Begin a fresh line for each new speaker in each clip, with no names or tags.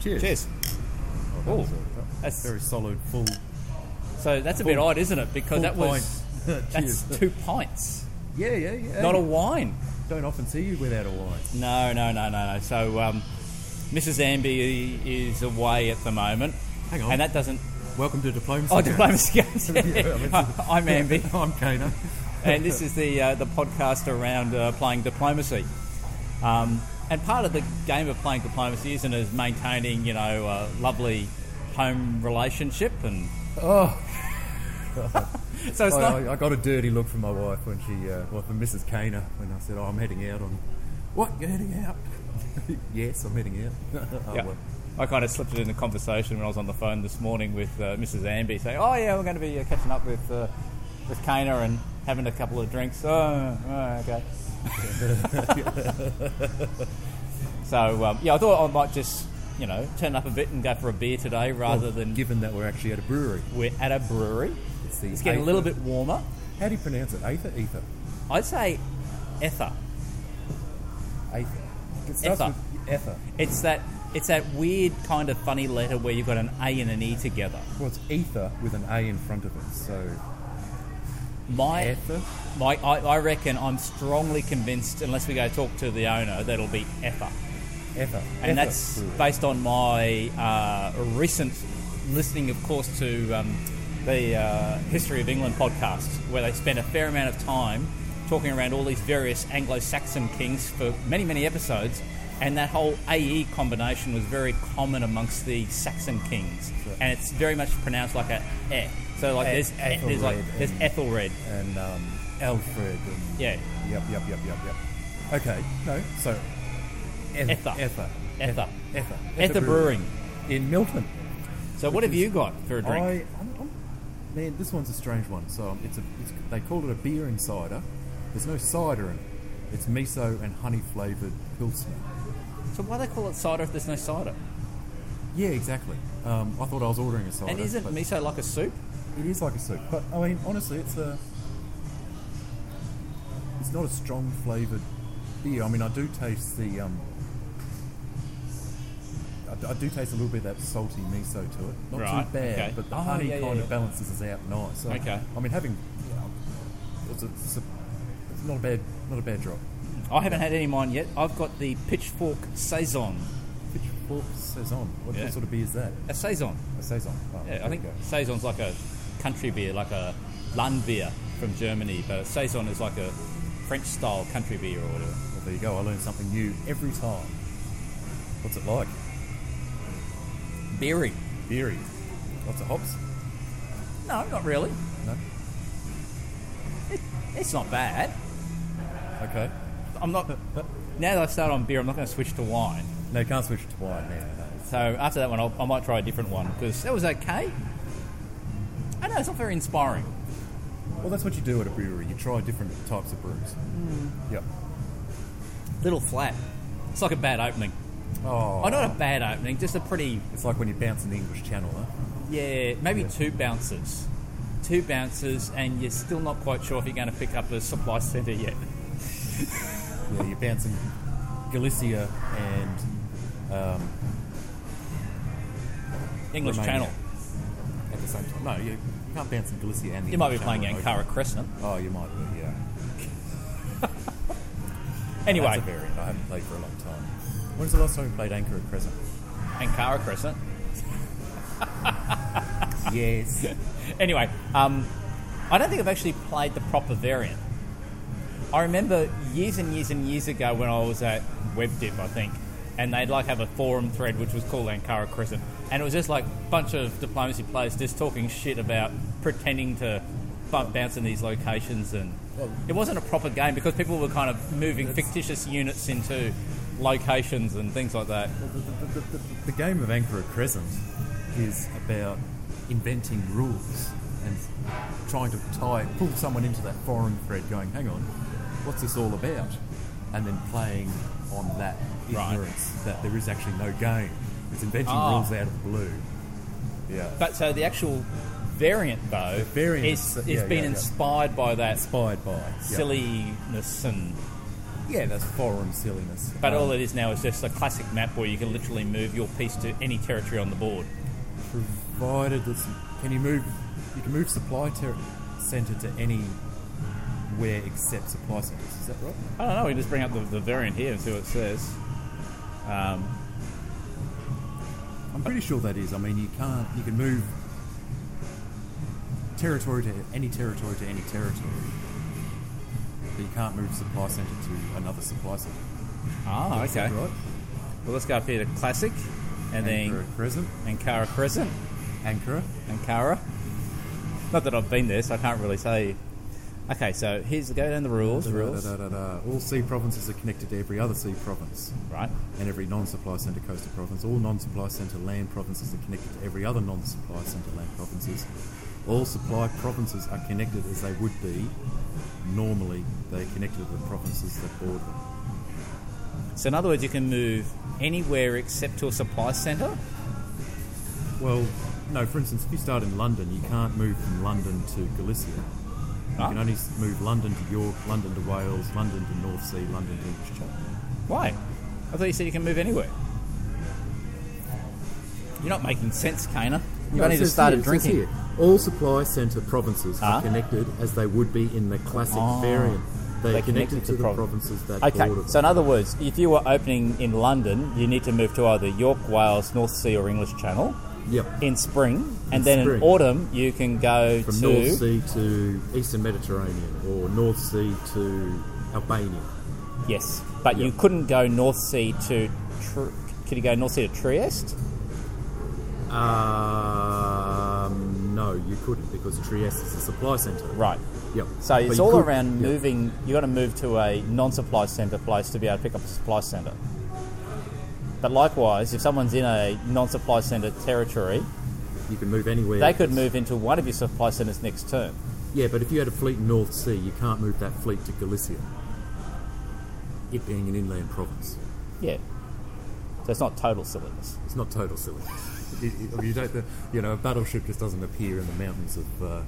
Cheers.
Cheers.
Oh,
That's
that's
very solid, full.
so. That's a bit odd, isn't it? Because
full
Oh, that was
pint.
that's
Cheers.
two pints,
Yeah, yeah, yeah.
not a wine.
Don't often see you without a wine.
No, no, no, no, no. So um, Mrs. Amby is away at the moment.
Hang on.
And that doesn't.
Welcome to Diplomacy.
Oh,
Couch.
diplomacy. Games.
Yeah,
I'm Amby.
I'm Kano.
and this is the uh, the podcast around uh, playing diplomacy. Um, and part of the game of playing diplomacy isn't is maintaining you know a lovely home relationship and
Oh,
so it's
I,
not
I, I got a dirty look from my wife when she, uh, well, from Mrs. Kana when I said, "Oh, I'm heading out on." What you're heading out? yes, I'm heading out. oh,
Yeah.
well.
I kind of slipped it in the conversation when I was on the phone this morning with uh, Mrs. Amby, saying, "Oh yeah, we're going to be uh, catching up with uh, with Kana and having a couple of drinks." Oh, oh, okay. so um, yeah, I thought I might just you know turn up a bit and go for a beer today rather
Well,
than
given that we're actually at a brewery,
we're at a brewery.
it's, the
It's getting a little
Aether-
bit warmer.
How do you pronounce it? Aether, ether,
I'd say ether.
aether. It starts
Ether.
with ether.
It's that it's that weird kind of funny letter where you've got an A and an E together.
Well, it's ether with an A in front of it. So
My
ether.
My, I, I reckon I'm strongly convinced, unless we go talk to the owner, that'll be Ether.
Ether.
And that's based on my uh, recent listening, of course, to um, the uh, History of England podcast, where they spent a fair amount of time talking around all these various Anglo Saxon kings for many, many episodes. And that whole AE combination was very common amongst the Saxon kings.
Sure.
And it's very much pronounced like a eh. So, like,
Eh,
there's, eh, there's, like,
Ethelred
there's
and-
Ethelred.
and um, Alfred. And,
Yeah.
Yep, yep, yep, yep, yep. Okay, no, so Eth-
Ether.
Ether.
Ether.
Ether.
Ether Brewing.
in Milton.
So what have you got for a drink?
I, I'm, I'm, man, this one's a strange one. So um, it's a, it's, they call it a beer and cider. There's no cider in it. It's miso and honey flavored pilsner.
So why they call it cider if there's no cider?
Yeah, exactly. Um, I thought I was ordering a cider.
and isn't
but
miso like a soup?
It is like a soup, but I mean, honestly, it's a. It's not a strong flavored beer. I mean, I do taste the. Um, I d- I do taste a little bit of that salty miso to it. Not
Right,
too bad,
okay.
but the
Oh,
honey
yeah, yeah,
kind
yeah.
of balances us out nice. So,
Okay.
I mean, having. You know, it's, a, it's, a, it's not a bad, not a bad drop.
I haven't had any mine yet. I've got the pitchfork saison.
Pitchfork saison. What,
Yeah.
what sort of beer is that?
A saison.
A saison. Oh,
Yeah,
there
I
we
think
go.
saison's like a country beer, like a land beer from Germany, but a saison is like a French style country beer or whatever.
Well, there you go. I learn something new every time. What's it like?
Beery.
Beery. Lots of hops?
No, not really.
No?
It's not bad.
Okay.
I'm not. Now that I start on beer, I'm not going to switch to wine.
No, you can't switch it to wine now. No.
So after that one, I'll, I might try a different one because that was okay. I know it's not very inspiring.
Well, that's what you do at a brewery. You try different types of brews.
Hmm.
Yep.
little flat. It's like a bad opening.
Oh,
Oh, not a bad opening, just a pretty,
it's like when you bounce in the English Channel, huh?
yeah, maybe
Yeah.
two bounces. Two bounces, and you're still not quite sure if you're going to pick up a supply centre yet.
Yeah, you're bouncing Galicia and um,
English
Romania
Channel.
at the same time. No, you can't bounce in Galicia and the
You might be
English
playing
Channel.
Ankara Crescent.
Oh, you might be, yeah. That's
Anyway,
a variant I haven't played for a long time. When's the last time you played Anchor at Crescent?
Ankara Crescent.
yes.
Anyway, um, I don't think I've actually played the proper variant. I remember years and years and years ago when I was at WebDip, I think, and they'd like have a forum thread which was called Ankara Crescent, and it was just like a bunch of diplomacy players just talking shit about pretending to bu- bounce in these locations, and
Well-
it wasn't a proper game because people were kind of moving
That's-
fictitious units into locations and things like that.
The, the, the, the, the game of Anchor at Crescent is about inventing rules and trying to tie, pull someone into that forum thread going, hang on, what's this all about? And then playing on that
Right.
ignorance that there is actually no game. It's inventing
Ah.
rules out of the blue. Yeah.
But so the actual variant though
The variant
is,
is-
has
yeah,
been
yeah, yeah.
inspired by that
Inspired by yeah.
silliness and
Yeah, that's forum silliness.
but
Um,
all it is now is just a classic map where you can literally move your piece to any territory on the board.
provided that some, can you move? You can move supply ter- center to anywhere except supply centers. Is that right?
I don't know. We just bring up the, the variant here and see what it says. Um,
I'm pretty sure that is. I mean, you can't. You can move territory to any territory to any territory, but you can't move supply center to another supply center.
ah,
Is that
okay.
right?
Well, let's go up here to classic, and
Ankara
then
Crescent,
Ankara Crescent,
Ankara.
Ankara. Not that I've been there, so I can't really say. Okay, so here's the go down the rules. Rules,
Da, da, da, da, da. All sea provinces are connected to every other sea province.
right?
and every non-supply centre coastal province. All non-supply centre land provinces are connected to every other non-supply centre land provinces. All supply provinces are connected as they would be normally. They are connected to the provinces that border them.
So in other words, you can move anywhere except to a supply centre.
Well, no. For instance, if you start in London, you can't move from London to Galicia. You
Ah.
can only s- move London to York, London to Wales, London to North Sea, London to English Channel.
Why? I thought you said you can move anywhere. You're not making sense, Kana. You've
No, it
only
says
just started
here, it says
drinking.
here, All supply centre provinces
Huh?
are connected as they would be in the classic
Ah.
variant. They
They're
are connected,
connected
to
to
the
prov-
provinces that
Okay,
border them.
so in other words, if you were opening in London, you need to move to either York, Wales, North Sea, or English Channel
yep.
in spring, and then
spring.
in autumn you can go
From
to
North Sea to Eastern Mediterranean or North Sea to Albania.
yes, but you
Yep.
couldn't go North Sea to. Tr- could you go North Sea to Trieste?
Um, no, you couldn't because Trieste is a supply centre.
Right.
Yep.
So
But
it's
you
all
could-
around
yep.
moving. You got to move to a non-supply center place to be able to pick up a supply center. But likewise, if someone's in a non-supply center territory,
You can move anywhere.
they could move into one of your supply centers next term.
Yeah, but if you had a fleet in North Sea, you can't move that fleet to Galicia. It being an inland province.
Yeah. So it's not total silliness.
It's not total silly. you don't, the- you know, a battleship just doesn't appear in the mountains of uh,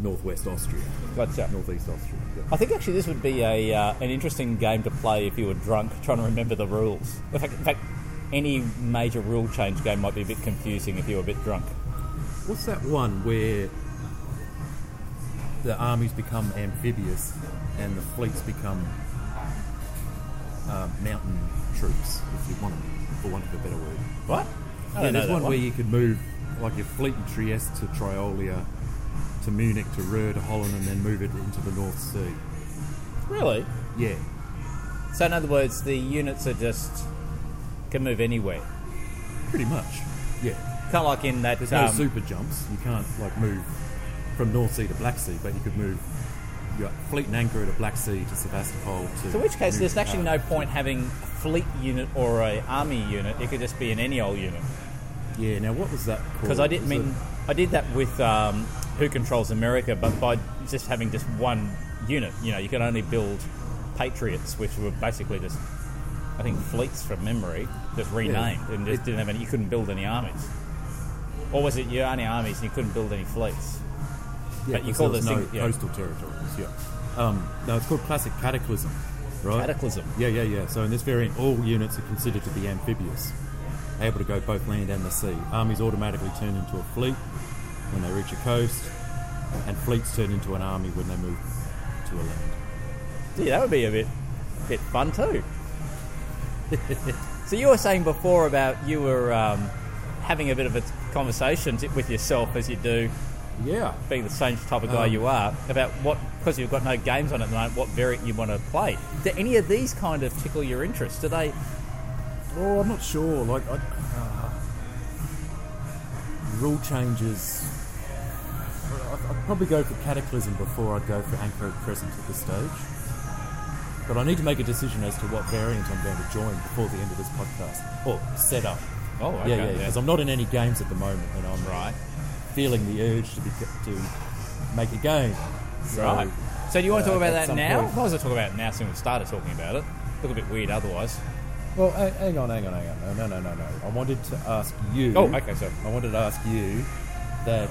northwest Austria,
Gotcha.
northeast Austria. Yeah.
I think actually this would be a uh, an interesting game to play if you were drunk, trying to remember the rules. In fact, in fact, any major rule change game might be a bit confusing if you were a bit drunk.
What's that one where the armies become amphibious and the fleets become uh, mountain troops, if you want to, for want of a better word?
What? I
Yeah,
don't know
there's
that
one, where you could move like your fleet in Trieste to Triolia to Munich to Ruhr to Holland and then move it into the North Sea.
Really?
Yeah.
So in other words, the units are just can move anywhere.
Pretty much. Yeah.
Kind of like in that.
There's no
um,
super jumps. You can't like move from North Sea to Black Sea, but you could move your fleet and anchor at a Black Sea to Sevastopol to.
so in which case,
Munich.
there's actually
Uh,
no point having a fleet unit or a army unit. It could just be an any old unit.
Yeah. Now what was that?
Because
called?
I didn't
Was it-
mean I did that with um, Who Controls America, but by just having just one unit, you know, you could only build Patriots, which were basically just I think fleets from memory, just renamed and just
It-
didn't have any. You couldn't build any armies, or was it you only armies and you couldn't build any fleets?
Yeah,
But you
'cause
call
there was
this
no
thing- yeah.
coastal territories. Yeah. Um, no, it's called classic cataclysm, right?
Cataclysm.
Yeah, yeah, yeah. So in this variant, all units are considered to be amphibious, able to go both land and the sea. Armies automatically turn into a fleet when they reach a coast, and fleets turn into an army when they move to a land.
Gee, that would be a bit, bit fun too. so you were saying before about you were um, having a bit of a conversation t- with yourself as you do,
Yeah.
being the same type of guy
Um,
you are, about what because you've got no games on at the moment, what variant you want to play. Do any of these kind of tickle your interest? Do they?
Oh, I'm not sure. Like, I, uh, rule changes. I- I'd probably go for Cataclysm before I'd go for Anchor Crescent at this stage. But I need to make a decision as to what variant I'm going to join before the end of this podcast. Or set up.
Oh, okay,
yeah, yeah.
yeah.
Because I'm not in any games at the moment, and I'm
Right.
feeling the urge to, be, to make a game. So,
Right. So do you want to
uh,
talk about that
at some
now?
point-
Why was I talk about it now since we started talking about it? Look a bit weird otherwise.
Well, hang hang on, hang on, hang on. No, no, no, no, no. I wanted to ask you.
Oh, okay, so-
I wanted to ask you that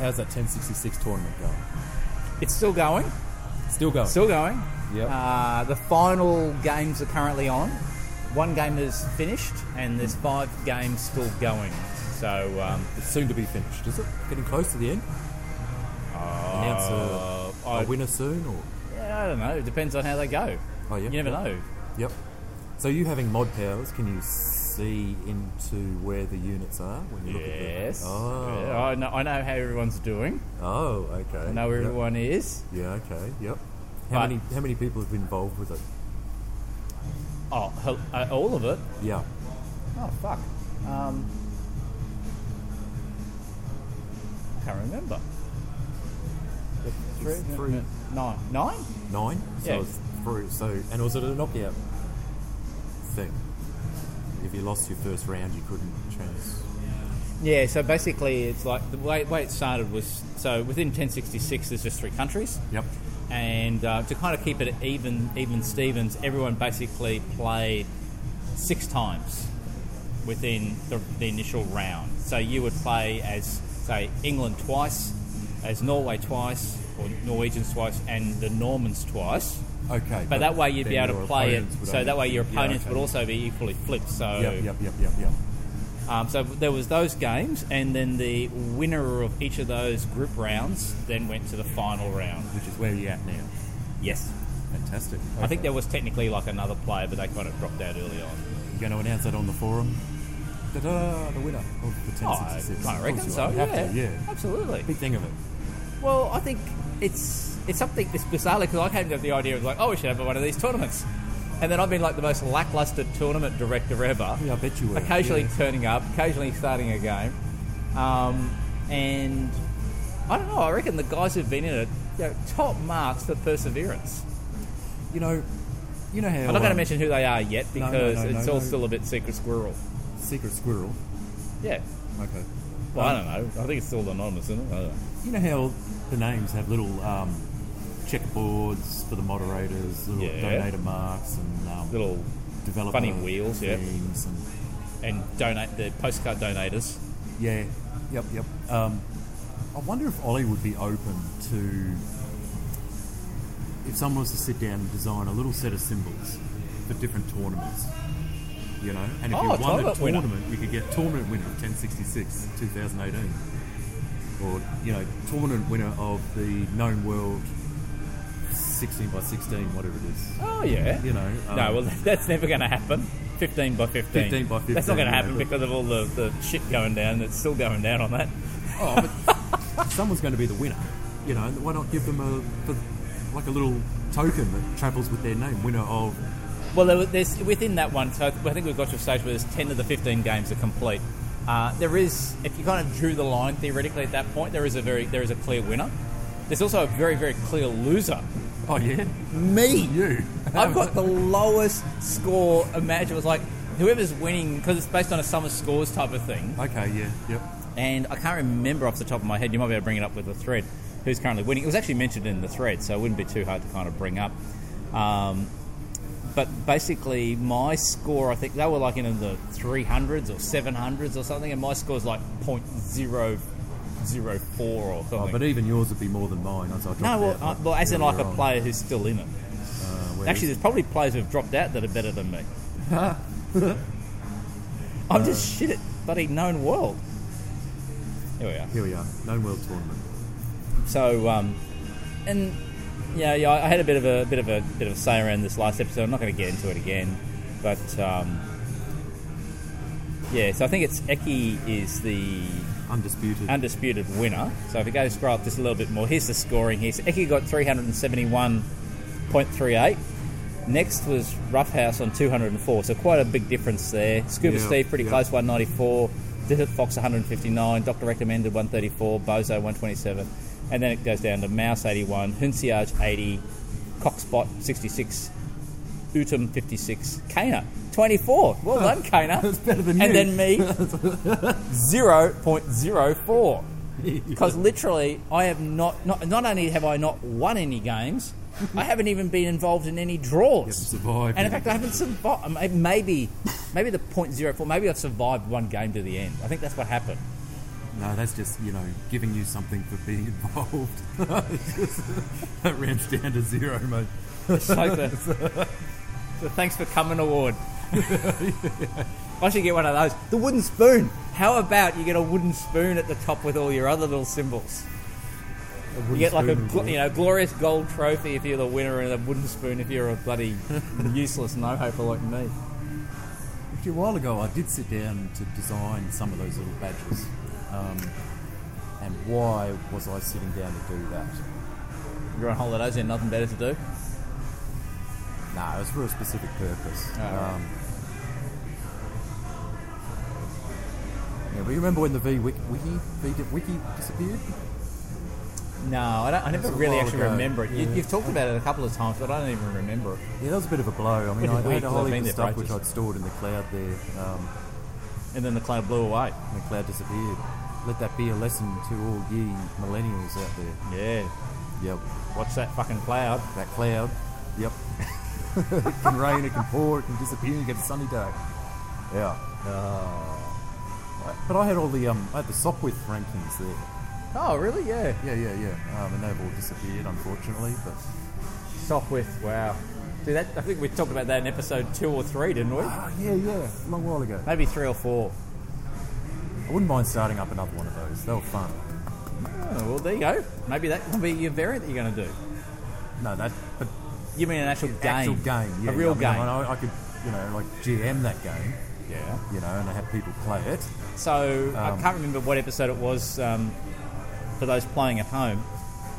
How's that 1066 tournament going?
It's still going.
Still going.
Still going.
Yep.
Uh, the final games are currently on. One game is finished, and there's five games still going. So um,
it's soon to be finished, is it? Getting close to the end? Announce
uh,
a,
I,
a winner soon, or
yeah, I don't know. It depends on how they go.
Oh, yeah.
You never
Yeah.
know.
yep. So you having mod powers? Can you see into where the units are when you look at them?
Yes.
Oh.
Yeah, I, know, I know how everyone's doing.
Oh, okay.
I know
Yep.
everyone is.
Yeah. Okay. Yep. How
But-
many? How many people have been involved with it?
Oh, hel- uh, all of it.
Yeah.
Oh fuck. Um, I can't remember.
It's
Three,
three-
n- n- nine. Nine?
Nine. So
Yeah.
it's through. So and was it a knockout thing? If you lost your first round, you couldn't chance.
Yeah. So basically, it's like the way, way it started was so within 1066, there's just three countries,
Yep.
and uh, to kind of keep it even, even Stevens, everyone basically played six times within the, the initial round. So you would play as say England twice, as Norway twice, or Norwegians twice, and the Normans twice.
Okay.
But that way you'd be
then
able to
your
play it.
opponents would
So
only-
that way your
yeah,
opponents
okay.
would also be equally flipped. So,
Yep. Yep. Yep. Yep. Yep.
um, so there was those games, and then the winner of each of those group rounds then went to the final round.
Which is where you're at now.
Yes,
Fantastic.
I think
Okay.
there was technically like another player, but they kind of dropped out early on.
You're going to announce that on the forum? Da-da, the winner of the
Oh, I
1066.
kind of reckon
course
so.
you are. You
Yeah,
have to, yeah.
absolutely.
Big thing of it.
Well, I think it's it's something that's bizarrely because I came up with the idea of like, oh, we should have one of these tournaments, and then I've been like the most lackluster tournament director ever.
Yeah, I bet you were.
occasionally
yeah.
turning up, occasionally starting a game, um, and I don't know. I reckon the guys who've been in it, you know, top marks for perseverance.
You know, you know how.
I'm not going to
um,
mention who they are yet
No, no,
because
no,
it's
no,
all
no.
still a bit secret squirrel.
Secret Squirrel.
Yeah.
Okay.
Well, I don't know. I think it's still anonymous, isn't it? Uh, I don't know.
You know how the names have little um, checkerboards for the moderators, little
Yeah.
donator marks, and um,
Little
developer
funny wheels, yeah.
themes and
and donate the postcard donators.
Yeah. Yep. Yep. Um, I wonder if Ollie would be open to if someone was to sit down and design a little set of symbols for different tournaments. You know, and if
Oh,
you won a
tournament winner.
tournament, you could get tournament winner of 1066 2018, or you know, tournament winner of the known world 16 by 16, whatever it is.
Oh yeah.
You know,
no,
um,
well that's never going to happen. Fifteen by fifteen.
15 by
That's not
15,
going to
yeah,
happen
but-
because of all the, the shit going down. That's still going down on that.
someone's going to be the winner. You know, why not give them a for- like a little token that travels with their name, winner of.
Well, there, there's within that one. So I think we've got to a stage where there's ten of the fifteen games are complete. Uh, there is, if you kind of drew the line theoretically at that point, there is a very there is a clear winner. There's also a very very clear loser.
Oh yeah,
Me,
you.
I've got the lowest score imaginable. It's like whoever's winning because it's based on a sum of scores type of thing.
Okay, yeah, yep.
and I can't remember off the top of my head. You might be able to bring it up with the thread. Who's currently winning? It was actually mentioned in the thread, so it wouldn't be too hard to kind of bring up. Um, but basically, my score, I think they were like in the 300s or 700s or something, and my score's like 0.004 or something.
Oh, but even yours would be more than mine. As I dropped
no, well,
out,
uh, well, as in like
earlier
a
on.
player who's still in it.
Uh, whereas-
Actually, there's probably players who've dropped out that are better than me. I'm
Uh.
just shit at bloody known world. Here we are.
here we are. Known world tournament.
So, um, and yeah, yeah, I had a bit of a bit of a bit of a say around this last episode. I'm not going to get into it again, but um, yeah. So I think it's Eki is the
Undisputed.
undisputed winner. So if you go scroll up just a little bit more, here's the scoring. Here, so Eki got 371.38. Next was Roughhouse on 204. So quite a big difference there. Scuba
Yeah,
Steve pretty
yeah.
close, 194. Did Fox 159. Doctor Recommended 134. Bozo 127. And then it goes down to Mouse 81, Hunciage 80, Cockspot 66, Utum 56, Kana 24. Well done, Kana.
That's better than
And
you.
then me, 0.04. Because literally, I have not, not, not only have I not won any games, I haven't even been involved in any draws.
haven't survived
And in
any.
fact, I haven't survived. Maybe, maybe the 0.04, maybe I've survived one game to the end. I think that's what happened.
No, that's just, you know, giving you something for being involved. It's just- that ramps down to zero, mate.
It's like the, the uh, thanks for coming award. I should get one of those. The wooden spoon. How about you get a wooden spoon at the top with all your other little symbols? You get like a gl- you know glorious gold trophy if you're the winner, and a wooden spoon if you're a bloody useless no hoper like me.
Actually, a while ago, I did sit down to design some of those little badges. Um, and why was I sitting down to do that?
You're on holidays, you have nothing better to do.
No, it was for a specific purpose.
Oh, right.
um, yeah, but you remember when the V Wiki, Wiki, Wiki disappeared?
No, I, don't, I never
It's a
really
while
actually
ago.
remember it. You,
Yeah.
you've talked about it a couple of times, but I don't even remember it.
Yeah, that was a bit of a blow. I mean,
Bit
I
of
I had
weak,
a
'cause I've
whole
been
heap of
there for
stuff which
ages.
I'd stored in the cloud there, um,
And then the cloud blew away.
and the cloud disappeared. Let that be a lesson to all ye millennials out there.
Yeah.
Yep.
Watch that fucking cloud.
That cloud. Yep. it can rain, it can pour, it can disappear, you get a sunny day. Yeah. Right. But I had all the um, I had the Sopwith rankings there.
Oh, really? Yeah.
Yeah, yeah, yeah. Um, and they've all disappeared, unfortunately. But
Soft with wow. Dude, that, I think we talked about that in episode two or three, didn't we?
oh, yeah, yeah, a long while ago.
Maybe three or four.
I wouldn't mind starting up another one of those. They were fun.
Oh, well, there you go. Maybe that can be your variant that you're going to do.
No, that but
You mean an actual game?
actual game, yeah,
a real
yeah, I mean,
game.
I, I could, you know, like GM that game,
Yeah.
you know, and I have people play it.
So I
Um,
can't remember what episode it was um, for those playing at home,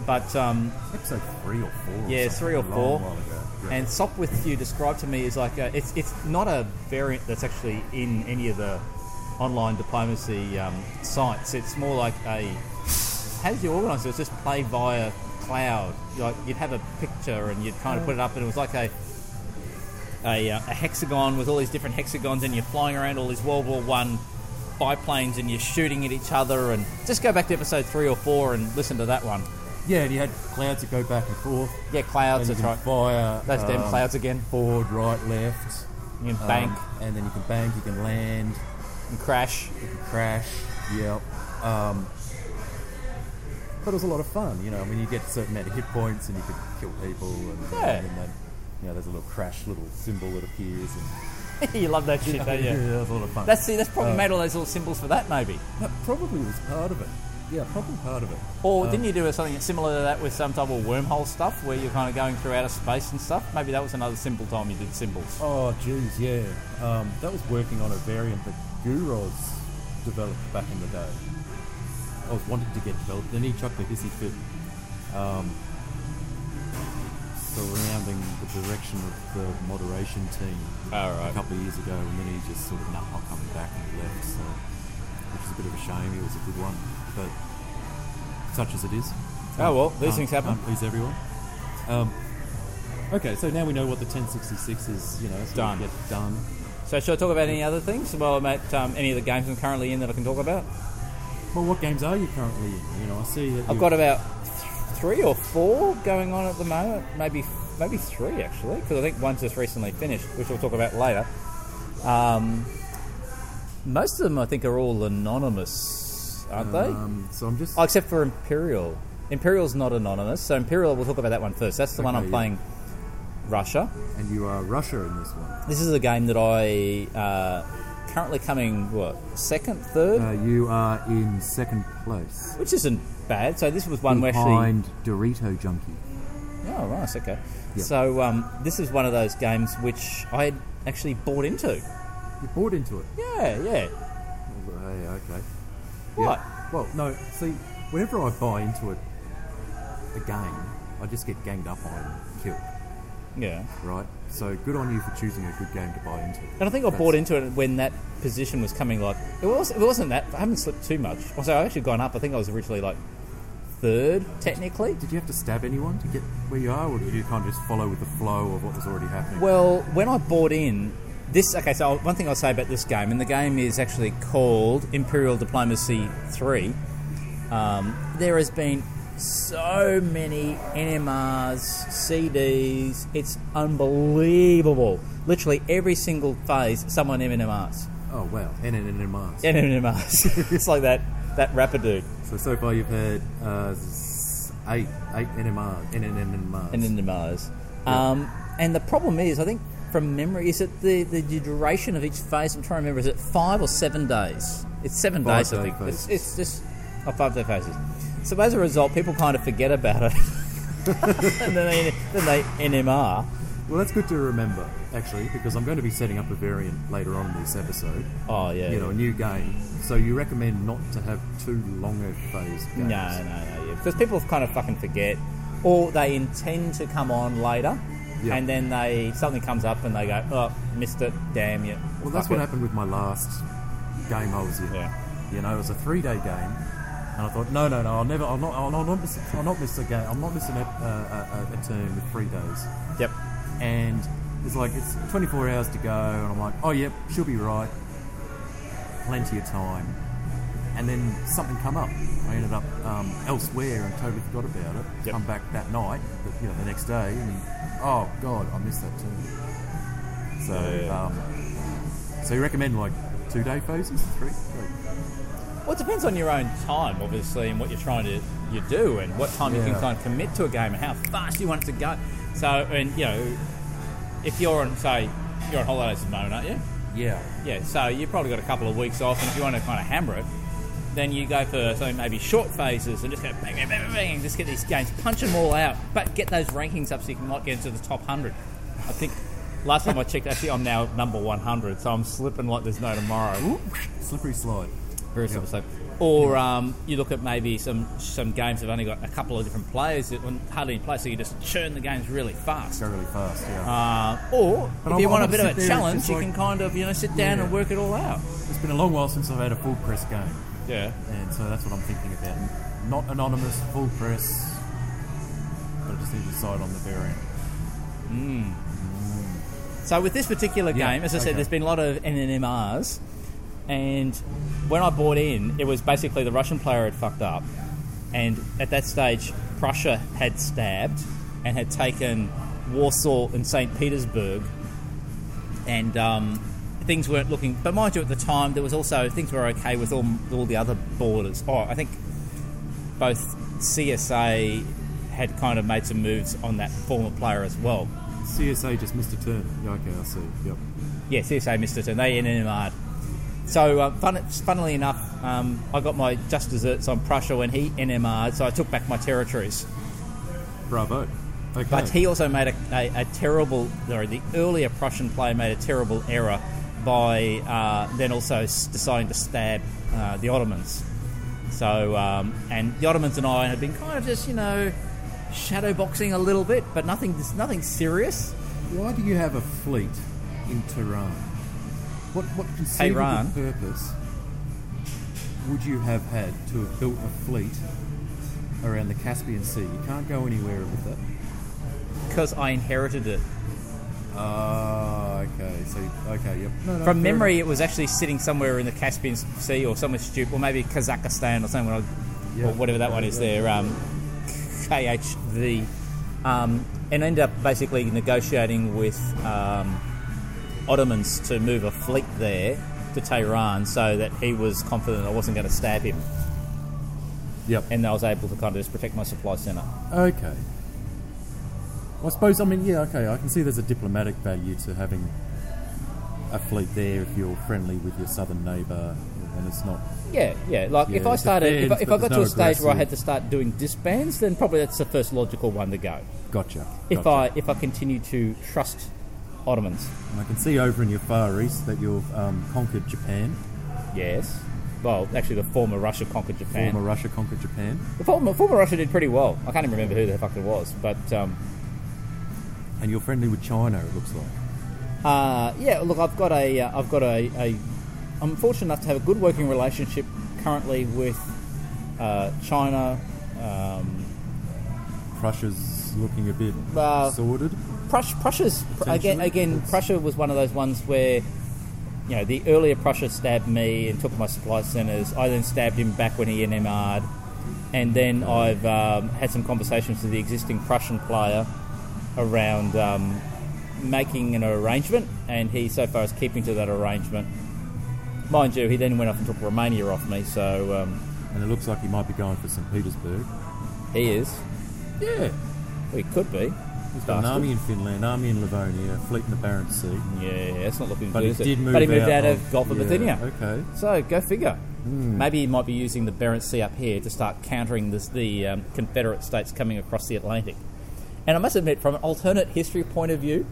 but um,
Episode three or four. Or
Yeah,
something,
three or
a long
four.
While ago. Yeah.
And Sop with you described to me is like a, it's it's not a variant that's actually in any of the online diplomacy um, sites. It's more like a how did you organise it? It's just play via cloud. Like you'd have a picture and you'd kind of put it up, and it was like a a, uh, a hexagon with all these different hexagons, and you're flying around all these World War One biplanes, and you're shooting at each other. And just go back to episode three or four and listen to that one.
yeah, and you had clouds that go back and forth.
Yeah, clouds.
and you
That's
can
right.
fire.
That's them
um,
clouds again.
Forward, right, left.
You can
um,
bank
and then you can bank. You can land.
and crash.
You can crash. Yep. Um, but it was a lot of fun, you know. I mean, you get a certain amount of hit points, and you can kill people, and,
Yeah.
and then you know, there's a little crash, little symbol that appears, and
you love that shit, don't you?
that was a lot of fun.
That's see, that's probably made all those little symbols for that, maybe.
That probably was part of it. Yeah, probably part of it.
Or didn't you do something similar to that with some type of wormhole stuff, where you're kind of going through outer space and stuff? Maybe that was another simple time you did symbols.
Oh, geez, yeah. Um, that was working on a variant that Guros developed back in the day. I was wanting to get developed, then he chucked a hissy fit um, surrounding the direction of the moderation team
All
a couple of years ago, and then he just sort of, nah, I'll come back and left, so, which is a bit of a shame. It was a good one, but such as it is.
Oh, well, these
Can't-
things happen.
can't Please everyone. Um, okay, so now we know what the 1066 is. You know, so we
Done.
Get done.
So, should I talk about any other things? Well, about um, any of the games I'm currently in that I can talk about?
Well, what games are you currently in? You know, I see that
I've
you-
got about th- three or four going on at the moment. Maybe maybe three actually, because I think one's just recently finished, which we'll talk about later. Um, most of them, I think, are all anonymous, aren't they?
Um, so I'm just.
Oh, except for Imperial. Imperial's not anonymous, so Imperial. We'll talk about that one first. That's the one
Okay,
I'm
yeah.
playing. Russia.
and you are Russia in this one.
This is a game that I uh, currently coming what second, third,
Uh, you are in second place
which isn't bad. So this was one where actually
behind Dorito Junkie.
Oh, right, okay.
Yep.
So um, this is one of those games which I had actually bought into.
You bought into it.
Yeah, yeah.
Oh, hey, okay.
What?
Yeah. Well, no. See, whenever I buy into it, a game, I just get ganged up on and killed.
Yeah.
Right. So good on you for choosing a good game to buy into.
And I think I bought into it when that position was coming like it was it wasn't that I haven't slipped too much. Also I've actually gone up. I think I was originally like third technically.
Did you have to stab anyone to get where you are, or did you kind of just follow with the flow of what was already happening?
Well, when I bought in this, okay. So one thing I'll say about this game, and the game is actually called Imperial Diplomacy Three. Um, there has been so many NMRs, CDs. It's unbelievable. Literally every single phase, someone NMRs.
oh wow, and and and and Mars.
NMRs. it's like that. That rapper dude.
So so far you've had uh, s- eight eight NMR NNMRs.
and into Mars. Um, and the problem is, I think from memory, is it the, the duration of each phase? I'm trying to remember. Is it five or seven days? It's seven
Five
days, I
day
think. It's,
phases.
it's just oh, five day phases. So as a result, people kind of forget about it, and then they, then they NMR.
well, that's good to remember actually because I'm going to be setting up a variant later on in this episode.
Oh yeah.
You know, a new game. So you recommend not to have too long a phase games.
no, no, no. Yeah. Because people kind of fucking forget, or they intend to come on later.
Yeah.
And then they something comes up and they go, oh, missed it, damn you.
Well, that's
Fuck
what
it."
happened with my last game I was in.
Yeah.
You know, it was a three-day game, and I thought, no, no, no, I'll never, I'll not, I'll not miss, I'll not miss a game, I'll not miss an, ep- uh, a, a, a turn with three days.
Yep.
And it's like it's 24 hours to go, and I'm like, oh yep, she'll be right, plenty of time. And then something come up. I ended up um, elsewhere and totally forgot about it.
Yep.
Come back that night, the, you know, the next day, and oh god, I missed that turn. So,
Yeah, yeah.
um, so you recommend like two-day phases, three? three.
Well, it depends on your own time, obviously, and what you're trying to you do, and what time you can
Yeah.
kind of commit to a game, and how fast you want it to go. So, and you know, if you're on, say, you're on holidays at the moment, aren't you?
Yeah.
Yeah. So you've probably got a couple of weeks off, and if you want to kind of hammer it, then you go for so maybe short phases and just go bang, bang, bang, bang, bang, just get these games, punch them all out, but get those rankings up so you can might get into the top hundred. I think. Last time I checked, actually, I'm now number 100, so I'm slipping like there's no tomorrow.
Slippery slide.
Very simple stuff. Or um, you look at maybe some some games have only got a couple of different players, that when- hardly in play, so you just churn the games really fast.
Go really fast. Yeah.
Uh, or
But
if
I'm-
you want
I'm
a bit of
sit
a
there,
challenge,
it's
you
like-
can kind of you know sit down
Yeah.
and work it all out.
it's been a long while since I've had a full press game.
Yeah.
And so that's what I'm thinking about. Not anonymous, full press. But I just need to decide on the variant.
So with this particular
Yeah,
game, as I
okay.
said, there's been a lot of NNMRs, and when I bought in, it was basically the Russian player had fucked up, and at that stage, Prussia had stabbed and had taken Warsaw and Saint Petersburg, and um, things weren't looking. But mind you, at the time, there was also things were okay with all all the other borders. Oh, I think both CSA had kind of made some moves on that former player as well.
CSA just missed a turn. Yeah, okay, I see. Yep.
Yeah, CSA missed it, and they NMR'd. So, uh, fun, funnily enough, um, I got my just desserts on Prussia when he NMR'd, so I took back my territories.
Bravo. Okay.
But he also made a, a, a terrible, sorry, the earlier Prussian player made a terrible error by uh, then also s- deciding to stab uh, the Ottomans. So, um, and the Ottomans and I had been kind of just, you know, shadow boxing a little bit, but nothing, nothing serious.
Why do you have a fleet in Tehran? What, what conceivable
Tehran?
purpose would you have had to have built a fleet around the Caspian Sea? You can't go anywhere with it.
Because I inherited it.
Ah, okay. So, okay, yep. No, no, fair
From memory, it was actually sitting somewhere in the Caspian Sea or somewhere stupid, or maybe Kazakhstan or somewhere,
Yeah.
or whatever that one is there. Um, KHV, um, and end up basically negotiating with um, Ottomans to move a fleet there to Tehran, so that he was confident I wasn't going to stab him,
enough. Yep.
and I was able to kind of just protect my supply center.
Okay. I suppose, I mean, yeah, okay, I can see there's a diplomatic value to having a fleet there if you're friendly with your southern neighbour and it's not.
Yeah, yeah. Like if
Yeah,
I
it's
started, if I,
defense,
if
but
I got
there's
to
no
a stage where I
aggressive-
had to start doing disbands, then probably that's the first logical one to go.
Gotcha.
if
gotcha.
I if I continue to trust Ottomans.
And I can see over in your Far East that you've um, conquered Japan,
Yes. Well, actually, the former Russia conquered Japan.
former Russia conquered Japan,
The former, former Russia did pretty well. I can't even remember who the fuck it was, but um,
and you're friendly with China, it looks like.
uh, yeah. Look, I've got a uh, I've got a, a I'm fortunate enough to have a good working relationship currently with uh, China. Um,
Prussia's looking a bit
Well-
sorted.
Prussia, Prussia's again.
Potentially.
Again, Prussia was one of those ones where, you know, the earlier Prussia stabbed me and took my supply centres. I then stabbed him back when he NMR'd, and then I've um, had some conversations with the existing Prussian player around um, making an arrangement, and he so far is keeping to that arrangement. Mind you, he then went off and took Romania off me, so um,
and it looks like he might be going for St. Petersburg.
He is.
Yeah.
Well, he could be.
He's got an
Bastard.
army in Finland, army in Livonia, fleet in the Barents Sea.
Yeah, that's not looking
But
good.
he
is
did move
But he moved
out
out,
of-
of Gulf of
yeah,
Bithynia.
okay.
So go figure. Maybe he might be using the Barents Sea up here to start countering this, the um, Confederate states coming across the Atlantic. And I must admit, from an alternate history point of view,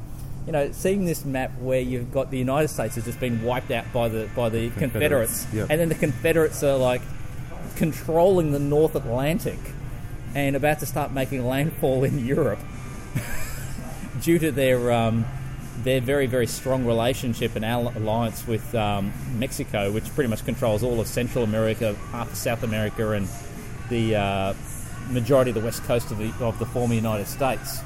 you know, seeing this map where you've got the United States has just been wiped out by the by the
Confederates,
Confederates,
yep.
and then the Confederates are like controlling the North Atlantic and about to start making landfall in Europe due to their um, their very very strong relationship and al- alliance with um, Mexico, which pretty much controls all of Central America, half of South America, and the uh, majority of the west coast of the of the former United States.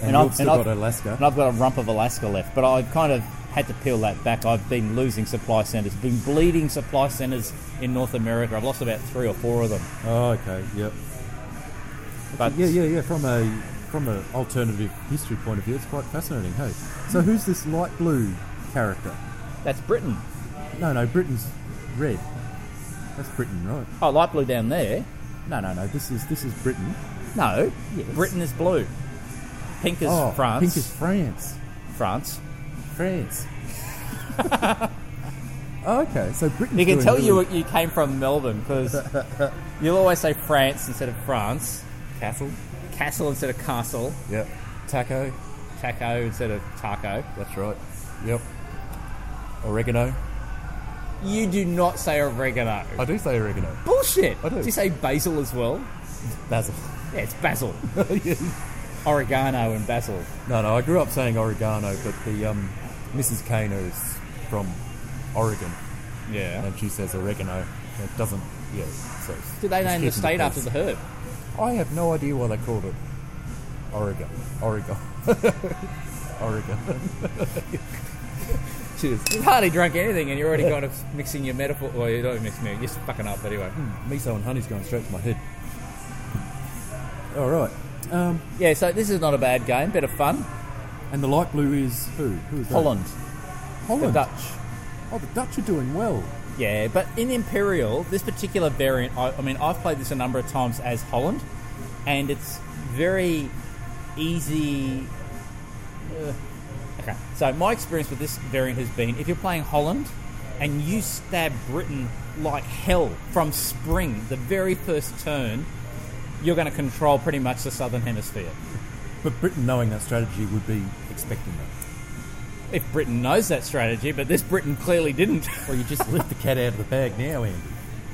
And,
I've-
we've still
and I've-
got Alaska.
And I've got a rump of Alaska left, but I've kind of had to peel that back. I've been losing supply centres, been bleeding supply centres in North America. I've lost about three or four of them.
Oh, okay. Yep.
But
Yeah, yeah, yeah. From a from an alternative history point of view, it's quite fascinating. Hey, so who's this light blue character?
that's Britain.
No, no, Britain's red. That's Britain, right?
Oh, light blue down there.
No, no, no. This is this is Britain.
No, Britain is blue. Pink is
oh,
France.
Pink is France.
France.
France. oh, okay, so Britain.
You can tell you you came from Melbourne because you'll always say France instead of France,
castle.
castle instead of castle,
Yep. Taco.
taco instead of taco.
That's right. Yep. Oregano.
You do not say oregano.
I do say oregano.
Bullshit.
I do.
you say basil as well?
Basil.
Yeah, it's basil, oregano, and basil.
No, no, I grew up saying oregano, but the um, Mrs. Kano is from Oregon,
Yeah.
and she says oregano. It doesn't, yeah. So
Did they name the state after the herb?
I have no idea why they called it Oregon. Oregon. Oregon. Cheers.
You've hardly drunk anything, and you're already kind of mixing your metaphor. Well, you're not mixing it. You're just fucking up anyway.
Miso and honey's going straight to my head. All right. Um,
Yeah. So this is not a bad game. Bit of fun.
and the light blue is who? Who is that?
Holland, the
Holland.
Dutch.
Oh, the Dutch are doing well.
Yeah, but in Imperial, this particular variant, I, I mean, I've played this a number of times as Holland, and it's very easy. Uh, okay, so my experience with this variant has been if you're playing Holland and you stab Britain like hell from spring, the very first turn, you're going to control pretty much the southern hemisphere.
But Britain, knowing that strategy, would be expecting that.
If Britain knows that strategy, but this Britain clearly didn't.
Well, you just let the cat out of the bag now, Andy.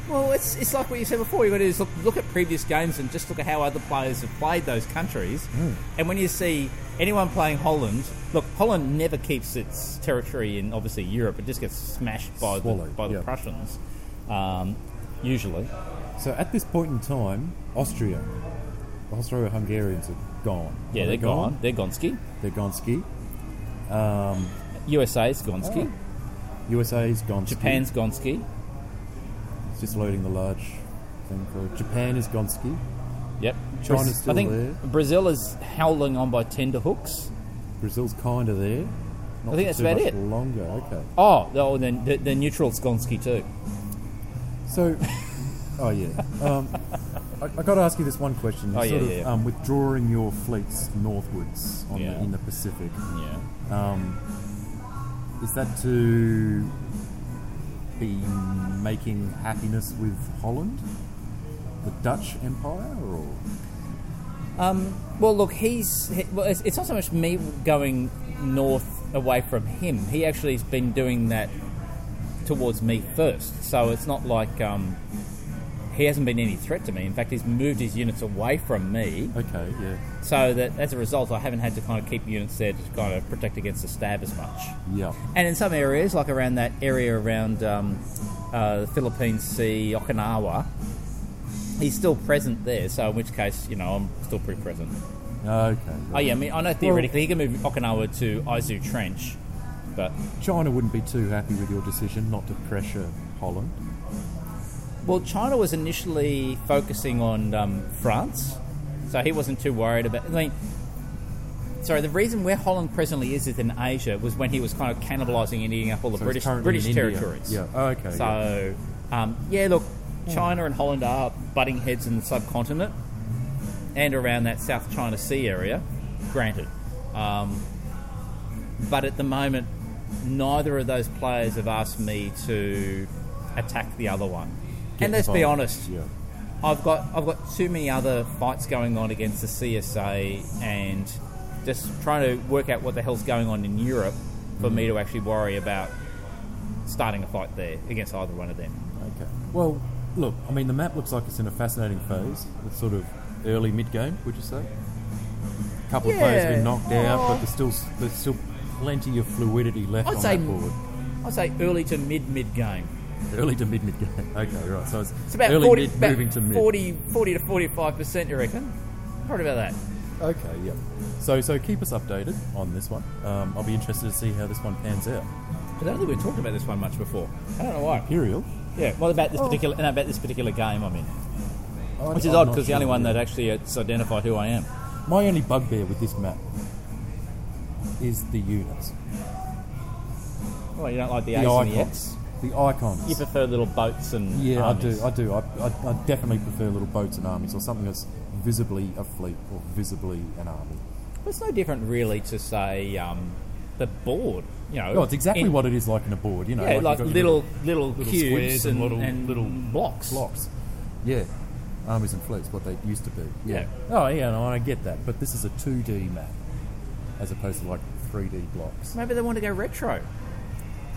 Well, it's, it's like what you said before. You've got to just look, look at previous games and just look at how other players have played those countries.
Hmm.
And when you see anyone playing Holland, look, Holland never keeps its territory in obviously Europe. It just gets smashed by the,
Swallowed,
by the
yeah.
Prussians, um, usually.
So at this point in time, Austria, the Austro-Hungarians are gone.
Yeah,
Are
they're
they
gone. They're Gonski.
They're gone ski.
USA's
Oh,
Gonski.
USA's gone ski.
Japan's Gonski.
It's just loading the large thing for Japan is gone ski.
Yep.
China's
Braz-
still
I think
there.
Brazil is howling on by tender hooks.
Brazil's kind of there. Not
I think that's
for too
about
much
it.
Longer. Okay.
Oh, oh then the, the neutral's Gonski too.
So, oh yeah. Um, I, I got to ask you this one question.
Oh, yeah,
sort of,
yeah, yeah.
Um, withdrawing your fleets northwards on
Yeah.
the, in the Pacific.
Yeah.
Is that to be making happiness with Holland, the Dutch Empire, or
Well, look, he's he, well. It's, it's not so much me going north away from him. He actually has been doing that towards me first. So it's not like um, he hasn't been any threat to me. In fact, he's moved his units away from me,
okay, yeah,
so that as a result, I haven't had to kind of keep units there to kind of protect against the stab as much.
yeah,
And in some areas, like around that area around um, uh, the Philippine Sea, Okinawa, he's still present there. So in which case, you know, I'm still pretty present.
okay.
Oh
right.
yeah, I mean, I know theoretically he can move Okinawa to Izu Trench, but
China wouldn't be too happy with your decision not to pressure Holland.
well, China was initially focusing on um, France, so he wasn't too worried about. I mean, sorry, the reason where Holland presently is is in Asia was when he was kind of cannibalising and eating up all the
So
British
it's currently
British
in India.
territories.
Yeah. Oh, okay. yeah.
So, um, yeah, look, China and Holland are butting heads in the subcontinent and around that South China Sea area, granted. Um, but at the moment, neither of those players have asked me to attack the other one.
Get
and let's be
involved.
honest,
Yeah.
I've got I've got too many other fights going on against the CSA and just trying to work out what the hell's going on in Europe for me to actually worry about starting a fight there against either one of them.
Okay.
Well, look, I mean, the map looks like it's in a fascinating phase. It's sort of early mid game, would you say? A couple of players have been
Yeah. Oh.
knocked out, but there's still there's still plenty of fluidity left
I'd
on
say-
that board.
I'd say early to mid mid game.
Early to mid mid game. Okay, right. So it's,
It's about
early
40,
mid
about
moving to mid.
40, 40 to forty five percent. You reckon? Probably about that.
Okay, yeah. So so keep us updated on this one. Um, I'll be interested to see how this one pans out.
I don't think we've talked about this one much before. I don't know why.
Imperial.
Yeah. Well, about this particular no, about this particular game I'm in,
I-
which is odd
I'm not
because the
sure,
only one
yeah.
that actually it's identified who I am.
My only bugbear with this map is the units,
Well, you don't like the,
the
A's and the
icons,
X.
the icons.
You prefer little boats and
Yeah,
armies.
I do. I do. I, I, I definitely prefer little boats and armies, or something that's visibly a fleet or visibly an army.
It's no different, really, to say um, the board. You know,
No, it's exactly
in-
what it is like in a board. You know,
Yeah,
you've
like
got your
little, little
little
cubes
squares and
and,
little-
and
little
blocks.
blocks. Yeah, armies and fleets, what they used to be. Yeah. Oh yeah, no, I get that. But this is a two D map, as opposed to like three D blocks.
Maybe they want to go retro.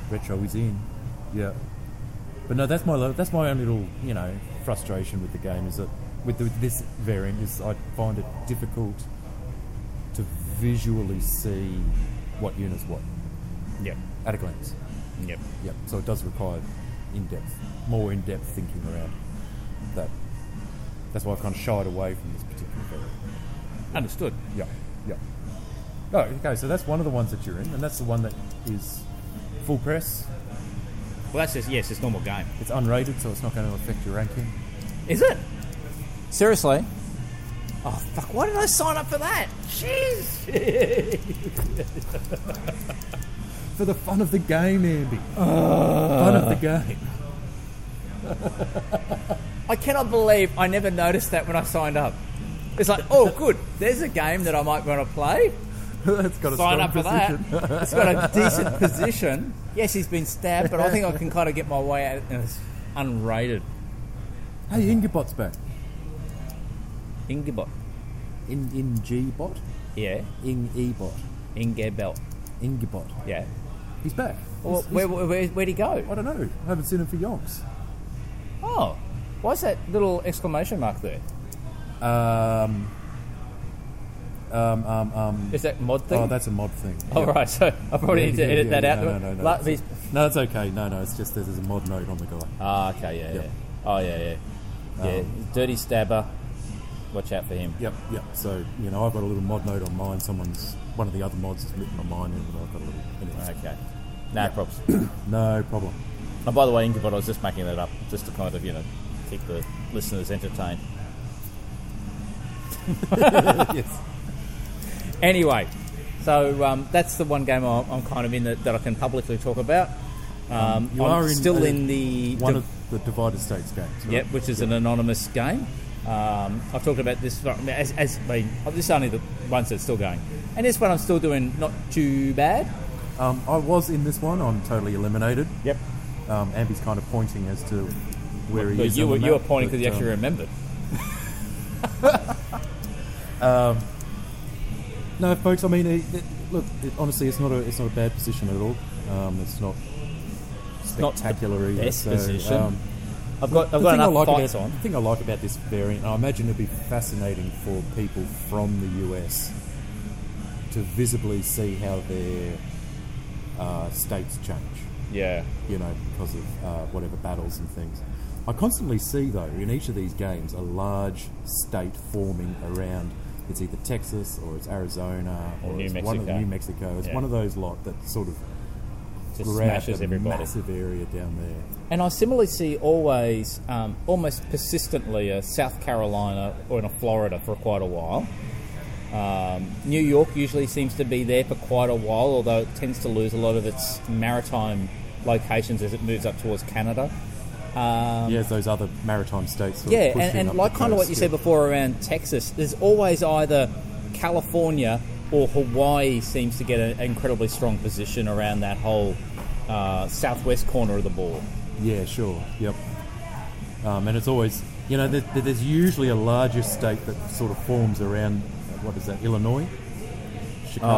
Retro is in. Yeah. But no, that's my lo- that's my only little you know frustration with the game is that with, the, with this variant is I find it difficult to visually see what units what
Yep.
at a glance.
Yep.
Yep. So it does require in depth, more in depth thinking around that. That's why I've kind of shied away from this particular variant.
Understood.
Yeah. Yeah. Oh, okay. So that's one of the ones that you're in, and that's the one that is full press.
Well, that's just yes, it's normal game.
It's unrated, so it's not going to affect your ranking.
Is it? Seriously? Oh fuck! Why did I sign up for that? Jeez.
For the fun of the game, Andy. Fun of the game.
I cannot believe I never noticed that when I signed up. It's like, oh, good. There's a game that I might want to play.
That's got a
sign
strong
up for
position.
that. It's got a decent position. Yes, he's been stabbed, but I think I can kind of get my way out. And it's unrated.
Hey, Ingibot's back.
Ingebot.
In in G bot,
Yeah.
in E bot,
Ingebelt.
Ingibot.
Yeah.
He's back.
Well,
He's- he's-
where, where, where'd he
I
go?
don't know. I haven't seen him for yonks.
Oh. Why's that little exclamation mark there?
Um, um, um, um.
Is that mod thing?
Oh, that's a mod thing.
All
Yeah.
right, so I probably
Yeah,
need
yeah,
to edit
yeah,
that
yeah.
out.
No, no, no,
La-
that's
these-
No, it's okay. No, no, it's just that there's a mod note on the guy.
Ah, okay, yeah,
Yep.
yeah. Oh, yeah, yeah. Yeah,
Um,
dirty stabber. Watch out for him.
Yep, yep. So you know, I've got a little mod note on mine. Someone's one of the other mods has written on mine, and I've got a little. Anyway,
Okay. No props.
no problem.
and by the way, Inkabot, I was just making that up just to kind of, you know, keep the listeners entertained.
yes.
Anyway, so um, that's the one game I'm, I'm kind of in that, that I can publicly talk about. Um,
you
I'm
are in
still
a-
in the
One
div-
of the divided states games. Right?
Yep, which is an anonymous game. Um, I've talked about this for- as, as I mean, oh, this is only the ones that's still going, and this one I'm still doing not too bad.
Um, I was in this one. I'm totally eliminated.
Yep,
Um, Ambi's kind of pointing as to where he
but
is.
you
on
were
the
you were
map,
pointing because
but,
you actually
um,
remembered.
No, folks. I mean, it, it, look. It, honestly, it's not a it's not a bad position at all. Um, it's not
not the
spectacular either.
best
so,
position.
um,
I've got I've
the
got
thing I
enough
like
fights
about,
on.
The thing I like about this variant, and I imagine it'd be fascinating for people from the US to visibly see how their uh, states change
Yeah,
you know, because of uh, whatever battles and things. I constantly see, though, in each of these games, a large state forming around. It's either Texas or it's Arizona or,
Or New
it's one of
Mexico.
New Mexico. It's
Yeah.
one of those lot that sort of
just
grabs
smashes
a
everybody.
massive area down there.
And I similarly see always, um, almost persistently, a South Carolina or in a Florida for quite a while. Um, New York usually seems to be there for quite a while, although it tends to lose a lot of its maritime locations as it moves up towards Canada.
yeah, it's those other maritime states.
Um,
sort of
Yeah, and,
pushing
and
up
like
the
kind of what you
coast,
said
yeah.
before around Texas, there's always either California or Hawaii seems to get an incredibly strong position around that whole uh, southwest corner of the ball.
Yeah, sure. Yep. Um, and it's always, you know, there, there- there's usually a larger state that sort of forms around, uh, what is that, Illinois? Chicago?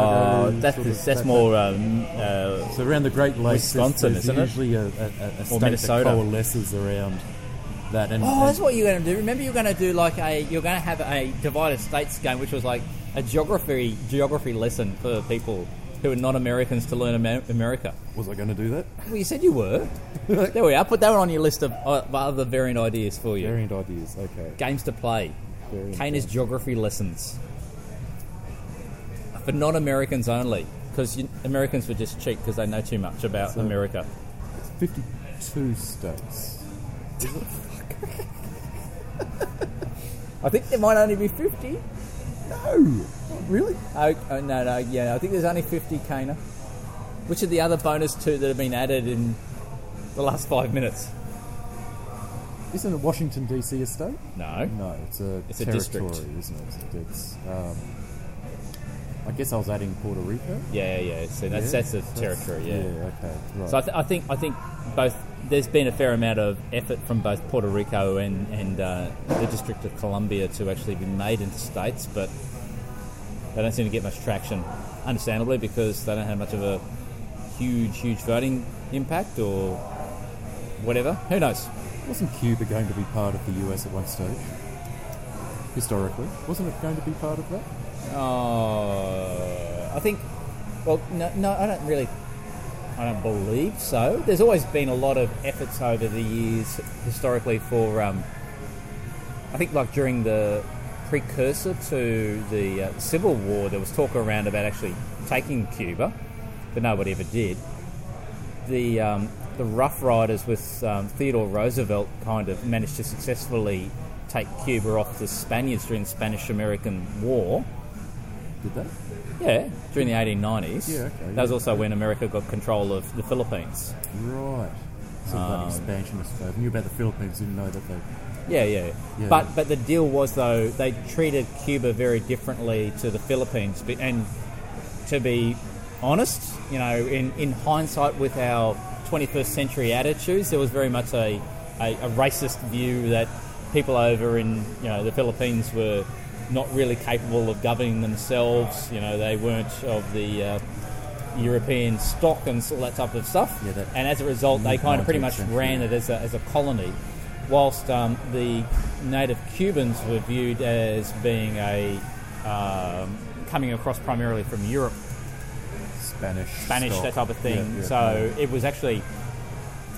Uh, that's,
sort of-
that's,
that-
more. Um, uh,
So around the Great Lakes, there's-
Wisconsin,
there's
isn't it?
usually a, a, a- a state
Minnesota.
that coalesces around that. And,
oh,
and-
that's what you're going to do. Remember, you're going to do like a you're going to have a divided states game, which was like a geography geography lesson for people who are not Americans to learn Amer- America.
was I going to do that?
Well, you said you were. there we are. Put that one on your list of uh, other variant ideas for you.
Variant ideas. Okay.
Games to play.
Variant
Kane's
ideas.
geography lessons. For non Americans only. Because Americans were just cheap because they know too much about
So-
America.
It's 52 states.
I think there might only be 50.
Oh, really?
Oh, oh, no, no, yeah, I think there's only 50, Kana. Which are the other bonus two that have been added in the last five minutes?
Isn't it Washington, D.C. a state?
No.
No, it's a
It's a
territory,
district.
isn't it? It's, um, I guess I was adding Puerto Rico.
Yeah, yeah, so that's,
Yeah?
that's a territory, yeah.
okay, right.
So I, th- I think I think both there's been a fair amount of effort from both Puerto Rico and and uh, the District of Columbia to actually be made into states, but they don't seem to get much traction, understandably because they don't have much of a huge huge voting impact or whatever. Who knows?
wasn't Cuba going to be part of the U.S. at one stage? Historically, wasn't it going to be part of that?
Uh, I think. Well, no, no, I don't really. I don't believe so. There's always been a lot of efforts over the years, historically, for. Um, I think, like during the precursor to the uh, Civil War, there was talk around about actually taking Cuba, but nobody ever did. The um, the Rough Riders with um, Theodore Roosevelt kind of managed to successfully take Cuba off the Spaniards during the Spanish-American War.
Did they?
Yeah, during the 1890s.
Yeah, okay,
That was
yeah.
also when America got control of the Philippines.
Right. Some um, expansionist. They knew about the Philippines, didn't know that they.
Yeah, yeah.
Yeah.
But but the deal was though they treated Cuba very differently to the Philippines. But- And to be honest, you know, in, in hindsight, with our 21st century attitudes, there was very much a, a, a racist view that people over in you know the Philippines were not really capable of governing themselves. You know, they weren't of the uh, European stock and all that type of stuff.
Yeah, that-
and as a result, they kind of pretty much
19th
ran
century.
it as a, as a colony, whilst um, the native Cubans were viewed as being a um, coming across primarily from Europe,
Spanish.
Spanish,
stock.
that type of thing.
Yeah, yeah,
so it was actually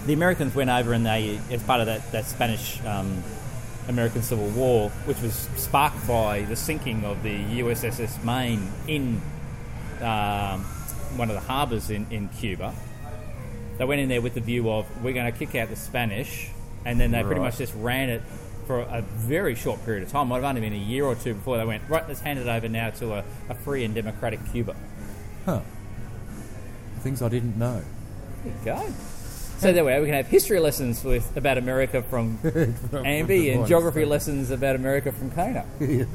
the Americans went over and they, as part of that, that Spanish um, American Civil War, which was sparked by the sinking of the USS Maine in um, one of the harbors in, in Cuba. They went in there with the view of we're going to kick out the Spanish, and then they pretty
Right.
much just ran it for a very short period of time. Might have only been a year or two before they went right. Let's hand it over now to a, a free and democratic Cuba.
Huh. Things I didn't know.
There you go. So there we are. We can have history lessons with about America from Ambi and geography lessons about America from Kona.
hey,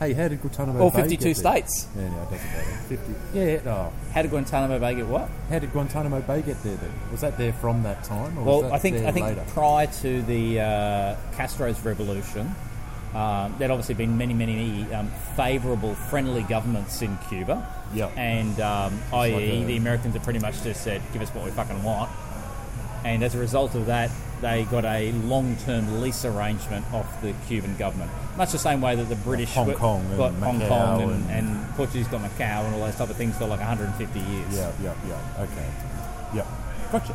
how did Guantanamo
All
Bay get
52
there?
states.
Yeah, no, it doesn't matter. Fifty. Yeah. Oh,
How did Guantanamo Bay get what?
how did Guantanamo Bay get there? Then was that there from that time? Or was
Well,
that
I think
there
I think
later?
prior to the uh, Castro's revolution, um, there'd obviously been many many um, favourable, friendly governments in Cuba.
Yeah.
And um,
like
i.e.
a-
the Americans have pretty much just said, "Give us what we fucking want," and as a result of that, they got a long-term lease arrangement off the Cuban government, much the same way that the British
Hong
got
Kong and
Hong
Macau
Kong and,
and-
and Portuguese got Macau and all those type of things for like 150 years.
Yeah, yeah, yeah. Okay. Yeah. Gotcha.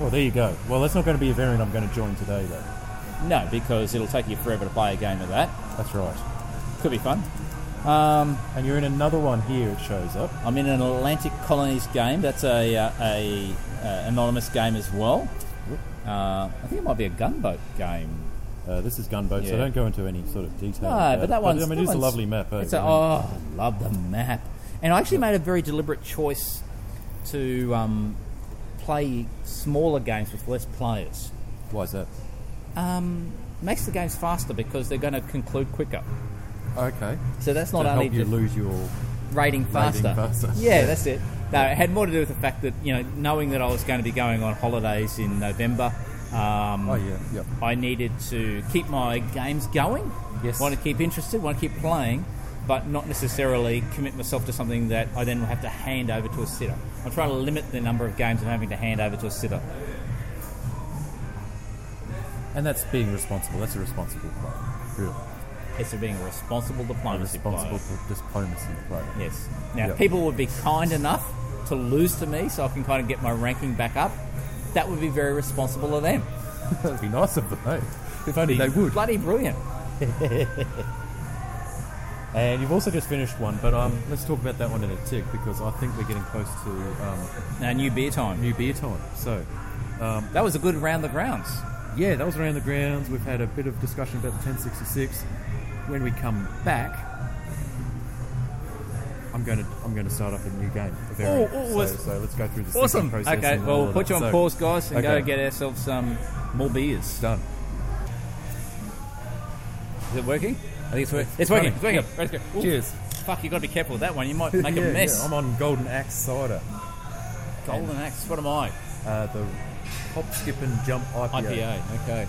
Well, there you go. Well, that's not going to be a variant I'm going to join today, though.
No, because it'll take you forever to play a game of that.
That's right.
Could be fun.
And you're in another one here, it shows up.
I'm in an Atlantic Colonies game. That's a, uh, a, uh anonymous game as well. Uh, I think it might be a gunboat game.
Uh, this is Gunboat, so
Yeah.
don't go into any sort of detail.
No,
about it.
Uh, but that one's.
Oh, I mean,
that
it is a
one's-
lovely map. eh?
It's a,
Yeah.
oh, I love the map. And I actually made a very deliberate choice to um, play smaller games with less players.
Why is that?
Um, makes the games faster because they're going to conclude quicker.
Okay.
So that's
To
not only
help you
just
lose your.
rating faster.
faster.
Yeah,
Yeah.
that's it. No, it had more to do with the fact that you know, knowing that I was going to be going on holidays in November. Um,
Oh yeah. Yep.
I needed to keep my games going.
Yes.
Want to keep interested. Want to keep playing, but not necessarily commit myself to something that I then will have to hand over to a sitter. I'm trying to limit the number of games I'm having to hand over to a sitter.
And that's being responsible. That's a responsible player. Really.
It's being a responsible
A
diplomacy.
responsible
player.
diplomacy player.
Yes. Now,
Yep.
people would be kind enough to lose to me, so I can kind of get my ranking back up. That would be very responsible of them.
That'd be nice of them, eh? If only they would.
Bloody brilliant.
And you've also just finished one, but um, let's talk about that one in a tick because I think we're getting close to um,
Now, new beer time.
new beer time. So, um,
That was a good round the grounds.
yeah, that was around the grounds. We've had a bit of discussion about the 1066. When we come back, I'm going to I'm going to start up a new game. A variant.
Oh, oh,
so,
let's-
so let's go through this
Awesome.
process.
Okay,
and
well,
all
we'll
of
put you
that.
on
So,
pause, guys, and go
okay.
get ourselves some more beers.
Done.
Is it working? I think it's working. It's
working.
working. It's working. Let's go. Ooh,
Cheers.
Fuck, you got to be careful with that one. You might make
Yeah,
a mess.
yeah, I'm on Golden Axe cider,
Golden Axe. What am I?
uh, the hop, skip, and jump
IPA. Okay.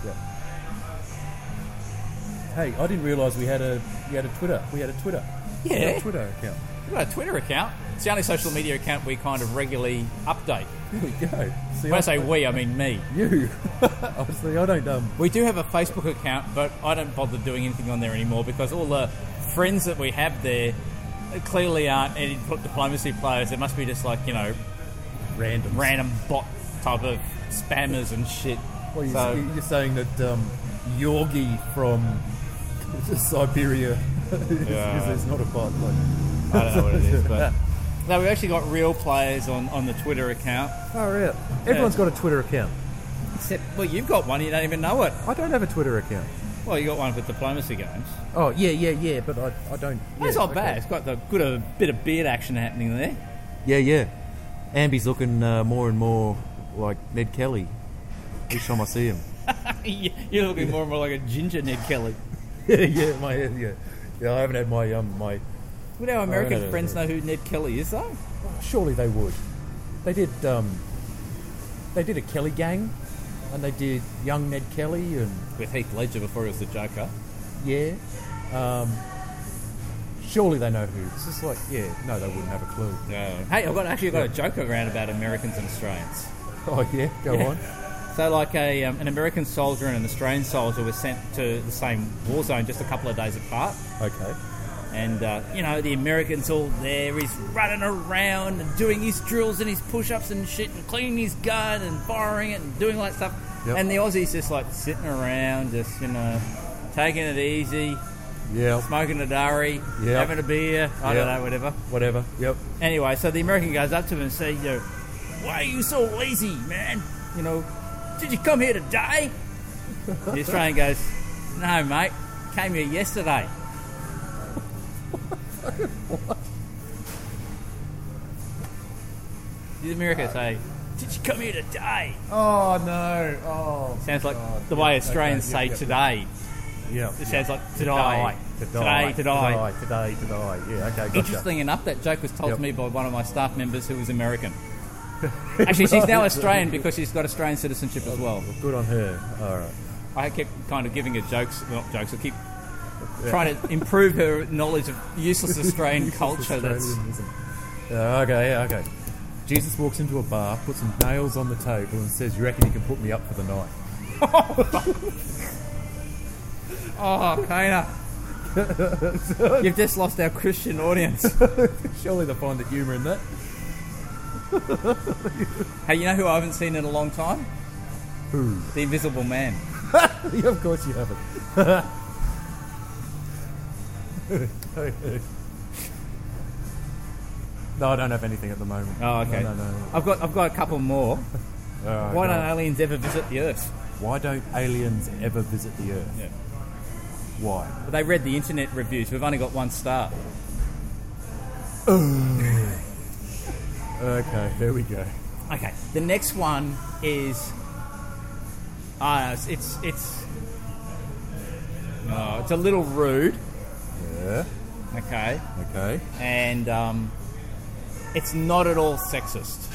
Hey, I didn't realise we had a we had a Twitter. We had a Twitter.
Yeah.
We had a Twitter account.
We've got a Twitter account. It's the only social media account we kind of regularly update.
Here we go. See,
When I say we, I mean me.
you. Obviously, I don't. Um,
We do have a Facebook account, but I don't bother doing anything on there anymore because all the friends that we have there clearly aren't any diplomacy players. They must be just like, you know,
random.
random bot type of spammers and shit.
Well, you're,
So-
you're saying that um, Yorgi from Siberia is,
Yeah.
is, is not a bot. Like,
I don't know what it is, but no, we've actually got real players on, on the Twitter account.
far out. Everyone's got a Twitter account.
Except, well, you've got one, you don't even know it.
I don't have a Twitter account.
Well, you got one with diplomacy games.
Oh yeah, yeah, yeah. But I, I don't. Yeah,
That's not
okay.
bad. It's got the good a bit of beard action happening there.
Yeah, yeah. Ambi's looking uh, more and more like Ned Kelly each time I see him.
You're looking more and more like a ginger Ned Kelly.
yeah, my yeah, yeah. I haven't had my um my.
Would our American
no, no, no,
friends know who Ned Kelly is, though?
Surely they would. They did um. They did a Kelly gang, and they did young Ned Kelly and
With Heath Ledger before he was the Joker.
yeah. Um. Surely they know who. It's just like yeah. No, they wouldn't have a clue.
Hey, I've got actually got a joke around about Americans and Australians.
Oh yeah, go on.
So, like a, um, an American soldier and an Australian soldier were sent to the same war zone just a couple of days apart.
Okay.
And, uh, you know, the American's all there. He's running around and doing his drills and his push ups and shit and cleaning his gun and firing it and doing all that stuff.
Yep.
And the Aussie's just like sitting around, just, you know, taking it easy,
Yeah.
smoking a dari,
Yep.
having a beer, I
Yep.
don't know, whatever.
Whatever. Yep.
Anyway, so the American goes up to him and says, you know, Why are you so lazy, man? You know, did you come here to die? The Australian goes, No, mate, came here yesterday. The American say, Did you come here to die?
Oh no. Oh.
Sounds like
God.
the
Yeah,
way
okay,
Australians
yep,
say
yep,
today.
Yeah.
It sounds like today. Today, today.
Today, today, today. Yeah, okay, gotcha.
Interesting enough, that joke was told
Yep.
to me by one of my staff members who was American. Actually, she's now Australian because she's got Australian citizenship as well.
Good on her. All right.
I keep kind of giving her jokes, well, not jokes, I keep trying to improve her knowledge of useless Australian culture. That's,
Australianism. Yeah, okay, yeah, okay. Jesus walks into a bar, puts some nails on the table, and says, "You reckon you can put me up for the night?"
oh, Kana. You've just lost our Christian audience.
Surely they find the humour in that.
Hey, you know who I haven't seen in a long time?
Who?
The Invisible Man.
yeah, of course you haven't. no, I don't have anything at the moment.
Oh, okay.
No, Oh, no, no.
I've got, I've got a couple more.
All right,
Why
go
don't
on.
aliens ever visit the Earth?
Why don't aliens ever visit the Earth?
Yeah.
Why?
But they read the internet reviews. We've only got one star.
Okay, there we go.
Okay, the next one is Ah, it's it's it's, oh, it's a little rude.
Yeah.
Okay,
Okay.
and um, it's not at all sexist.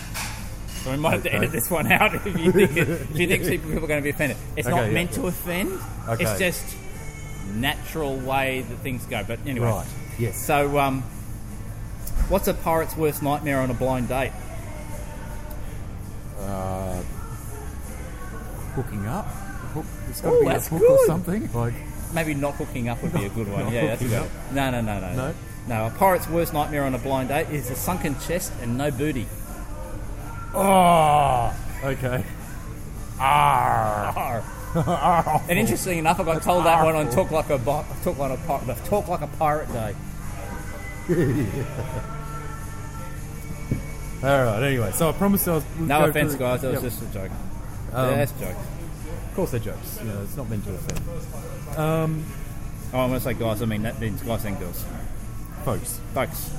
So we might have to
Okay.
edit this one out if you think it, if you think people are going to be offended. It's
Okay,
not
yeah,
meant
yeah.
to offend. It's
Okay.
just natural way that things go. But anyway,
Right, yes.
So, um, what's a pirate's worst nightmare on a blind date?
Hooking up. Hook, it's got to be a
that's
hook
good.
or something. Like,
Maybe not hooking up would be a good one.
Not
Yeah, that's
hooking
good.
up.
No, no, no, no,
No?
No, a pirate's worst nightmare on a blind date is a sunken chest and no booty.
Ah,
Oh. Okay.
Arr. and interesting enough, I got told that one on Talk Like a Bo- Talk Like a Pi- the Talk Like a Pirate Day.
All right. Anyway.
so I promised I was. we'd
No
go
offense,
through-
guys. That was
Yep. Um,
just a joke. yeah, that's a joke.
Of course, they're jokes. You know, it's not meant to offend.
Oh, I'm going to say guys. I mean that means guys and girls.
Folks,
Folks,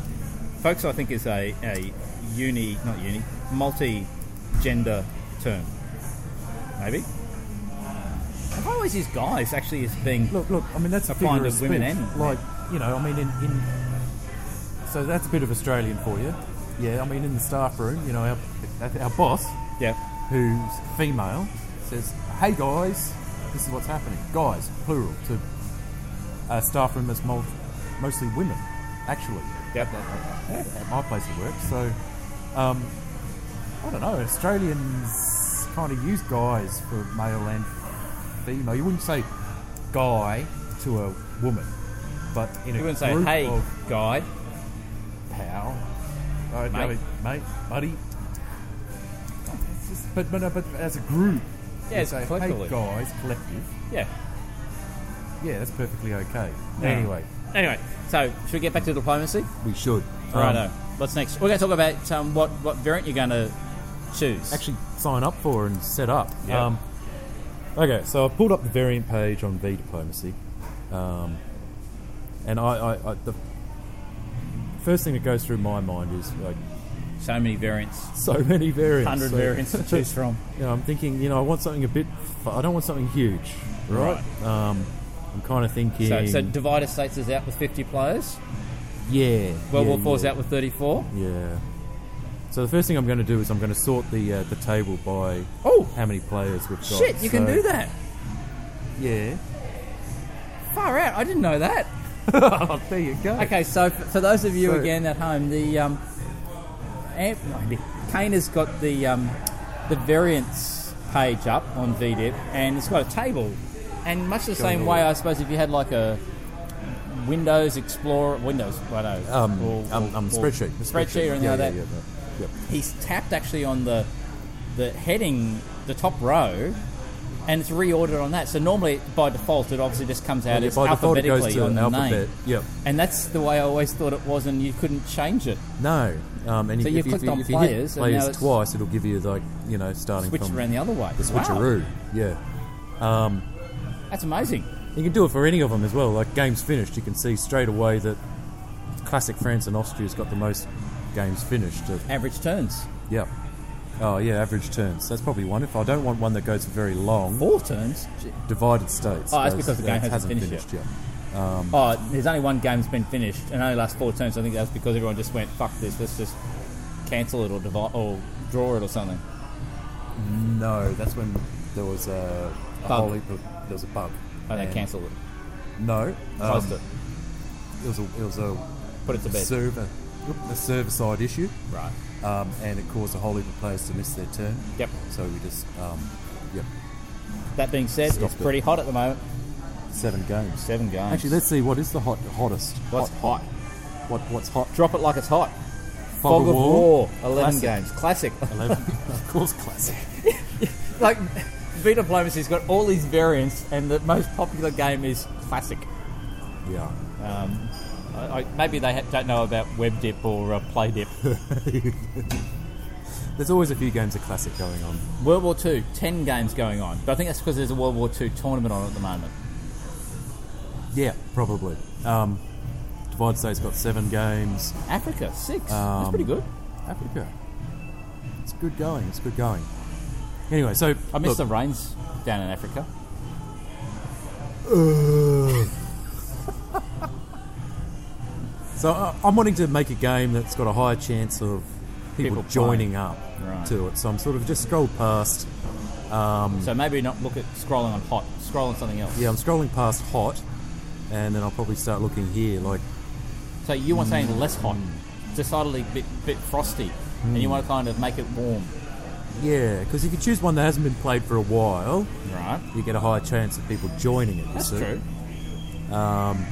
folks, I think is a, a uni, not uni, multi-gender term. Maybe. I've always used guys actually as being
look, look. I mean, that's a
Applying
figure
to
of
women
speech.
and-
like you know. I mean, in, in so that's a bit of Australian for you. Yeah, I mean, in the staff room, you know, our, our boss,
yeah.
who's female, says, "Hey guys, this is what's happening. Guys, plural to a staff room that's mul- mostly women, actually,
Yep.
at my place of work." So, um, I don't know. Australians kind of use guys for male and female. You wouldn't say guy to a woman, but in a
You wouldn't say,
group
"Hey,
of
guy."
pal, uh,
Mate.
mate. mate, buddy. It's just- But but, no, but as a group,
Yeah,
you
it's
say,
collectively.
Hey guys, collective.
Yeah.
Yeah, that's perfectly okay.
Yeah.
Anyway,
Anyway, so should we get back to diplomacy?
We should.
Um,
Righto. What's next? We're going to talk about um, what what variant you're going to choose.
actually sign up for and set up.
Yeah.
Um, okay, so I pulled up the variant page on V Diplomacy, um, and I, I, I the first thing that goes through my mind is like
so many variants,
so many variants,
hundred
so-
variants to choose from.
you know, I'm thinking, you know, I want something a bit. F- I don't want something huge, right? Um, I'm kind of thinking.
So, so divider states is out with 50 players.
yeah.
World
yeah,
War Four's
yeah,
out with 34.
Yeah. So the first thing I'm going to do is I'm going to sort the uh, the table by
Oh,
how many players we've got.
shit! You can
So-
do that.
Yeah.
Far out! I didn't know that.
Oh, there you go.
Okay, so for for those of you
So-
again at home, the um, amp, no, the- Kane has got the um, the variants page up on VDIP, and it's got a table. And much the same way, I suppose, if you had like a Windows Explorer, Windows, I know,
Um, um, um, spreadsheet.
spreadsheet, or anything
yeah,
like
yeah,
that.
Yeah, yeah. Yep.
He's tapped actually on the the heading, the top row. And it's reordered on that. So normally, by default, it obviously just comes out
Yeah,
as
by default, it
alphabetically
goes to
on the
alphabet.
name.
Yep.
And that's the way I always thought it was, and you couldn't change it.
No. Um, and
So
if,
you
if,
clicked
if,
on
if you
players,
hit
and now
players
it's-
twice, it'll give you like you know starting
Switch
from
around the other way.
the switcheroo. Yeah.
Wow, that's amazing.
You can do it for any of them as well. Like games finished, you can see straight away that classic France and Austria's got the most games finished. Uh,
Average turns.
yeah. Oh yeah, average turns. That's probably one. If I don't want one that goes very long,
Four turns. Gee.
divided states.
Oh, that's
goes-
because the game
that
hasn't finished
yet.
Oh, there's only one game's been finished, and only lasts four turns. I think that's because everyone just went, "Fuck this, let's just cancel it or divide or draw it or something."
No, that's when there was a, a
Bug.
whole heap of, there was a bug.
And they
And-
cancelled it,
No, um,
closed it,
it was a it was a
put it to bed.
server a server side issue.
right.
um, and it caused a whole heap of players to miss their turn.
Yep.
So we just, um, yep,
That being said,
Stopped
it's
it.
pretty hot at the moment.
seven games.
Seven games.
Actually, let's see what is the hot, hottest.
what's
hot,
hot?
What what's hot?
Drop it like it's hot.
Fog of War.
Eleven
Classic.
games. Classic.
Eleven. of course, classic.
like V Diplomacy's got all these variants, and the most popular game is Classic.
Yeah.
Um, I, I, maybe they ha- don't know about WebDip or uh, PlayDip.
There's always a few games of classic going on.
World War II, 10 games going on. But I think that's because there's a World War II tournament on at the moment.
Yeah, probably. Um, Divide State's got seven games.
Africa, 6. that's
Um,
pretty good.
Africa. It's good going. It's good going. Anyway, so
I miss
look,
the rains down in Africa.
So I- I'm wanting to make a game that's got a higher chance of people,
People
joining up
Right.
to it. So I'm sort of just scroll past.
So maybe not look at scrolling on hot, scroll on something else.
Mm. Yeah, I'm scrolling past hot, and then I'll probably start looking here. Like,
So you want something less hot,
Mm.
decidedly bit bit frosty, and you want to kind of make it warm,
yeah, because if you choose one that hasn't been played for a while,
right?
you get a higher chance of people joining it. you
That's
see.
true.
I'm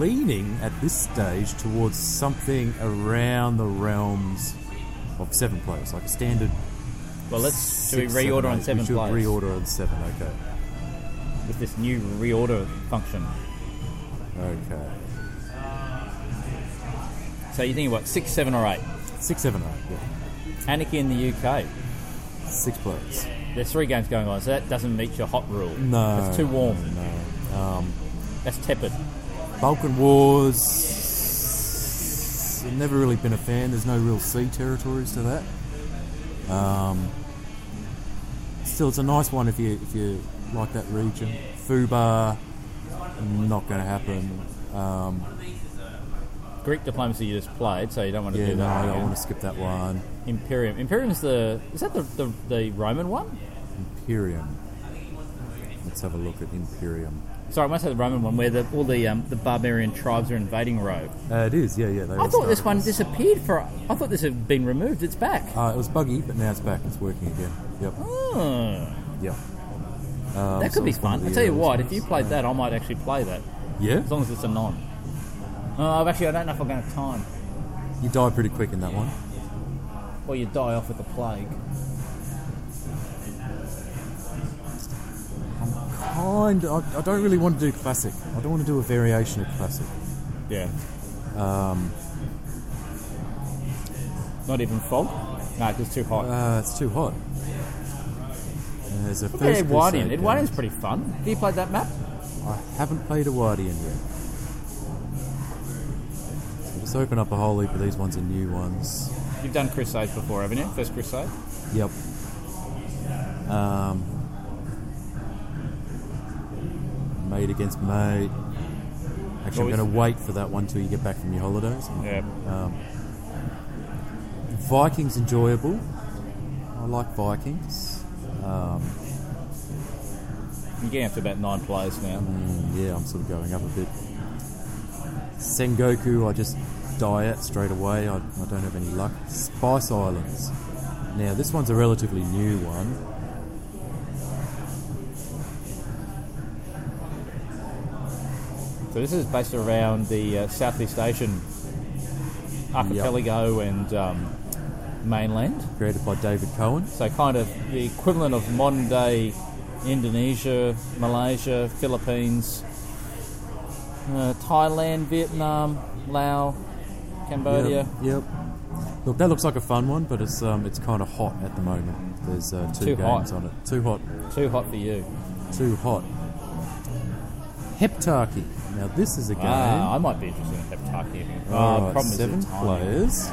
leaning at this stage towards something around the realms of seven players, like a standard.
Well, let's should we
six,
reorder on
eight.
seven
we should
players
Reorder on seven. Okay.
with this new reorder function.
Okay.
So you think what six, seven, or eight?
Six, seven, eight. Yeah.
Anarchy in the UK.
Six players.
There's three games going on, so that doesn't meet your hot rule.
No.
that's too warm.
No.
That's tepid.
Balkan Wars. I've never really been a fan. There's no real sea territories to that. Um, still, it's a nice one if you if you like that region. Fubar, not going to happen.
Greek diplomacy you just played, so you don't want to
Yeah,
do
no,
that.
I
again.
don't want to skip that one.
Imperium. Imperium's the is that the the, the Roman one?
Imperium. Let's have a look at Imperium.
Sorry, I must say the Roman one where the, all the um, the barbarian tribes are invading Rome.
Uh, it is, yeah, yeah. they
I
all
thought this
started
one disappeared for. I thought this had been removed. It's back.
Uh, it was buggy, but now it's back. It's working again. Yep,
Hmm,
yep.
that could
Oh, so
be
it's one
fun.
of the
I tell you
early
what,
ones.
if you played that, I might actually play that
Yeah?
as long as it's a non. Oh, I've actually, I don't know if I'm going to have time.
You die pretty quick in that one.
Or you die off with the plague.
Kind I, I don't really want to do classic. I don't want to do a variation of classic.
Yeah. Um, Not even fog. No, 'cause it's too hot.
Uh, it's too hot. And There's a
Look at
first
Edwardian.
Crusade
Edwardian's pretty fun. Have you played that map?
game. I haven't played Edwardian yet. So just open up a whole heap of these ones and new ones.
You've done Crusade before, haven't you? First Crusade.
Yep. Um, mate against mate. Actually,
Always-
I'm going to wait for that one till you get back from your holidays.
Yeah.
Vikings enjoyable. I like Vikings.
You're getting up to about nine players now.
Mm, yeah, I'm sort of going up a bit. Sengoku, I just die at straight away. I, I don't have any luck. Spice Islands. Now, this one's a relatively new one.
So this is based around the uh, Southeast Asian archipelago and um, mainland.
Created by David Cohen.
So kind of the equivalent of modern day Indonesia, Malaysia, Philippines, uh, Thailand, Vietnam, Laos, Cambodia.
Yep, yep. Look, that looks like a fun one, but it's um, it's kind of hot at the moment. There's uh, two
Too
games
hot.
on it. Too hot.
Too hot for you.
Too hot. Heptarchy. Now this is a game.
Ah, I might be interested in Heptarchy. Oh,
All
the
right,
problem
seven
is the time.
players.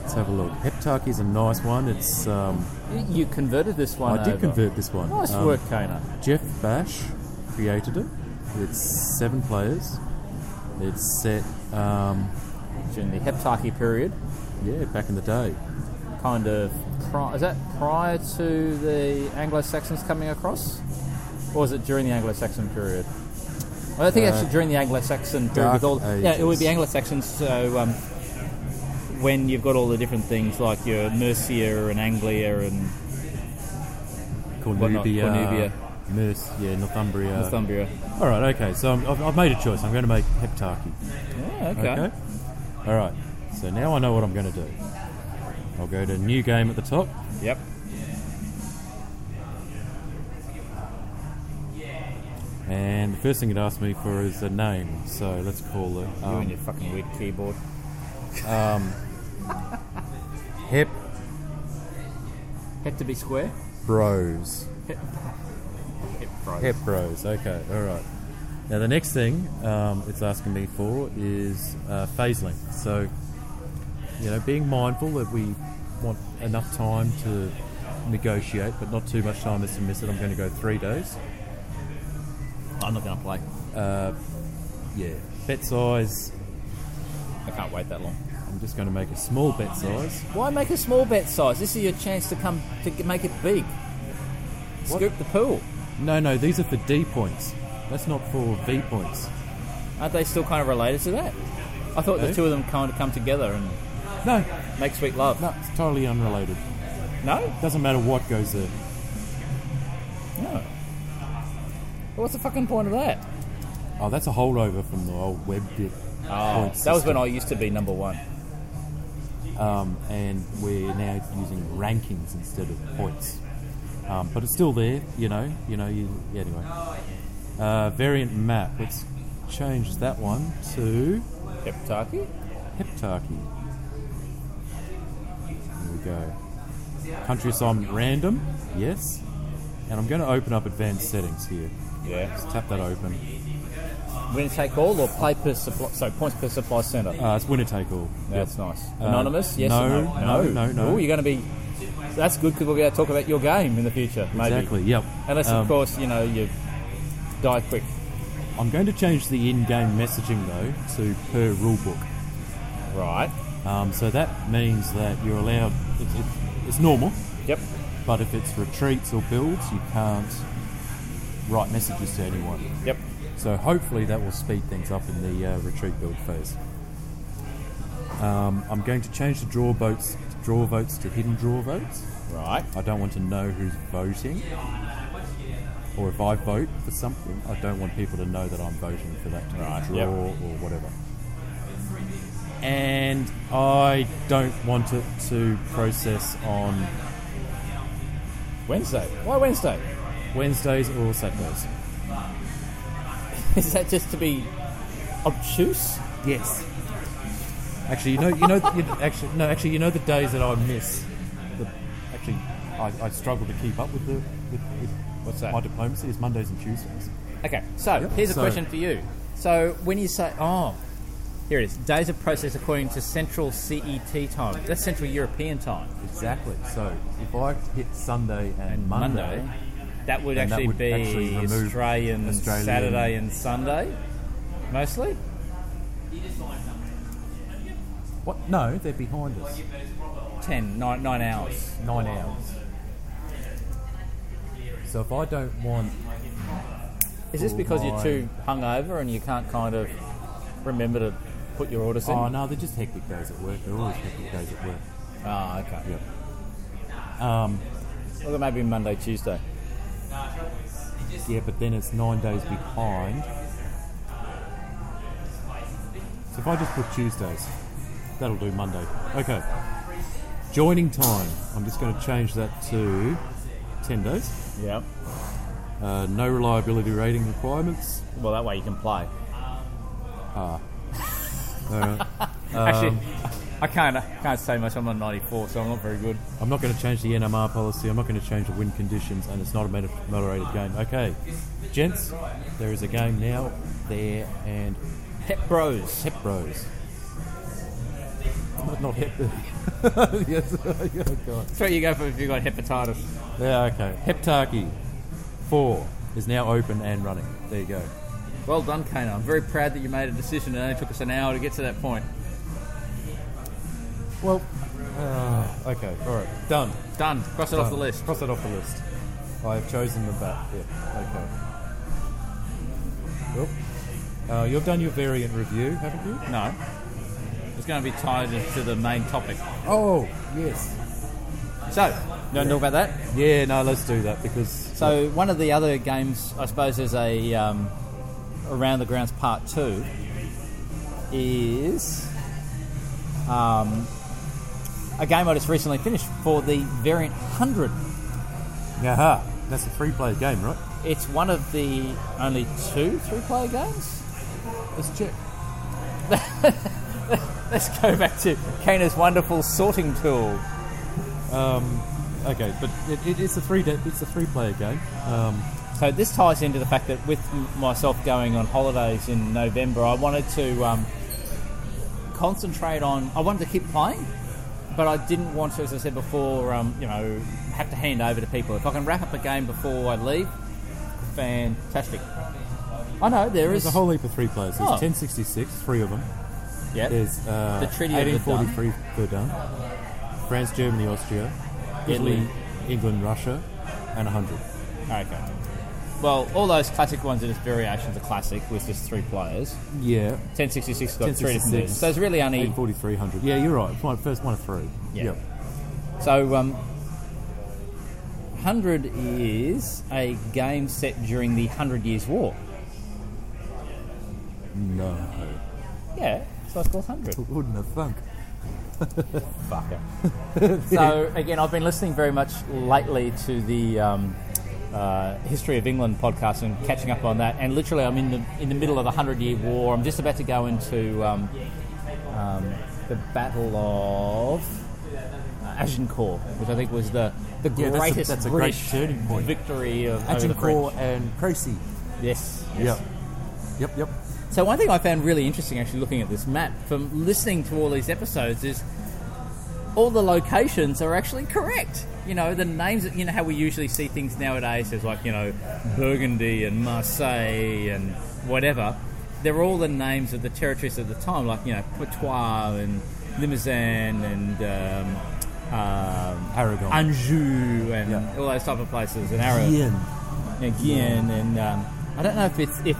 Let's have a look. Heptarchy is a nice one. It's um,
You- You converted this one.
I did
over.
convert this one.
Nice
Um,
work, Kana.
Jeff Bash created it. It's seven players. It's set um,
During the Heptarchy period,
yeah back in the day.
kind of pri- is that prior to the Anglo-Saxons coming across, or was it during the Anglo-Saxon period? Well, I think actually during the Anglo-Saxon period, with all
Uh, Dark
yeah, it would be
Ages.
Anglo-Saxons. So um, when you've got all the different things like your Mercia and Anglia and not
Cornubia,
Cornubia.
Merse, yeah, Northumbria.
Northumbria.
All right, okay. So I'm, I've, I've made a choice. I'm going to make Heptarchy.
Yeah, okay.
Okay. All right. So now I know what I'm going to do. I'll go to new game at the top.
Yep.
And the first thing it asked me for is a name, so let's call it
you and
um,
your fucking weird keyboard.
Hep
Had to be square.
Bros.
Yep, right.
Hep Bros. Okay, all right. Now the next thing um, it's asking me for is uh, Phaseling. So you know, being mindful that we want enough time to negotiate, but not too much time to submit it. I'm going to go three days.
I'm not going to play.
Yeah. Bet size.
I can't wait that long.
I'm just going to make a small bet size.
Why make a small bet size? This is your chance to come to g- make it big. Scoop the pool.
No, no, these are for D points. That's not for V points.
Aren't they still kind of related to that? I thought the
No.
two of them kind of come together and
No,
make sweet love.
no, it's totally unrelated.
No?
Doesn't matter what goes there.
No. What's the fucking point of that?
Oh, that's a holdover from the old web dip.
Oh, that was when I used to be number one.
um, and we're now using rankings instead of points. Um, but it's still there, you know. You know, you yeah, anyway. Uh, variant map. Let's change that one to
Heptarchy?
heptarchy. There we go. Country assignment random. Yes. And I'm going to open up advanced settings here.
Yeah.
Just tap that open.
Win take all or play per supply, so points per supply centre.
Uh, it's winner take all.
That's
Yep.
nice.
Uh,
Anonymous? Yes or
no,
no?
no, no, no.
Ooh, you're going to be. That's good because we're going to talk about your game in the future, maybe.
Exactly. Yep.
Unless, of
Um,
course, you know, you die quick.
I'm going to change the in-game messaging though to per rulebook.
Right.
Um, so that means that you're allowed, it's, it's, it's normal,
Yep.
but if it's retreats or builds, you can't write messages to anyone.
Yep.
So hopefully that will speed things up in the uh, retreat build phase. Um, I'm going to change the draw votes, draw votes to hidden draw votes.
Right.
I don't want to know who's voting. Or if I vote for something, I don't want people to know that I'm voting for that to
Right,
be draw
yep.
or whatever. And I don't want it to process on
Wednesday. Why Wednesday?
Wednesdays or Saturdays.
Is that just to be obtuse?
Yes. Actually, you know, you know, you, actually, no, actually, you know the days that I miss. The, actually, I, I struggle to keep up with the with, with
What's that?
my diplomacy is Mondays and Tuesdays.
Okay, so
Yep.
here's a
So-
question for you. So when you say, oh, here it is, days of process according to Central CET time. That's Central European time.
Exactly. So if I hit Sunday and,
And
Monday,
Monday, that would
And that
actually
would
be
actually remove
Australian,
Australian-
Saturday and Sunday, mostly.
what? No, they're behind us.
10, nine, nine hours.
Nine hours. So if I don't want,
Is this
Oh,
because you're
my.
too hungover and you can't kind of remember to put your orders in?
oh no, they're just hectic days at work. They're always hectic days at work.
Ah, okay.
Yep. Um,
Well, then maybe Monday, Tuesday.
yeah, but then it's nine days behind. So if I just put Tuesdays, that'll do Monday. Okay. Joining time. I'm just going to change that to ten days.
Yeah.
Uh, no reliability rating requirements.
Well, that way you can play. Ah.
Uh,
Actually, I can't, I can't say much. I'm on 94, so I'm not very good.
I'm not going to change the NMR policy. I'm not going to change the win conditions, and it's not a moder- moderated game. Okay, gents, there is a game now. There and
Pep Bros.
Hep Bros. Not, not Hep. yes. oh, God.
That's what you go for if you've got hepatitis.
Yeah. Okay. Heptarchy Four is now open and running. There you go.
Well done, Kano. I'm very proud that you made a decision. It only took us an hour to get to that point.
Well. Uh, okay. All right. Done.
Done. Cross it off the list.
Cross it off the list. I have chosen the bat. Yeah. Okay. Well, uh, you've done your variant review, haven't you?
No. It's going to be tied to the main topic.
Oh, yes.
So, you want to talk about that?
Yeah, no, let's do that because
So one of the other games, I suppose, is a um, around the grounds part two. Is um, a game I just recently finished for the variant hundred.
Aha, that's a free play game, right?
It's one of the only two three-player games.
Let's check.
Let's go back to Kana's wonderful sorting tool.
Okay, but it, it, it's a three de- it's a three player game. Um,
So this ties into the fact that with m- myself going on holidays in November, I wanted to um, concentrate on. I wanted to keep playing, but I didn't want to, as I said before, um, you know, have to hand over to people. If I can wrap up a game before I leave, fantastic. I know there
There's
is
a whole heap of three players. There's
Oh.
1066, three of them.
yeah.
There's uh,
The Treaty of Verdun.
1843 Verdun, France, Germany, Austria, Italy,
Italy.
England, Russia, and 100.
Okay. Well, all those classic ones and its variations are classic with just three players.
Yeah.
1066 has got three different
1066.
moves. So it's really only
843, 100. Yeah, you're right. It's my first one of three.
Yeah. So, um, 100 is a game set during the Hundred Years' War.
No.
Yeah, so it's called 100.
uh, Wouldn't have thunk.
Fucker. so, again, I've been listening very much lately to the um, uh, History of England podcast and catching up on that. And literally, I'm in the, in the middle of the Hundred Year War. I'm just about to go into um, um, the Battle of Agincourt, which I think was the, the
Yeah, that's a-
greatest
that's a great
British
turning point.
victory of over the
Agincourt
French.
and Crecy.
Yes.
Yep. Yep, yep.
So one thing I found really interesting actually looking at this map from listening to all these episodes is all the locations are actually correct. You know, the names, you know, how we usually see things nowadays is like, you know, Burgundy and Marseille and whatever. They're all the names of the territories at the time, like, you know, Poitou and Limousin and um, um,
Aragon.
Anjou and
Yeah.
all those type of places and Aragon
Ian.
and Guian, and um, I don't know if it's if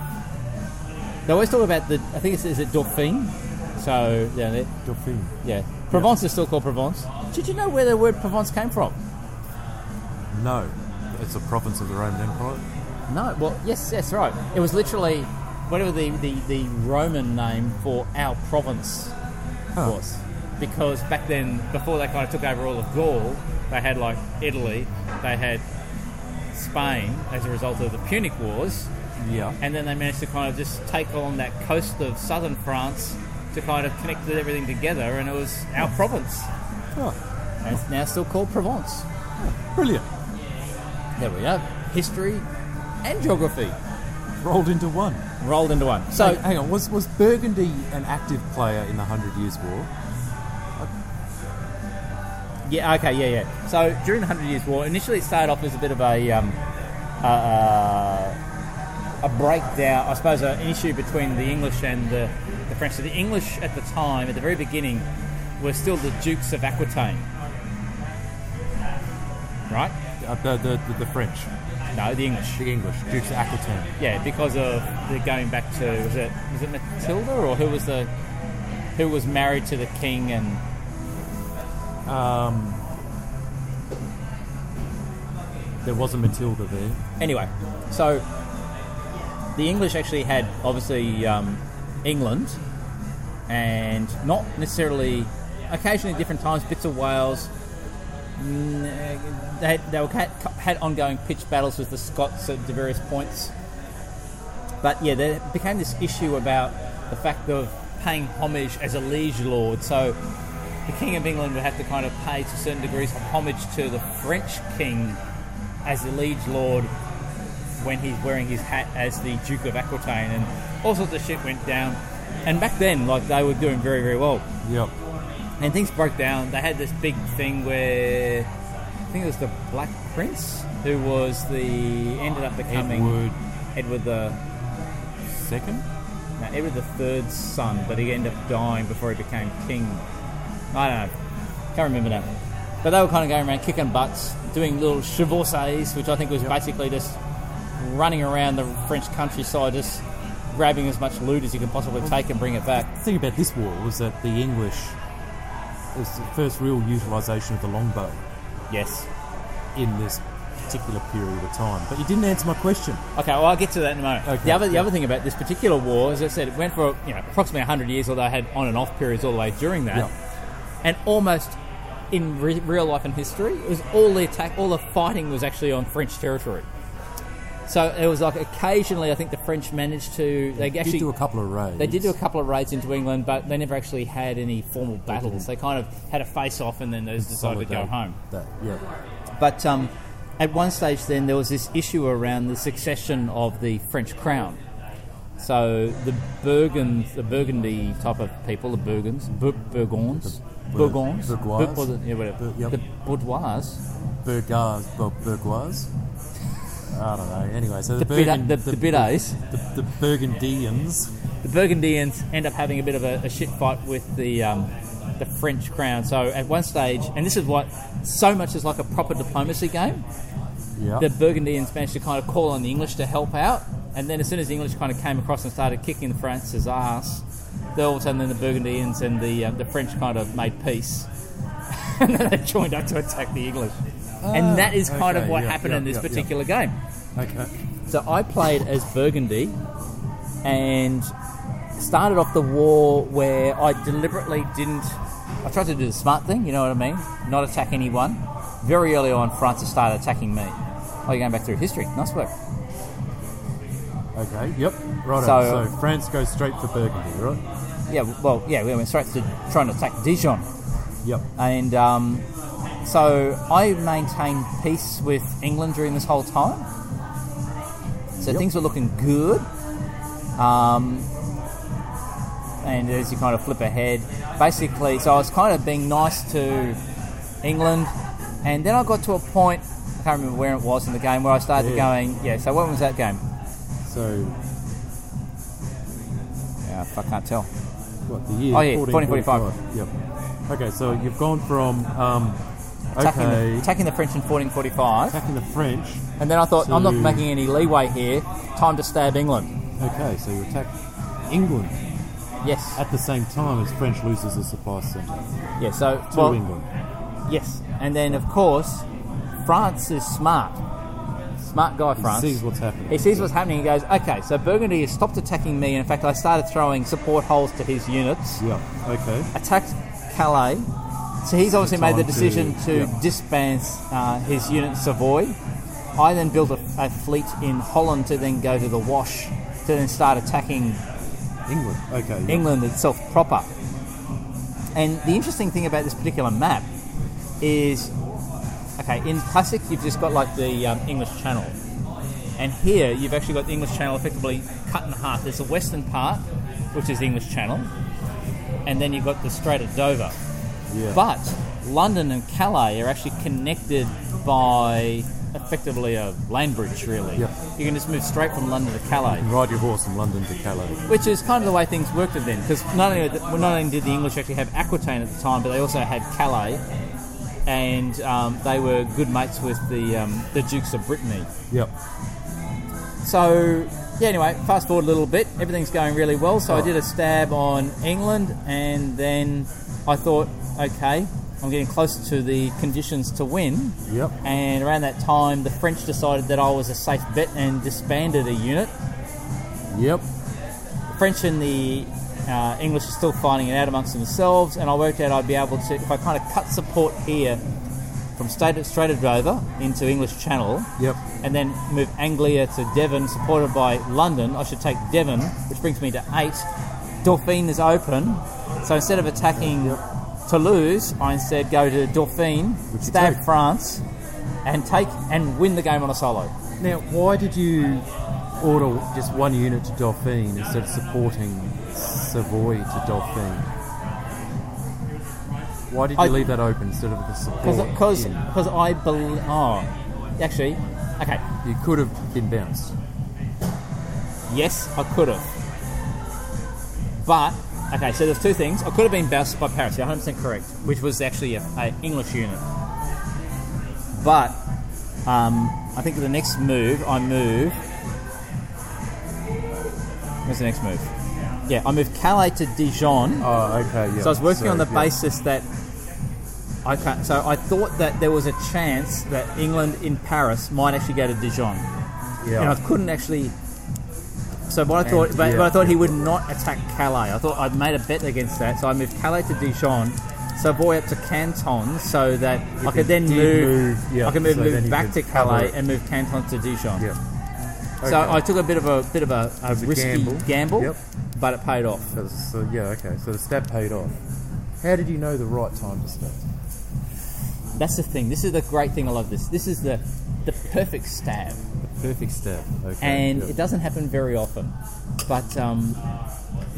they always talk about the. I think it's is it Dauphine. So yeah, they-
Dauphine.
yeah. Provence is still called Provence. Did you know where the word Provence came from?
No. It's a province of the Roman Empire.
No. Well, yes, that's right. It was literally whatever the the, the Roman name for our province was, because back then, before they kind of took over all of Gaul, they had like Italy, they had Spain as a result of the Punic Wars.
Yeah.
and then they managed to kind of just take on that coast of southern France to kind of connect everything together, and it was our province.
Oh,
And it's now still called Provence.
brilliant.
There we go. History and geography
Rolled into one.
rolled into one. So,
Hang- hang on. Was, was Burgundy an active player in the Hundred Years' War?
yeah, okay, yeah, yeah. So, during the Hundred Years' War, initially it started off as a bit of a. Um, uh, a breakdown, I suppose, uh, an issue between the English and the, the French. So the English at the time, at the very beginning, were still the Dukes of Aquitaine, right?
Uh, the, the, the, the French.
No, the English.
The English. Dukes of Aquitaine.
Yeah, because of the going back to was it was it Matilda or who was the who was married to the king and
There was a Matilda there.
anyway, so the English actually had obviously um, England and not necessarily occasionally at different times bits of Wales. Mm, eh, They had, they were, had, had ongoing pitch battles with the Scots at the various points, but yeah, there became this issue about the fact of paying homage as a liege lord. So the King of England would have to kind of pay to certain degrees of homage to the French king as the liege lord when he's wearing his hat as the Duke of Aquitaine, and all sorts of shit went down. And back then, like they were doing very, very well,
Yep.
and things broke down. They had this big thing where I think it was the Black Prince who was the ended up becoming
Edward
Edward the
second?
no, Edward the Third's son, but he ended up dying before he became king. I don't know. Can't remember now. But they were kind of going around kicking butts, doing little chevauchées, which I think was basically just running around the French countryside, just grabbing as much loot as you can possibly take and bring it back.
The thing about this war was that the English it was the first real utilisation of the longbow
Yes.
in this particular period of time. But you didn't answer my question.
Okay, well, I'll get to that in a moment.
Okay.
the other, the other thing about this particular war, as I said, it went for you know approximately 100 years, although I had on and off periods all the way during that,
Yeah.
and almost in re- real life and history, it was all the attack, all the fighting was actually on French territory. So it was like occasionally, I think the French managed to they
They
actually
did do a couple of raids.
they did do a couple of raids into England, but they never actually had any formal battles. They kind of had a face off, and then they just decided to go
Consolidate
home.
That, yeah.
But um, at one stage, then there was this issue around the succession of the French crown, So the Burgunds, the Burgundy type of people, the Burgunds, Bur- Burgons,
Bur-
Burgons,
Bourgeois.
Bur- yeah, whatever.
Bur- yep.
the Bourgeois,
Burgars, well, Burgois. I don't know. Anyway, so the,
the, Burgund,
Burgund-
the, the, Bidays,
the, the Burgundians.
the Burgundians end up having a bit of a, a shit fight with the um, the French crown. So at one stage, and this is what so much is like a proper diplomacy game.
Yeah.
the Burgundians managed to kind of call on the English to help out. And then as soon as the English kind of came across and started kicking France's ass, then all of a sudden then the Burgundians and the, uh, the French kind of made peace. and then they joined up to attack the English. and that is
Ah,
kind of
okay,
what
yeah,
happened
yeah,
in this
yeah, yeah.
particular game.
Okay.
So I played as Burgundy and started off the war where I deliberately didn't. I tried to do the smart thing, you know what I mean? Not attack anyone. Very early on, France has started attacking me. Oh, you're going back through history. Nice work.
okay. Yep. Right.
So- uh,
So, so France goes straight for Burgundy, right?
Yeah, well, yeah, we went straight to trying to attack Dijon.
Yep.
And um, so I maintained peace with England during this whole time. So
Yep.
things were looking good. Um, and as you kind of flip ahead, basically, so I was kind of being nice to England. And then I got to a point, I can't remember where it was in the game, where I started
Yeah.
going, yeah, so when was that game?
So
Yeah, I can't tell.
what the year?
Oh, yeah,
1445. Yep. Okay. So you've gone from um,
Attacking,
okay
the, attacking the French in 1445.
attacking the French.
And then I thought, I'm not
to-
making any leeway here. Time to stab England.
Okay. So you attack England
Yes.
at the same time as French loses the supply centre to
Yeah, so, well,
England.
yes. And then, of course, France is smart. Smart guy, France.
He sees what's happening.
He sees what's happening. He goes, okay, so Burgundy has stopped attacking me. And in fact, I started throwing support holes to his units.
Yeah. Okay.
Attacked Calais. So he's obviously made the
time to-
decision to,
yeah.
disband uh, his unit Savoy. I then built a, a fleet in Holland to then go to the Wash to then start attacking
England. Okay. yep.
England itself proper. And the interesting thing about this particular map is, okay, in classic you've just got like the um, English Channel, and here you've actually got the English Channel effectively cut in half. There's the western part, which is the English Channel, and then you've got the Strait of Dover.
Yeah.
But London and Calais are actually connected by effectively a land bridge, really.
Yep.
You can just move straight from London to Calais
Ride your horse from London to Calais.
which is kind of the way things worked at then, because not only well, not only did the English actually have Aquitaine at the time, but they also had Calais, and um, they were good mates with the um, the Dukes of Brittany.
Yep.
So yeah, anyway, fast forward a little bit, everything's going really well. So I did a stab on England, and then I thought, okay, I'm getting closer to the conditions to win.
Yep.
And around that time, the French decided that I was a safe bet and disbanded a unit.
Yep.
French and the uh, English are still finding it out amongst themselves, and I worked out I'd be able to, if I kind of cut support here from State Strait of Dover into English Channel,
Yep.
and then move Anglia to Devon, supported by London, I should take Devon, which brings me to eight. Dauphine is open, so instead of attacking Toulouse, I instead go to Dauphine,
Which you
stab
take.
France, and take and win the game on a solo.
Now, why did you order just one unit to Dauphine instead of supporting Savoy to Dauphine? Why did you
I-
leave that open instead of the support?
Because
in?
because I believe. Oh, actually, okay.
you could have been bounced.
Yes, I could have. But okay, so there's two things. I could have been bounced by Paris. You're 100 percent correct, which was actually a, a English unit. But um, I think the next move, I move. Where's the next move? Yeah, I moved Calais to Dijon.
Oh, okay. Yeah.
So I was working on the basis that I can't, so I thought that there was a chance that England in Paris might actually go to Dijon, and I couldn't actually. So what I thought, but,
yeah.
but I thought he would not attack Calais. I thought I'd made a bet against that, so I moved Calais to Dijon, Savoy up to Canton, so that I could then
did
move,
move, yeah,
I could move,
so then
move
you
back
could
to
cover
Calais
it.
and move Canton to Dijon.
Yeah.
So I took a bit of a bit of a, a
a
risky gamble,
gamble. Yep.
but it paid off.
So, so yeah, okay. So the stab paid off. How did you know the right time to stab?
That's the thing. This is the great thing. I love this. This is the the perfect stab,
Perfect stab. Okay.
and
yeah.
it doesn't happen very often. But um,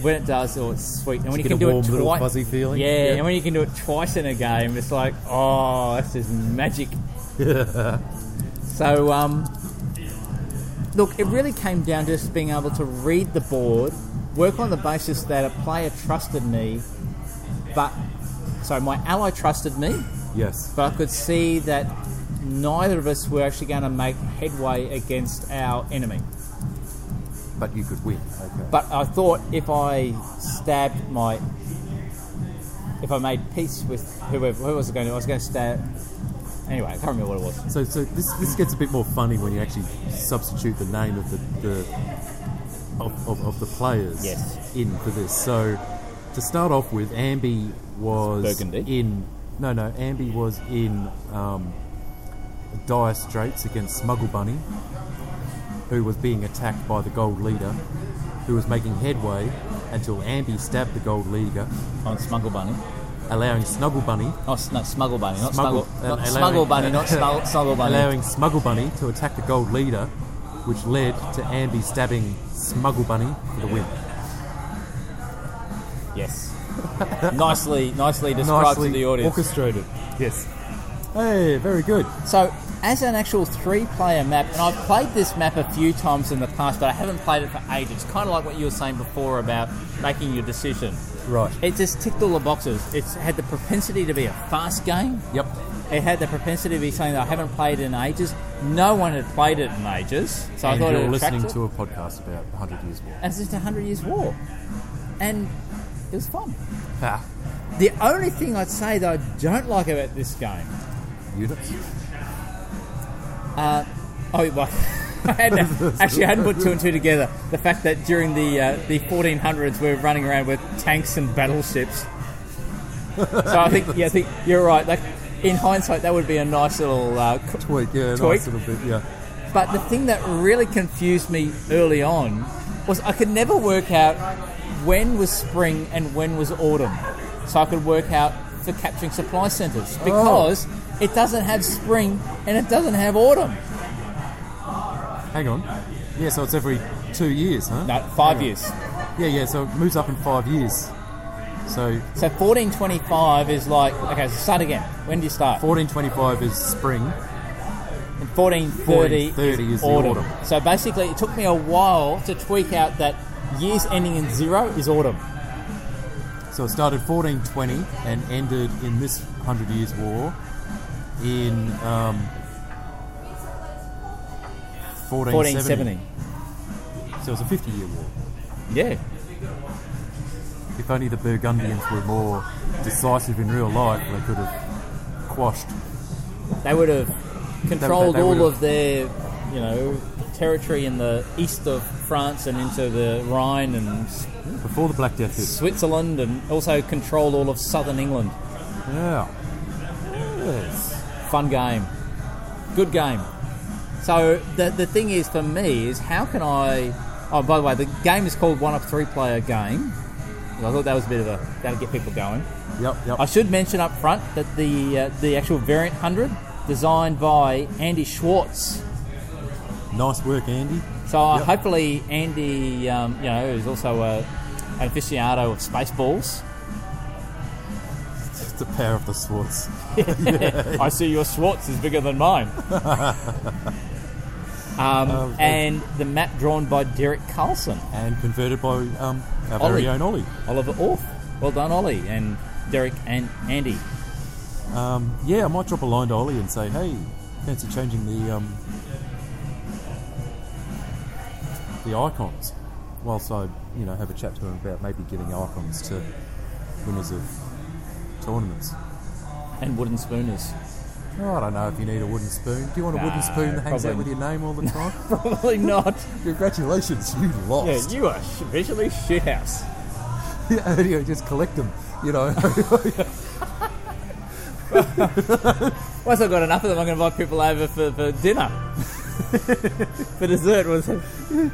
when it does, oh, it's sweet. And when
You
you can
get a
do
warm
it
little
twice,
fuzzy feeling.
Yeah,
Yeah.
and when you can do it twice in a game, it's like, oh, this is magic. so, um, look, it really came down to just being able to read the board, work on the basis that a player trusted me, but so my ally trusted me,
Yes.
but I could see that neither of us were actually going to make headway against our enemy.
But you could win. Okay.
But I thought if I stabbed my, if I made peace with whoever, who was it going to? I was going to stab. Anyway, I can't remember what it was.
So, so this, this gets a bit more funny when you actually substitute the name of the, the of, of, of the players
Yes.
in for this. So to start off with, Ambi was
Burgundy.
in no no Ambi was in um, dire straits against Smuggle Bunny, who was being attacked by the Gold Leader, who was making headway until Ambi stabbed the Gold Leader,
On Oh, Smuggle Bunny.
allowing Snuggle Bunny
Oh, s- no, Smuggle Bunny, not
Smuggle- Uh, um,
Smuggle. not
allowing-
smuggle Bunny, not smuggle, smuggle Bunny.
allowing Smuggle Bunny to attack the gold leader, which led to Ambi stabbing Smuggle Bunny for the win.
Yes. nicely, nicely described
Nicely
to the audience.
orchestrated. Yes. Hey, very good.
So, as an actual three-player map, and I've played this map a few times in the past, but I haven't played it for ages. Kind of like what you were saying before about making your decision.
Right.
It just ticked all the boxes. It's had the propensity to be a fast game.
Yep.
It had the propensity to be something that I haven't played in ages. No one had played it in ages, so I
and
thought
you're
it
listening
attracted.
to a podcast about 100 years war.
And it's just a hundred years war, and it was fun.
Ha.
The only thing I'd say that I don't like about this game,
Units.
oh, well, I hadn't, actually, I hadn't put two and two together. The fact that during the uh, the 1400s we were running around with tanks and battleships. So I think, yeah, I think you're right. Like in hindsight, that would be a nice little uh, c-
Tweak, yeah,
Tweak.
nice little bit, yeah.
But the thing that really confused me early on was I could never work out when was spring and when was autumn. So I could work out for capturing supply centres because it doesn't have spring and it doesn't have autumn.
Hang on. Yeah, so it's every two years, huh?
No, five years.
Yeah, yeah, so it moves up in five years. So
So 1425 is like, okay, so start again. When do you start?
1425 is spring.
1430,
1430
is,
is the
autumn.
autumn.
So basically, it took me a while to tweak out that years ending in zero is autumn.
So it started 1420 and ended in this Hundred Years' War in um, 1470.
1470.
So it was a 50 year war.
Yeah.
If only the Burgundians were more decisive in real life, they could have quashed.
They would have controlled
They- they would
all
have-
of their, you know, territory in the east of France and into the Rhine and S-
Before the Black Death hit.
Switzerland, and also controlled all of southern England.
Yeah. Yes.
Fun game, good game. So the the thing is for me is how can I? Oh, by the way, the game is called one up three player game. I thought that was a bit of a that'll get people going.
Yep, yep.
I should mention up front that the uh, the actual variant hundred, designed by Andy Schwartz,
nice work, Andy.
So uh
Yep.
hopefully Andy, um, you know, is also a, an aficionado of Spaceballs.
It's the power of the Swartz.
I see your Schwartz is bigger than mine. um, and the map drawn by Derek Carlson,
And converted by um, our very
Ollie.
own Ollie.
Oliver Orff. Well done, Ollie and Derek and Andy.
Um, yeah, I might drop a line to Ollie and say, "Hey, fancy changing the um, the icons?" Whilst I, you know, have a chat to him about maybe giving icons to winners of tournaments.
And Wooden Spooners.
Oh, I don't know if you need a wooden spoon. Do you want a wooden
Nah,
spoon that hangs
probably-
out with your name all the time?
Probably not.
Congratulations, you
Yeah,
lost.
you are visually shithouse.
Yeah, you just collect them. You know,
Once I've got enough of them, I'm going to invite people over for, for dinner. for dessert, was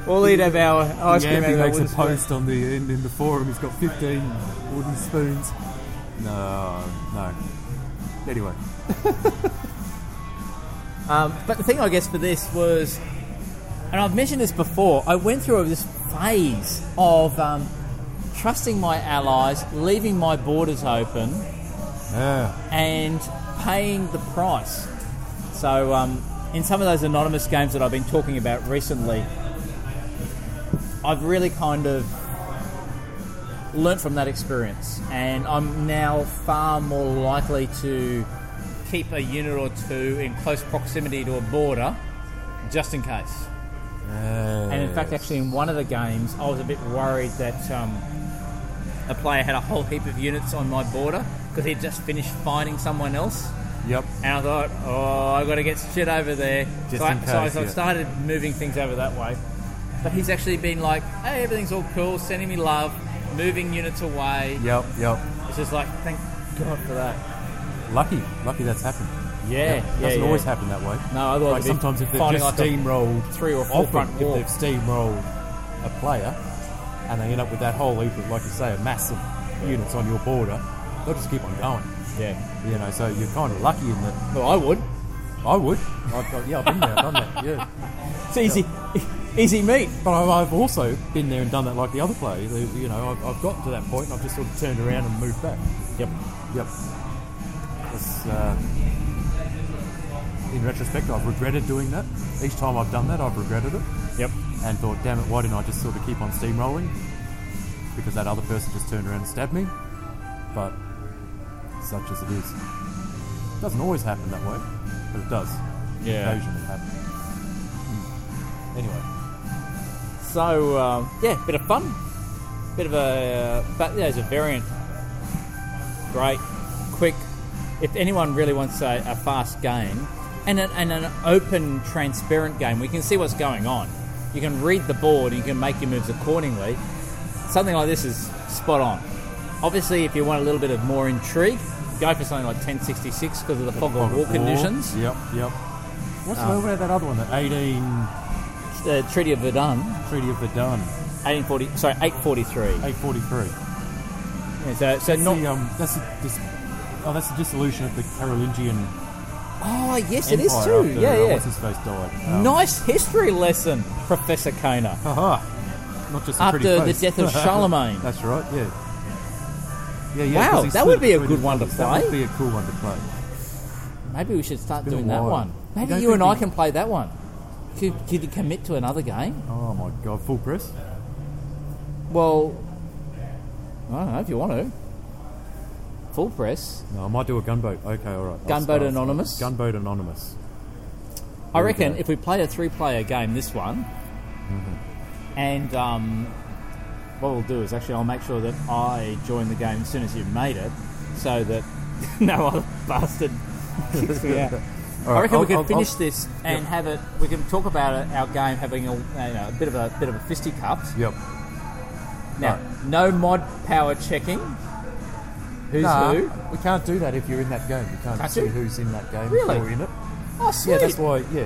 we'll eat have our ice cream out
Yambi
of our
makes a
wooden spoon.
post on the in, in the forum. He's got 15 wooden spoons. No, no. Anyway.
Um, but the thing I guess for this was and I've mentioned this before, I went through this phase of um, trusting my allies, leaving my borders open,
Yeah.
and paying the price. So, um, in some of those anonymous games that I've been talking about recently, I've really kind of learnt from that experience, and I'm now far more likely to keep a unit or two in close proximity to a border just in case. And in fact, actually, in one of the games, I was a bit worried that um, a player had a whole heap of units on my border because he'd just finished fighting someone else.
Yep.
And I thought, oh, I've got to get shit over there.
Just
so, I,
in
so I
case,
so I
yeah.
started moving things over that way. But he's actually been like, hey, everything's all cool, sending me love, moving units away.
Yep. Yep.
It's just like, thank God for that.
Lucky, lucky that's happened.
Yeah,
It
yeah.
doesn't
yeah.
always happen that way.
No, otherwise
like
it'd be
sometimes if they've
finding
just
like a
steamrolled
three or four
often
front
if
wall.
they've steamrolled a player and they end up with that whole heap of, like you say, a mass of units on your border, they'll just keep on going.
Yeah.
You know, so you're kind of lucky in that.
Well, I would.
I would. I've, got- yeah, I've been there, I've done that. Yeah.
It's easy, easy meat.
But I've, I've also been there and done that like the other player. You you know, I've, I've gotten to that point and I've just sort of turned around and moved back.
Yep.
Yep. That's, uh, in retrospect, I've regretted doing that. Each time I've done that, I've regretted it
Yep.
and thought, damn it, why didn't I just sort of keep on steamrolling? Because that other person just turned around and stabbed me. But such as it is. doesn't always happen that way, but it does.
Yeah.
Occasionally happen. Hmm. Anyway,
So um, yeah, bit of fun, bit of a uh, but yeah, it's a variant. Great, quick. If anyone really wants a, a fast game and an, and an open, transparent game, we can see what's going on. You can read the board. You can make your moves accordingly. Something like this is spot on. Obviously, if you want a little bit of more intrigue, go for something like 1066 because of the fog of war conditions. Ah.
Yep, yep. What's the word about that other one? The 18
The Treaty of Verdun,
Treaty of Verdun,
1840, sorry, 843.
843.
Yeah, so, so
That's
not
the, um, that's the dis- oh, that's the dissolution of the Carolingian
Oh, yes,
Empire.
it is too.
after,
yeah,
uh,
yeah.
What's his face died? Um,
Nice history lesson, Professor Kana.
Aha! Not just a
After
pretty
the
face.
death of Charlemagne.
That's right. Yeah. Yeah, yeah. 'cause
Wow, that
he split
would be
it
a
between
good
his
one to
brothers. That would
play.
be a cool one to play.
Maybe we should start
Been a
doing that
while.
one.
You
Maybe
don't
you and I
think we-
can play that one. Could, could you commit to another game?
Oh my god! Full press.
Well, I don't know if you want to. Full press.
No, I might do a gunboat. Okay, all right. I'll
Gunboat
start.
Anonymous?
Gunboat anonymous.
I
There we
reckon
go.
if we played a three-player game, this one,
Mm-hmm.
and um, what we'll do is actually I'll make sure that I join the game as soon as you've made it, so that no other bastard kicks me out. I
right,
reckon we
I'll-
could
I'll-
finish
I'll-
this and have it. We can talk about it, our game having a, you know, a bit of a bit of a fisticuffs.
Yep.
Now, no mod power checking. Who's
Nah,
who?
We can't do that if you're in that game. You can't
Can't
see
you?
who's in that game.
Really?
Or in it.
Oh, sweet.
Yeah, that's why. Yeah.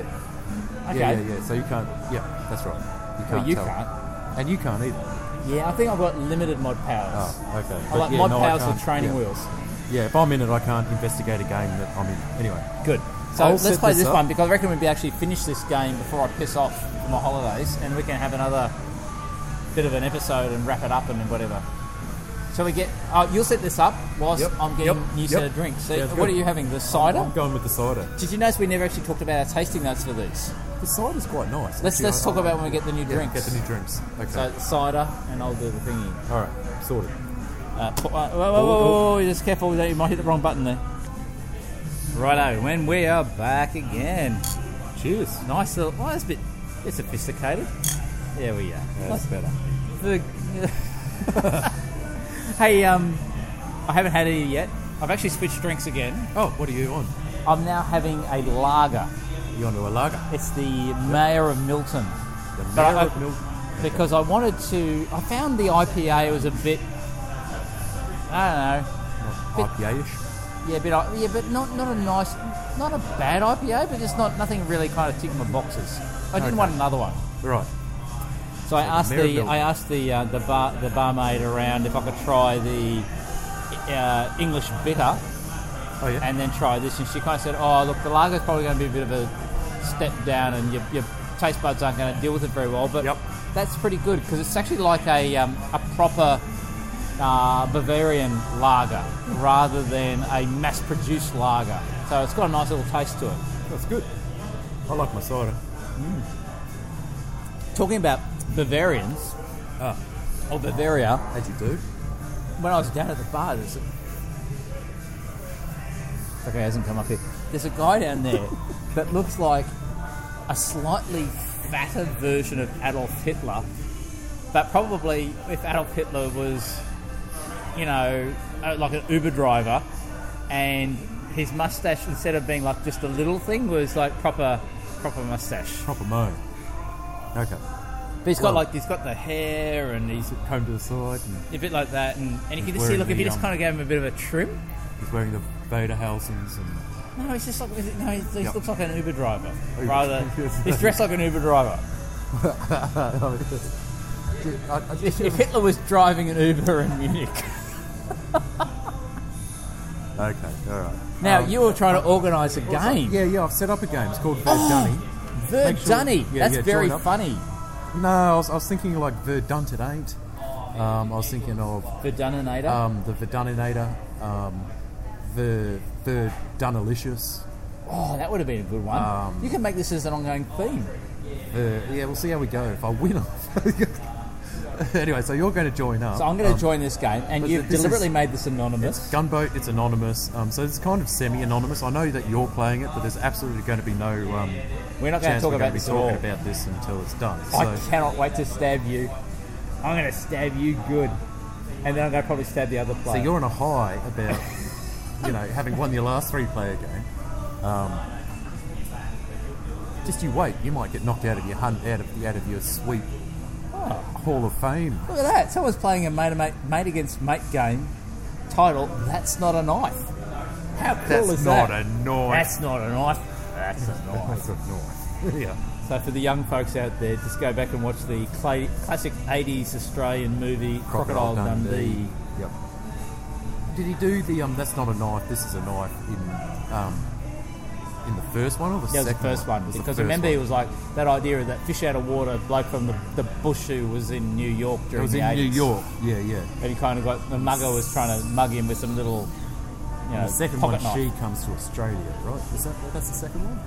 okay.
Yeah, yeah, yeah. So you can't. Yeah, that's right. You can't.
Well, you
tell.
can't.
And you can't either.
Yeah, I think I've got limited mod powers.
Oh, okay.
I
But
like
yeah,
mod
no, I
powers with
can't.
training
Yeah.
wheels.
Yeah, if I'm in it, I can't investigate a game that I'm in. Anyway.
Good. So
I'll
let's
set
play
this
this
up.
one because I reckon we'd be actually finish this game before I piss off for my holidays, and we can have another bit of an episode and wrap it up and whatever. So we get. Oh, you'll set this up whilst
Yep.
I'm getting
Yep.
a new
Yep.
set of drinks. So
Sounds
what
good.
are you having? The cider.
I'm going with the cider.
Did you notice we never actually talked about our tasting notes for these?
The cider's quite nice.
Let's
actually.
let's
I-
talk
I-
about when we get the new
yeah,
drinks.
Get the new drinks. Okay.
so cider, and I'll do the thingy.
All right. Sorted.
Uh, po- uh, whoa, whoa, whoa, whoa, whoa, just careful, you might hit the wrong button there. Righto, when we are back again.
Cheers.
Nice little. Oh, that's a bit. It's sophisticated. There we are.
That's better.
The- hey, um, I haven't had any yet. I've actually switched drinks again.
Oh, what are you on?
I'm now having a lager.
You onto a lager?
It's the Mayor of Milton
The
But I-
Mayor of Milton.
because I wanted to. I found the IPA was a bit. I don't know.
IPA-ish.
Yeah, but I- yeah, but not not a nice, not a bad IPA, but just not nothing really kind of ticked my boxes. I didn't
Okay.
want another one.
Right.
So I asked the
Mirabelle.
I asked the uh, the bar the barmaid around if I could try the uh, English bitter
Oh, yeah.
and then try this, and she kind of said, "Oh, look, the lager's probably going to be a bit of a step down, and your, your taste buds aren't going to deal with it very well, but
Yep.
that's pretty good because it's actually like a, um, a proper uh, Bavarian lager rather than a mass produced lager. So it's got a nice little taste to it.
That's good. I like my cider.
Talking about Bavarians,
Ah.
or Bavaria,
As you do.
when I was down at the bar, there's a... okay, it hasn't come up here. There's a guy down there that looks like a slightly fatter version of Adolf Hitler, but probably if Adolf Hitler was, you know, uh, like an Uber driver, and his mustache instead of being like just a little thing was like proper proper mustache.
Proper mo. Okay.
But he's got
Well-
like he's got the hair and he's
Comb to the side and
a bit like that, and, and you can
He's
just see
wearing
look if
the,
you just
um,
kind of gave him a bit of a trim.
he's wearing the Vader housings and
No, he's just like no, he he
Yep.
looks like an Uber driver.
Uber-
Rather,
Oh, Yes.
he's dressed like an Uber driver.
I, I
If, if Hitler was driving an Uber in Munich,
Okay, alright.
now you were trying to
uh,
organise a game. Oh!
Yeah, yeah, I've set up a game. It's called Verdunny.
Verdunny,
Make sure- yeah,
that's
yeah,
very
join up.
funny.
No, I was, I was thinking like Verdun at eight. Um, I was thinking of
Verduninator.
um, the Verduninator, um, the Verdunalicious.
oh, that would have been a good one.
Um,
you can make this as an ongoing theme.
The, yeah, we'll see how we go. If I win, I'll- anyway, so you're going to join up.
So I'm going to join this game, and
um, but
you've
this is-
deliberately made this anonymous.
Gunboat, it's anonymous, um, so it's kind of semi-anonymous. I know that you're playing it, but there's absolutely going to be no um,
We're not going to
chance
talk
we're
about
going to be
this at
talking
all.
about this until it's done.
I
So,
cannot wait to stab you. I'm going to stab you good, and then I'm going to probably stab the other
so
player.
you're on a high about, you know, having won your last three-player game. Um, just you wait, you might get knocked out of your hunt, out of out of your sweet
Ah.
Hall of Fame.
Look at that. Someone's playing a mate, mate, mate against mate game titled That's Not a Knife. How cool
That's
is
not
that?
a knife.
That's not a knife. That's a knife.
That's a knife. yeah.
so for the young folks out there, just go back and watch the cla classic 80s Australian movie Crocodile, Dundee.
Yep. Did he do the um? That's not a knife. This is a knife in um, in the first one
That
or the
was
second?
the first one.
It was the
Because
first
remember,
one.
it was like that idea of that fish out of water bloke from the, the bush who was in New York
It
during
was
the
in
80s.
New York. Yeah, yeah.
And he kind of got the mugger was trying to mug him with some little, you know,
the second
pocket
one,
knife.
she comes to Australia, right? Is that that's the second one?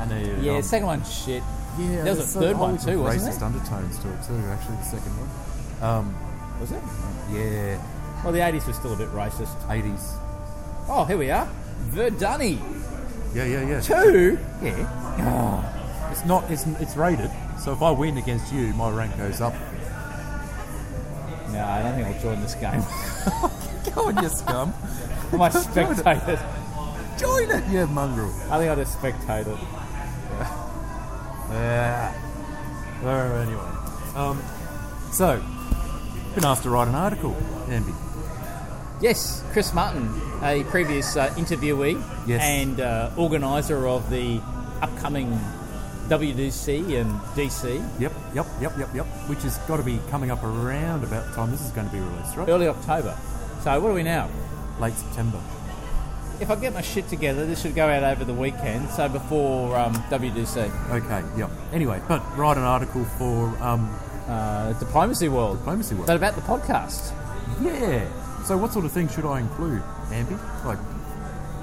And the,
Yeah,
um,
second one shit.
yeah.
there was a
there's
third one
whole
too,
racist
wasn't there?
undertones to it too. Actually, the second one.
Was it?
Yeah,
Well, the 80s was still a bit racist.
eighties.
Oh, here we are. Verdunny
Yeah, yeah, yeah.
2.
Yeah. It's not. It's it's rated. So if I win against you, my rank goes up.
No, I don't think I'll join this game.
Go on, you scum.
My spectators.
Join it, you mongrel.
I think I'll just spectate it.
Well, anyway. Um, so, been asked to write an article, Andy.
Yes, Chris Martin, a previous uh, interviewee
Yes.
and uh, organiser of the upcoming WDC and DC.
Yep, yep, yep, yep, yep. Which has got to be coming up around about the time this is going to be released, right?
Early October. So, what are we now?
Late September.
If I get my shit together, this should go out over the weekend, so before um, WDC.
Okay, yep. Anyway, but write an article for um,
Uh, Diplomacy World.
Diplomacy World.
But about the podcast.
yeah. So, what sort of things should I include, Andy? Like,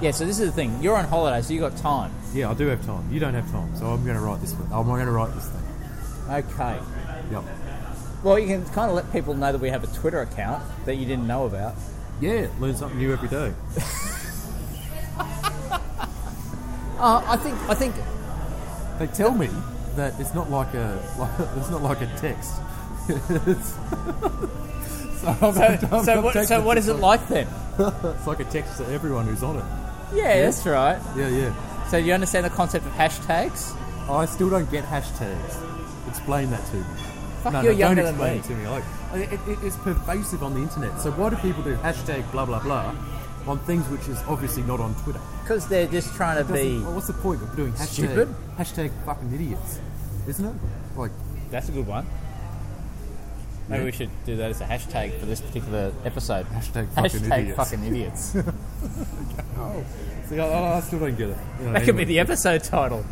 Yeah, so this is the thing. You're on holiday, so you got time.
yeah, I do have time. You don't have time, so I'm going to write this. One. I'm going to write this thing.
Okay.
Yep.
Well, you can kind of let people know that we have a Twitter account that you didn't know about.
Yeah, learn something new every day.
Uh, I think I think
They tell me that it's not like a like, it's not like a text. it's, so, I'm-
so.
I'm
so, what,
taking
so what
it
is it
for-
like then?
It's like a text to everyone who's on it.
Yeah, that's right.
Yeah, yeah.
So you understand the concept of hashtags?
I still don't get hashtags. Explain that to me.
Fuck,
no,
you're
no,
younger
don't
than
explain
me.
it to me. Like, I- it, it, it's pervasive on the internet. So why do people do hashtag blah blah blah on things which is obviously not on Twitter?
Because they're just trying to
Doesn't-
be.
well, what's the point of doing hashtag
Stupid?
hashtag fucking idiots? Isn't it? Like,
That's a good one. Maybe we should do that as a hashtag for this particular episode.
Hashtag fucking
Hashtag
idiots.
fucking idiots.
see, I, I still don't get it. You know,
that could be
anyway.
the episode title.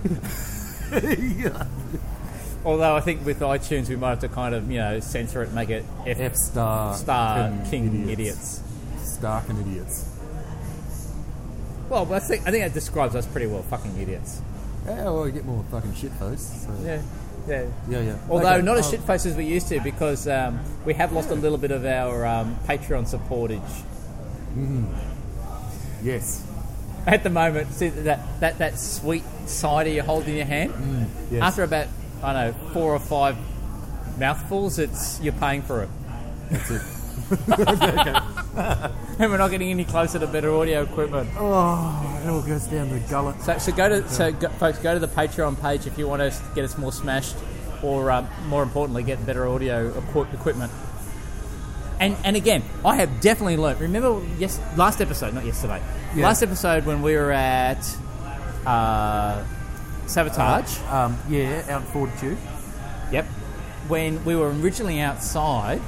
Although I think with iTunes we might have to kind of you know censor it, make it F,
F star.
star
King
King idiots.
Stark and idiots.
Well, but I think I think that describes us pretty well. Fucking idiots.
Yeah, well, you get more fucking shit posts. So.
Yeah, yeah.
yeah, yeah.
Although
Okay,
not as
oh,
shitfaced as we used to, because um, we have lost a little bit of our um, Patreon supportage
Yes.
at the moment. See that that, that sweet cider you're holding in your hand.
Mm, yes.
After about I don't know four or five mouthfuls, it's you're paying for it.
That's it.
And we're not getting any closer to better audio equipment.
Oh, it all goes down the gullet.
So, so go to so go, folks go to the Patreon page if you want to get us more smashed, or um, more importantly, get better audio equi- equipment. And and again, I have definitely learnt. Remember, yes, last episode, not yesterday,
Yeah.
last episode when we were at uh, Sabotage.
Um, yeah, out in Fortitude.
Yep. When we were originally outside,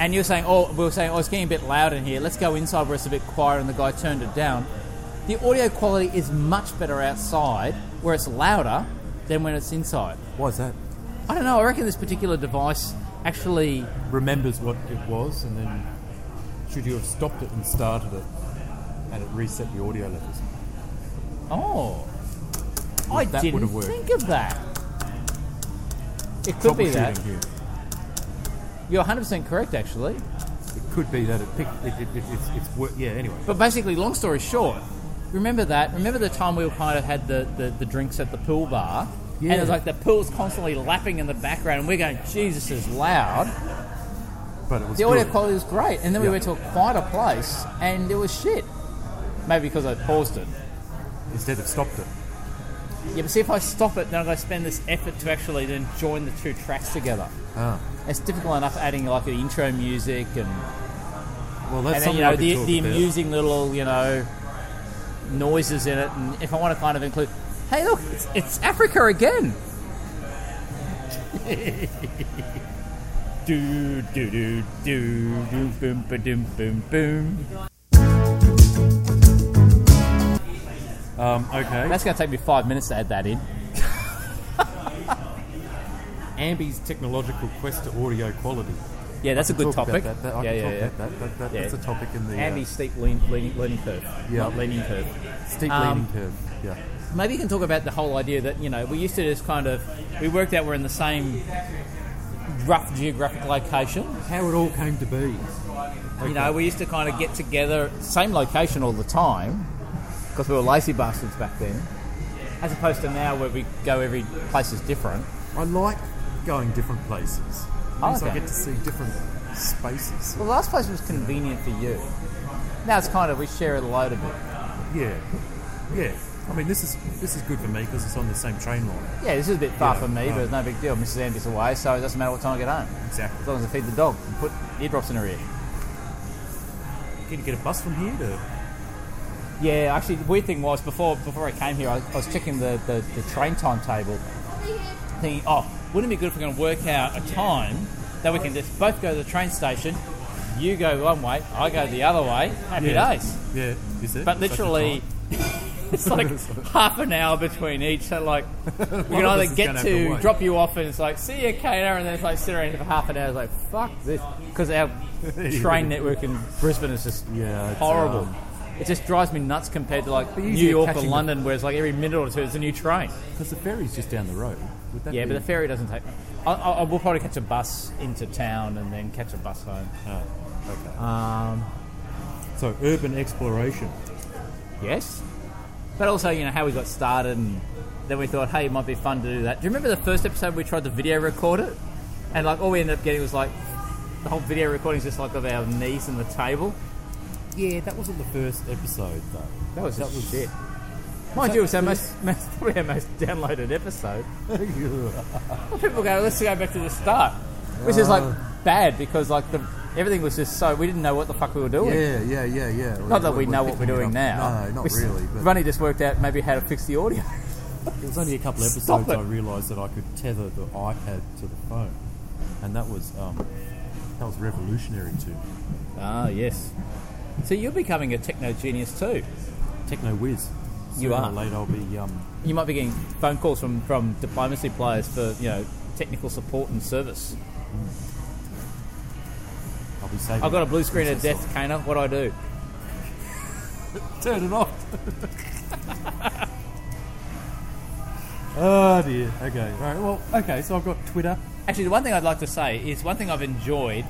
and you were saying, "Oh, we were saying, oh, it's getting a bit loud in here. Let's go inside where it's a bit quieter." And the guy turned it down. The audio quality is much better outside, where it's louder, than when it's inside.
Why's that?
I don't know. I reckon this particular device actually.
Remembers what it was, and then should you have stopped it and started it, and it reset the audio levels?
Oh, I
That would
didn't
have worked.
think of that. It could be that.
Troubleshooting Here.
You're 100% correct, actually.
It could be that it picked. It, it, it, it's it's wor- yeah. Anyway.
But basically, long story short, remember that. Remember the time we all kind of had the, the, the drinks at the pool bar? And it was
Yeah.
like the pool's constantly lapping in the background, and we're going, Jesus is loud.
But it was
The audio
good.
quality was great. And then we
Yeah.
went to a quieter place, and it was shit. Maybe because I paused it.
instead of stopped it.
Yeah, but see, if I stop it, then I've got to spend this effort to actually then join the two tracks together.
Ah.
It's difficult enough adding like the intro music and,
Well,
and
that's
then,
something
you know,
I've been
the,
talking
the
about.
amusing little, you know, noises in it. And if I want to kind of include, hey, look, it's, it's Africa again. do, do, do, do, do, boom, ba, doom, boom, boom.
Um, okay.
That's going to take me five minutes to add that in.
Ambi's technological quest to audio quality.
Yeah, that's a good
Talk
topic.
About that, that, I
yeah,
can
yeah,
talk
yeah.
About that. That, that,
Yeah.
That's a topic in the uh,
Andy steep lean, leaning, learning curve,
Yeah.
not leaning curve.
steep
um,
learning curve. Yeah.
Maybe you can talk about the whole idea that you know we used to just kind of we worked out we're in the same rough geographic location.
How it all came to be.
You know, we used to kind of get together, same location all the time, because we were lazy bastards back then. As opposed to now, where we go, every place is different.
I like going different places.
I
Means
like
I
that.
get to see different spaces.
The last place was convenient for you. Now it's kind of we share a load of it.
Yeah, yeah. I mean, this is this is good for me because it's on the same train line.
Yeah, this is a bit far
Yeah,
for me,
no.
but it's no big deal. Mrs. Andy's away, so it doesn't matter what time I get home.
Exactly.
As long as I feed the dog and put eardrops in her ear.
Can you get a bus from here to?
Yeah, actually, the weird thing was before before I came here, I, I was checking the, the, the train timetable, thinking, oh, wouldn't it be good if we're going to work out a time that we can just both go to the train station, you go one way, I go the other way, happy
Yeah.
days.
Yeah, is it?
But literally, it's like half an hour between each. So like, we can
of us
either
is
get
gonna
to,
have to wait.
drop you off, and it's like, see you, Kana, and then it's like sit around for half an hour. It's like, fuck this, because our train network in Brisbane is just
Yeah, it's,
horrible.
um,
it just drives me nuts compared to like New
easier
York or
catching the-
London, where it's like every minute or two it's a new train.
because the ferry's just down the road. Would that
Yeah,
be-
but the ferry doesn't take. I, I, I will probably catch a bus into town and then catch a bus home.
Ah, Okay. Um, so urban exploration.
Yes. But also, you know, how we got started and then we thought, hey, it might be fun to do that. Do you remember the first episode we tried to video record it? And like all we ended up getting was like the whole video recording is just like of our knees and the table.
Yeah, that wasn't the first episode though.
That was that was shit. Mind you, it was our most, most probably our most downloaded episode. People go, let's go back to the start. Which is like bad because like the everything was just so we didn't know what the fuck we were doing.
yeah, yeah, yeah, yeah.
Not that we know what we're doing now.
No, not
We s-
really. But
Ronnie just worked out maybe how to fix the audio.
It was only a couple of
Stop
episodes
it.
I realised that I could tether the iPad to the phone, and that was um, that was revolutionary too.
Ah, yes. So you're becoming a techno genius too.
Techno whiz,
You
Sooner or
are.
Later, I'll be. Um,
You might be getting phone calls from, from diplomacy players for you know technical support and service.
I'll be saving.
I've got a blue screen of
Princess
death, Kana. What do I do?
Leia. Turn it off. oh dear. Okay. Right. Well. Okay. So I've got Twitter.
Actually, the one thing I'd like to say is one thing I've enjoyed,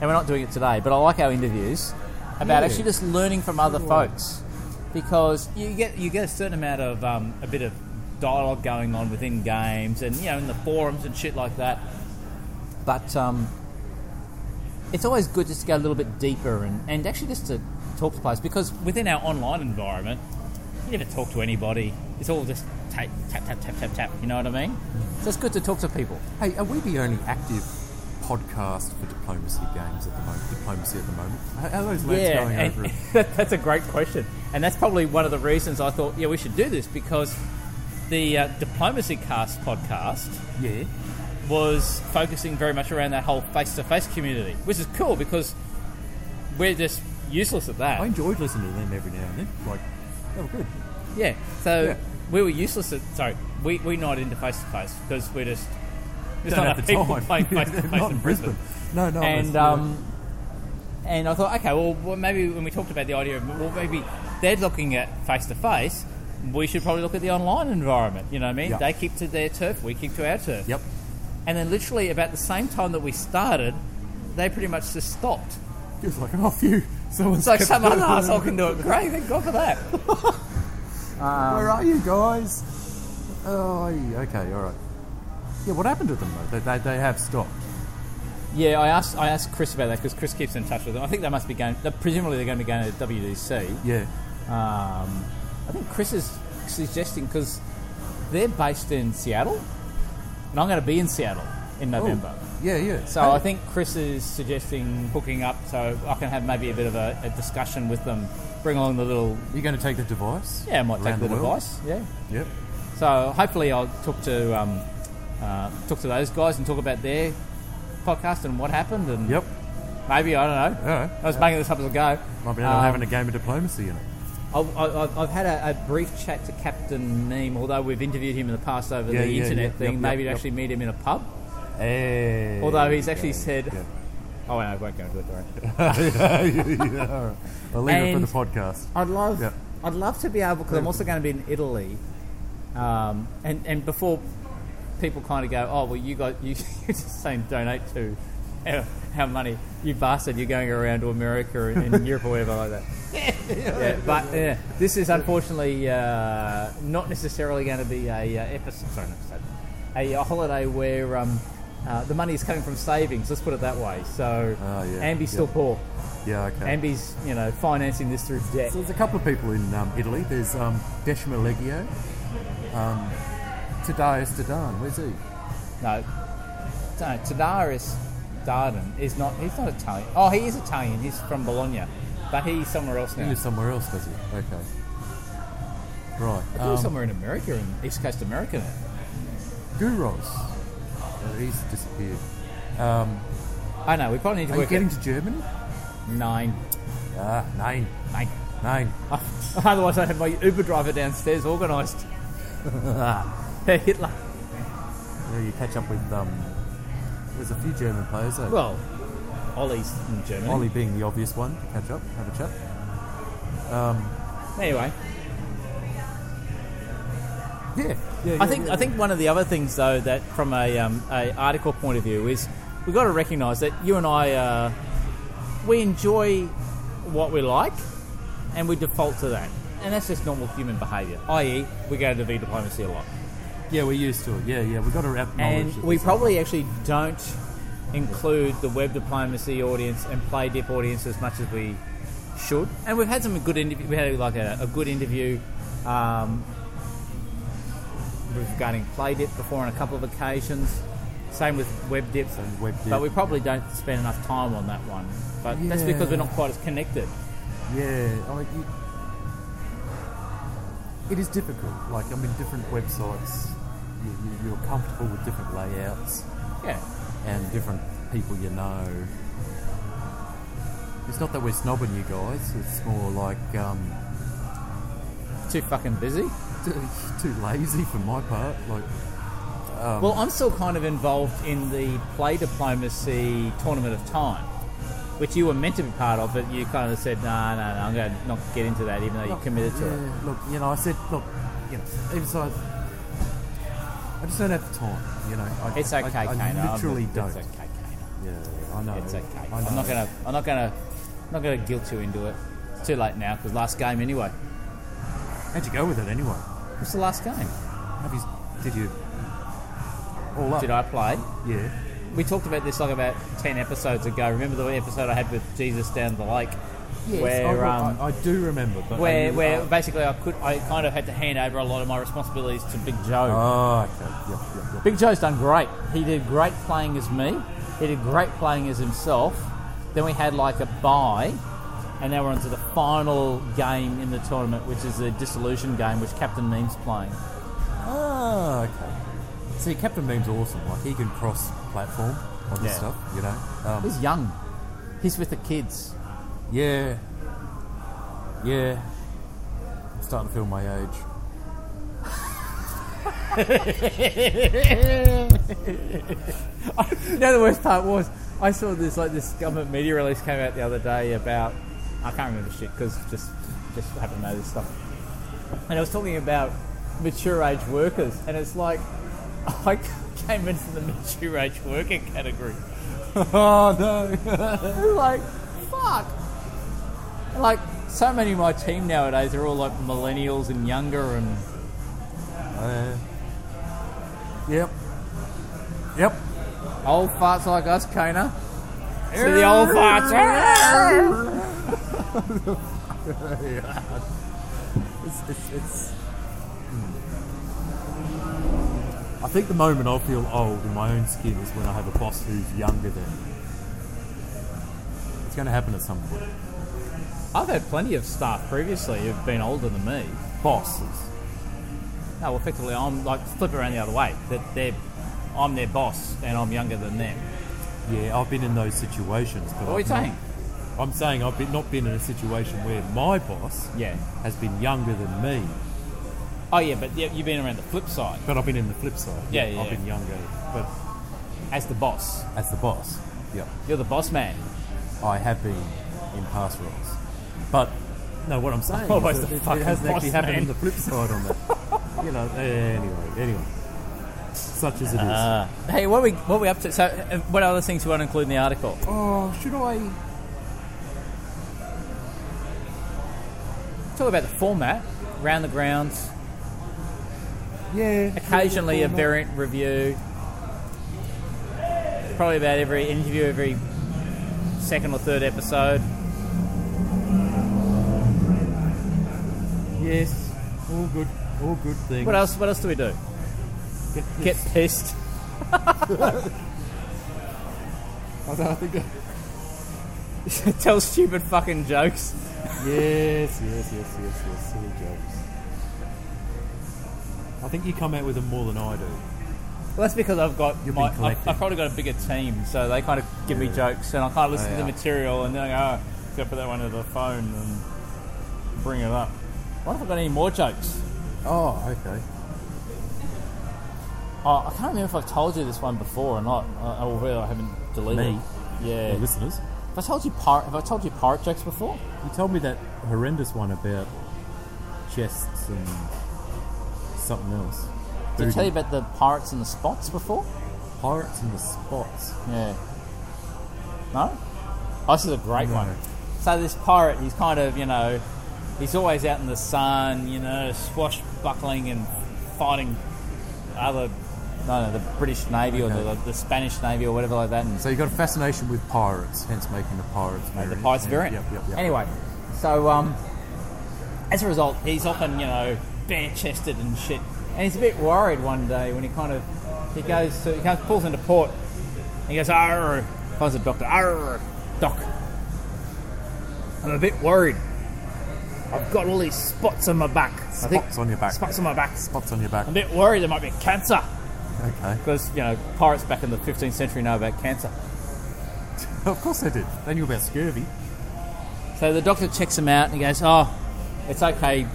and we're not doing it today, but I like our interviews about
Yeah.
actually just learning from other folks because you get you get a certain amount of um, a bit of dialogue going on within games and you know in the forums and shit like that. But um, it's always good just to go a little bit deeper and, and actually just to talk to players because within our online environment, you never talk to anybody. It's all just tap tap tap tap tap tap. You know what I mean? So it's good to talk to people.
Hey, are we the only active podcast for diplomacy games at the moment? Diplomacy at the moment? How how are those lads
Yeah,
going
and-
over it?
that- that's a great question, and that's probably one of the reasons I thought, yeah, we should do this because the uh, diplomacy cast podcast
Yeah.
was focusing very much around that whole face-to-face community, which is cool because we're just useless at that.
I enjoyed listening to them every now and then. Like, they were good.
Yeah. So
Yeah.
we were useless at. Sorry, we we're not into face to face because we're just. There's
Don't
not
have
enough people
the time.
playing face to face
Not
in
in
Brisbane.
Brisbane. No, no.
And
it's-
um, and I thought, okay, well, well, maybe when we talked about the idea of well, maybe they're looking at face to face. We should probably look at the online environment. You know what I mean?
Yeah.
They keep to their turf, we keep to our turf.
yep.
And then, literally, about the same time that we started, they pretty much just stopped.
It was like, oh, phew.
It's
Someone's
like
kept
some
doing
other
it.
asshole "Oh, can do it. Great, thank God for that.
Where are you guys? Oh, okay, all right. Yeah, what happened to them though? They, they, they have stopped.
Yeah, I asked I asked Chris about that because Chris keeps in touch with them. I think they must be going. they're- Presumably, they're going to be going to WDC.
Yeah,
Um, I think Chris is suggesting because they're based in Seattle, and I'm going to be in Seattle in
Oh.
November.
yeah, yeah.
So I think Chris is suggesting hooking up so I can have maybe a bit of a, a discussion with them. Bring along the little
you're going to take the device.
yeah, I might take
Around
the,
the world?
device. Yeah.
Yep.
So hopefully I'll talk to um, uh, talk to those guys and talk about their podcast and what happened and
Yep.
maybe I don't know.
All right.
I was making this up as I go.
Might be um, having a game of diplomacy in it.
I, I, I've had a, a brief chat to Captain Neem, although we've interviewed him in the past over
Yeah,
the
yeah,
internet
yeah.
thing.
Yep,
Maybe
yep,
to actually meet him in a pub.
Hey.
Although he's actually
Yeah,
said-
Yeah.
Oh, no, I won't go into it. Don't worry.
yeah, yeah, all right. I'll leave
And-
it for the podcast.
I'd love,
Yep.
I'd love to be able because I'm also going to be in Italy, um, and and before people kind of go, oh well, you got you you're just saying donate to our, our money, you bastard, you're going around to America and, and Europe or whatever like that. yeah, but yeah, this is unfortunately uh, not necessarily going to be a uh, episode, sorry, not episode, a, a holiday where um, uh, the money is coming from savings. Let's put it that way. So
Ah, yeah,
Ambi's still
yeah.
poor.
Yeah, okay.
Ambi's you know financing this through debt.
So there's a couple of people in um, Italy. There's um, Decima Leggio, um, Tadaius Dadan. Where's he?
No, no Tadaris Darden is not. He's not Italian. Oh, he is Italian. He's from Bologna, but he's somewhere else
He
now.
lives somewhere else, does he? Okay. Right.
He was
um,
somewhere in America, in East Coast America. Now.
Guros. Uh, he's disappeared.
I know. We probably need to
Are you
work
getting to Germany?
out nine.
Ah, nine.
Nine.
Nine.
Otherwise, I'd have my Uber driver downstairs organised. Hey, Hitler.
Yeah, you catch up with, um, there's a few German players there.
Well, Ollie's in Germany.
Ollie being the obvious one to catch up, have a chat.
Anyway,
Yeah. yeah
I think I think one of the other things though that from a, um, a article point of view is we've got to recognise that you and I uh, we enjoy what we like and we default to that, and that's just normal human behaviour. I.e., we go to V diplomacy a lot,
Yeah, we're used to it. Yeah, yeah. We've got to acknowledge
and
that
we
there's a-
probably actually don't include the web diplomacy audience and play dip audience as much as we should. And we've had some good interview. We had like a, a good interview. Um, regarding play dip before on a couple of occasions. Same with web dip.
Same web dip.
But we probably don't spend enough time on that one. But that's
Yeah.
because we're not quite as connected.
Yeah, I mean, you, it is difficult. Like, I mean, different websites, you, you, you're comfortable with different layouts
Yeah.
and different people you know. It's not that we're snobbing you guys. It's more like um,
too fucking busy.
Too, too lazy for my part. Like,
well, I'm still kind of involved in the play diplomacy tournament of time, which you were meant to be part of, but you kind of said, no, no, no, I'm going to not get into that, even though you
Look,
committed to it.
yeah, Look, you know, I said, look, you know, even so, I, I just don't have the time. You know, I,
It's okay,
I, I
Kano. I'm-
literally don't.
It's okay, Kano.
Yeah, I know.
It's okay.
I know.
I'm not gonna. I'm not gonna. I'm not gonna guilt you into it. It's too late now because last game anyway.
How'd you go with it anyway?
What's the last game?
Have you, did you all up?
Did I play?
Yeah.
We talked about this like about ten episodes ago. Remember the episode I had with Jesus down the lake,
Oh, I,
where
will-
um,
I, I do remember, but
where
I-
where basically I could I kind of had to hand over a lot of my responsibilities to Big Joe.
Oh, okay. Yep, yep, yep.
Big Joe's done great. He did great playing as me. He did great playing as himself. Then we had like a bye, and now we're onto the final game in the tournament, which is the dissolution game, which Captain Neem's playing.
Ah, okay. See, Captain Beam's awesome. Like he can cross platform on this
Yeah.
stuff. You know. Um,
He's young. He's with the kids.
yeah. Yeah. I'm starting to feel my age.
you know the worst part was I saw this like this government media release came out the other day about I can't remember shit because just just happen to know this stuff, and it was talking about mature age workers, and it's like I came into the mature age worker category.
Oh no.
like fuck, And, like so many of my team nowadays are all like millennials and younger and
Uh, yep. Yep.
old farts like us, Kana. So the old farts.
It's, it's, it's. Hmm. I think the moment I'll feel old in my own skin is when I have a boss who's younger than me. It's going to happen at some point.
I've had plenty of staff previously who've been older than me.
Bosses.
No, well, effectively, I'm like flip it around the other way. That they're, I'm their boss and I'm younger than them.
Yeah, I've been in those situations. But
What are you
I've not-
saying?
I'm saying I've been, not been in a situation where my boss
Yeah.
has been younger than me,
Oh yeah, but yeah, you've been around the flip side
but I've been in the flip side.
Yeah, yeah,
I've
yeah.
been younger, but
as the boss.
as the boss. Yeah.
You're the boss man.
I have been in past roles. But no, what I'm saying
Oh,
is
it's
that
the
it, it
fucking
hasn't actually
boss
happened
man.
on the flip side on that. you know, anyway, anyway. Such as it is.
Ah. Hey, what are we what are we up to? So, uh, what other things you want to include in the article?
oh, should I?
Talk about the format, round the grounds,
Yeah.
occasionally a
Why not?
variant review. Probably about every interview, every second or third episode.
Yes. All good. All good things.
What else? What else do we do?
Get,
Get pissed.
I, don't, I think. that-
Tell stupid fucking jokes.
yes, yes, yes, yes, yes. Silly jokes. I think you come out with them more than I do.
Well, that's because I've got
You've
my,
been
I've,
collecting.
I've probably got a bigger team, so they kind of give me jokes, and I kind of listen to the
yeah.
material, and then I go, oh, except for that one on the phone, and bring it up. What if I've got any more jokes?
Oh, okay.
Oh, I can't remember if I've told you this one before or not. I, I, well, I haven't deleted
Me?
it. Yeah.
Hey, listeners,
Have I told you pirate? Have I told you pirate jokes before?
You told me that horrendous one about chests and something else.
Did I tell you
Voodoo.
about the pirates and the spots before?
pirates and the spots?
Yeah. No? Oh, this is a great
No.
one. So this pirate, he's kind of, you know, he's always out in the sun, you know, swashbuckling and fighting other, no, no, the British Navy or the,
Okay.
the Spanish Navy or whatever like that. And
So you got a fascination with pirates, hence making the pirates.
the pirate's variant.
Yep, yep, yep.
Anyway, so um, as a result, he's often, you know, bare chested and shit. And he's a bit worried one day when he kind of he goes to he comes, pulls into port and he goes, Arr finds the doctor, Arr Doc. I'm a bit worried. I've got all these spots on my back. I think-
Spots on your back.
Spots on my back.
Spots on your back.
I'm a bit worried there might be cancer.
Okay.
Because, you know, pirates back in the 15th century know about cancer.
of course they did. They knew about scurvy.
So the doctor checks him out and he goes, Oh, it's okay,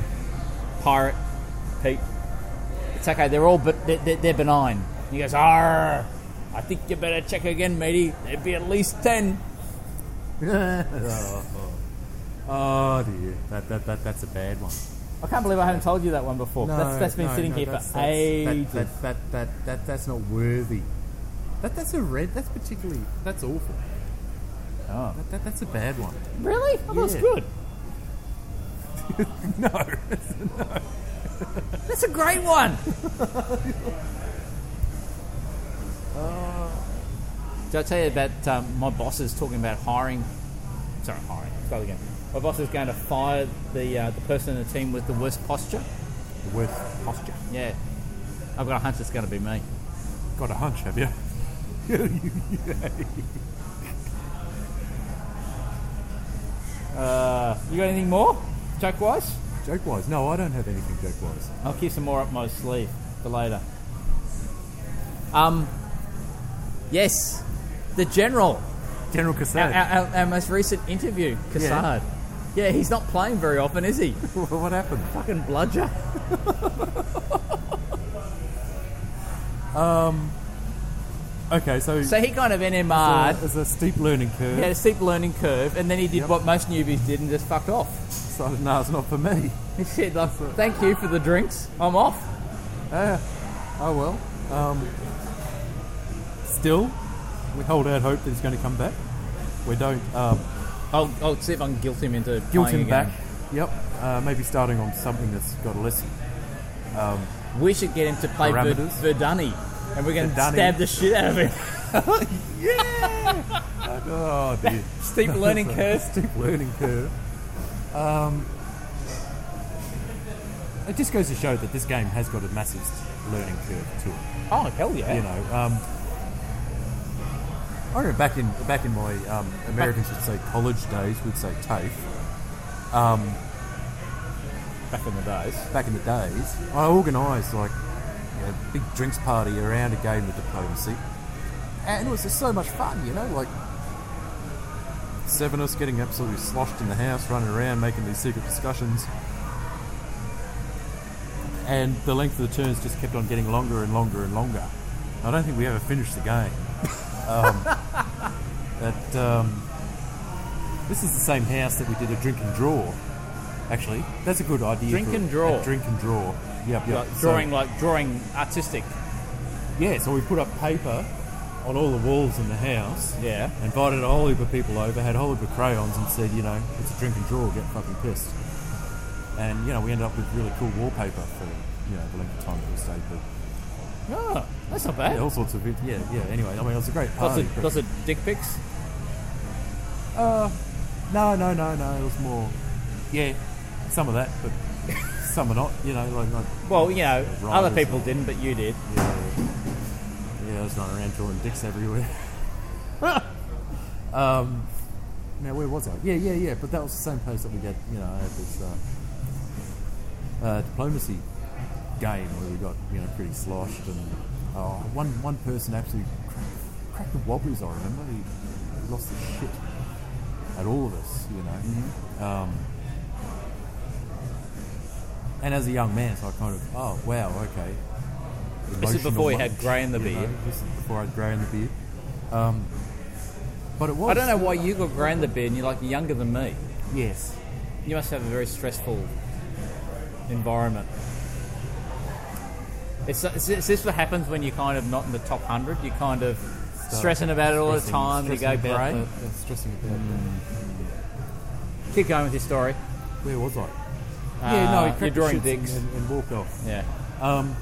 pirate, Pete. It's okay. They're all, but they're, they're, they're benign. He goes, "Arr, I think you better check again, matey. There'd be at least ten.
Oh dear, that, that, that, that's a bad one.
I can't believe I hadn't told you that one before. that's, that's been
no,
sitting
no,
here
that's-
for
that's- that-
ages.
That, that, that, that, that's not worthy. That, that's a red. That's particularly. That's awful.
Oh.
That, that, that's a bad one.
really? I thought it was
Yeah.
good.
No.
That's a great one. Uh, Did I tell you about um, my boss is talking about hiring? Sorry, hiring. Start again. My boss is going to fire the uh, the person in the team with the worst posture.
The worst.
Posture. Yeah. I've got a hunch it's going to be me.
Got a hunch, have you?
Uh, you got anything more, joke wise?
Joke wise, no, I don't have anything joke wise.
I'll keep some more up my sleeve for later. Um. Yes, the general.
General
Our,
Cassad.
our, our, our most recent interview, Cassard. Yeah. he's not playing very often, is he?
what happened?
Fucking bludger.
Okay, so,
So he kind of NMR'd.
there's a steep learning curve.
He had a steep learning curve, and then he did what most newbies did and just fucked off.
So, no, it's not for me.
He said, like, "Thank you for the drinks. I'm off."
Oh well. Um, still, we hold out hope that he's going to come back. We don't um,
I'll, I'll see if I can guilt him into
guilt
playing
him
again.
back. Yep. Uh, maybe starting on something that's got a lesson.
We should get him to play Ver-
Parameters.
Verdunny, and we're going to
Verdunny.
stab the shit out of him.
Oh dear.
steep learning curve.
Steep learning curve. Um, it just goes to show that this game has got a massive learning curve to it.
Oh hell yeah!
you know. Um, I remember back in back in my um, Americans would say college days, we'd say TAFE. Um,
Back in the days.
back in the days, I organised like you know, a big drinks party around a game of diplomacy, and it was just so much fun, you know, like. Seven of us getting absolutely sloshed in the house, running around, making these secret discussions. And the length of the turns just kept on getting longer and longer and longer. I don't think we ever finished the game. Um, that um, this is the same house that we did a drink and draw. Actually, that's a good idea.
Drink
for
and
a
draw.
drink and draw. Yep, yep.
Like
So-
drawing, like drawing, artistic.
yeah, so we put up paper on all the walls in the house.
Yeah.
Invited a whole heap of people over, had a whole heap of crayons, and said, you know, it's a drink and draw, get fucking pissed. And, you know, we ended up with really cool wallpaper for, you know, the length of time that we stayed there.
Oh, that's not bad.
Yeah, all sorts of, it- yeah, yeah, anyway, I mean, it was a great
Lots
party.
of,
but-
lots of dick pics.
No, no, no, no, it was more, yeah, some of that, but some are not, you know, like, like
Well, you know,
Right,
other
isn't
people didn't, but you did.
Yeah, yeah, I was running around drawing dicks everywhere. um, now where was I? Yeah, yeah, yeah. But that was the same place that we got, you know, I had this uh, uh, diplomacy game where we got, you know, pretty sloshed and oh, one one person absolutely cracked, cracked the wobblies. I remember he, he lost his shit at all of us, you know.
Mm-hmm.
Um, and as a young man, so I kind of, oh wow, okay.
This is
Emotional
before you
moment,
had grey in the
you
beard.
know, this is before I had grey in the beard. Um, but it was.
I don't know why you got grey in the beard and you're like younger than me.
Yes.
You must have a very stressful environment. It's, it's, it's this what happens when you're kind of not in the top hundred. You're kind of stressing about it all the
Stressing-
time. You go
stressing about
grey.
the- the stressing about
Keep going with your story.
the- Where was I?
Uh,
yeah, no, he cracked
you're
the
drawing
shits
dicks.
And, and walked off.
Yeah.
Um,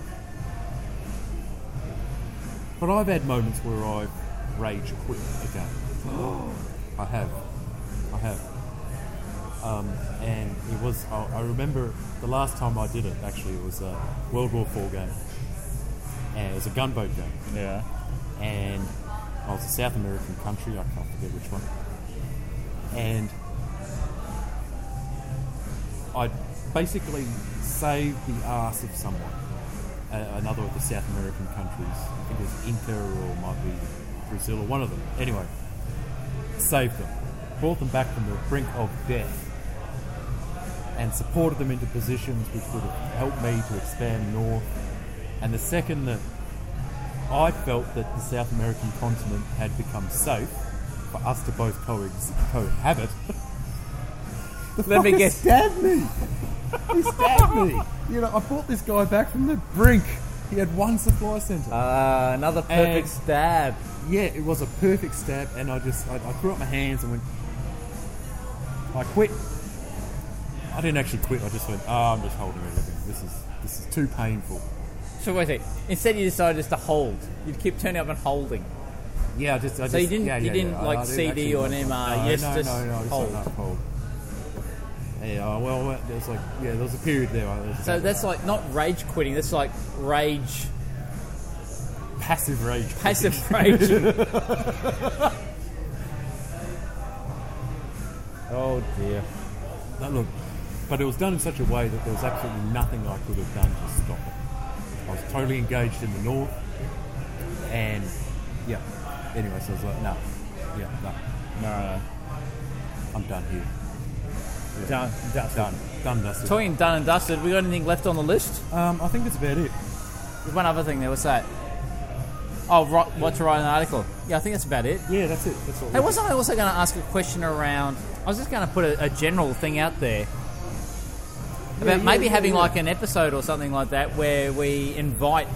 but I've had moments where I rage quit again. I have. I have. Um, and it was, I, I remember the last time I did it, actually, it was a World War Four game. And it was a gunboat game.
Yeah.
and I was a South American country, I can't forget which one. And I basically saved the ass of someone, a- another of the South American countries. I think it was Inca or might be Brazil or one of them. Anyway, saved them, brought them back from the brink of death, and supported them into positions which would have helped me to expand north. And the second that I felt that the South American continent had become safe for us to both coex- cohabit.
Let me guess.
stabbed me. He stabbed me. You know, I brought this guy back from the brink. He had one supply centre.
Uh, another perfect
And-
stab.
Yeah, it was a perfect stab, and I just I, I threw up my hands and went. I quit. I didn't actually quit. I just went. Oh, I'm just holding everything. This is this is too painful.
So wait a sec. Instead, you decided just to hold. You'd keep turning up and holding.
Yeah, I just. I
So you
just-
didn't-
yeah,
you
yeah,
didn't,
yeah. I-
like,
I didn't
CD
actually-
or an MR,
No,
yes,
no,
just
no, no, just
hold.
not hold. Yeah, well, well, there's like yeah, there was a period there. where I was
So that's like not rage quitting. That's like rage,
passive rage.
passive rage.
Oh dear. No, look, but it was done in such a way that there was absolutely nothing I could have done to stop it. I was totally engaged in the north, and yeah. Anyway, so I was like, no, yeah, no,
no,
I'm done here.
no, done, done.
Done, done, dusted.
Talking done and dusted. We got anything left on the list?
Um, I think that's about it.
There's one other thing there. What's that? Oh, right, what to write an article? Yeah, I think that's about it.
Yeah, that's it. That's all.
Hey, wasn't I also going to ask a question around? I was just going to put a, a general thing out there about
yeah,
maybe
yeah,
having
yeah.
like an episode or something like that where we invite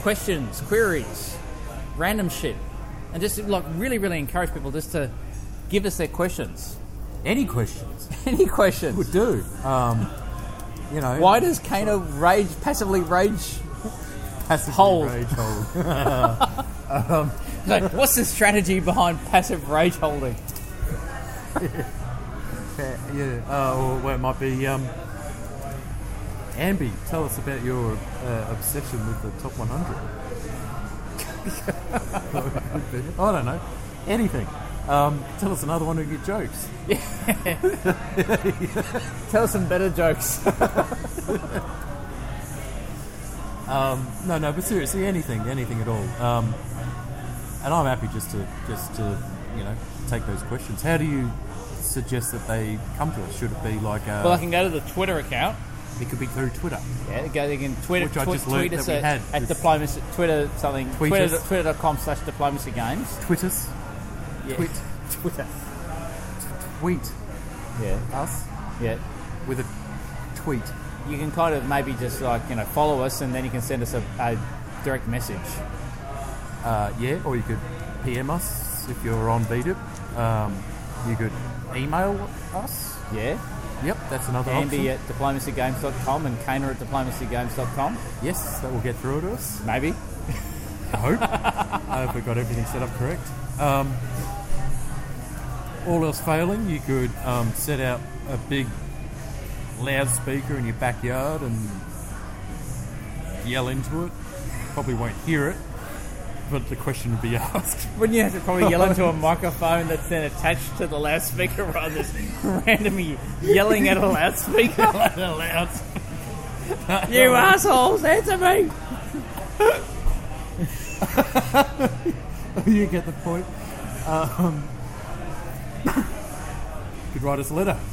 questions, queries, random shit, and just like really, really encourage people just to give us their questions.
any questions?
Any questions?
Would do. Um, you know,
Why does Kano rage passively rage?
passive
hold?
rage hold?
Like, what's the strategy behind passive rage holding?
Uh, yeah, uh, or well, it might be. Um, Ambi, tell us about your uh, obsession with the top 100. I don't know. Anything. Um, tell us another one of your jokes.
Tell us some better jokes.
Um, No, no, but seriously, anything, anything at all. Um, and I'm happy just to, just to, you know, take those questions. How do you suggest that they come to us? Should it be like a?
well, I can go to the Twitter account.
it could be through Twitter.
Yeah, go they can Twitter,
Which I
twi-
just learnt
tweet us
that we
at,
had
at
this-
diplomacy, Twitter something,
Tweet
Twitter,
us.
twitter.com slash diplomacy games.
Twitters.
Yeah.
Tweet.
Twitter.
Tweet
Yeah,
us
yeah.
with a tweet.
You can kind of maybe just like, you know, follow us and then you can send us a, a direct message.
Uh, yeah, or you could PM us if you're on Beat It. Um, you could email us.
Yeah.
Yep, that's another option.
Andy at diplomacygames.com and Kana at diplomacygames.com.
Yes, that will get through to us.
Maybe.
I hope. I hope we got everything set up correct. Um, all else failing, you could um, set out a big loudspeaker in your backyard and yell into it. Probably won't hear it, but the question will be asked.
Wouldn't you have to probably yell into a microphone that's then attached to the loudspeaker rather than just randomly yelling at a loudspeaker? you assholes, answer me!
you get the point. Um, you could write us a letter.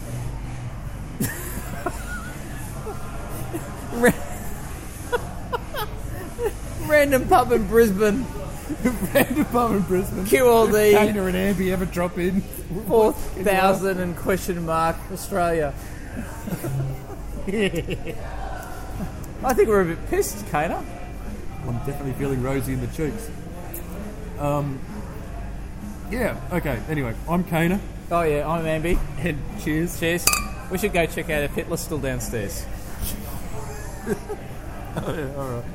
Random pub in Brisbane,
Random pub in Brisbane.
QLD,
Dana and Ambi ever drop in.
4000 and question mark, Australia. I think we're a bit pissed, Kana.
I'm definitely feeling rosy in the cheeks. Um, yeah, okay, anyway, I'm Kana.
Oh yeah, I'm Ambi.
And cheers.
Cheers. We should go check out if Hitler's still downstairs.
Oh,
alright.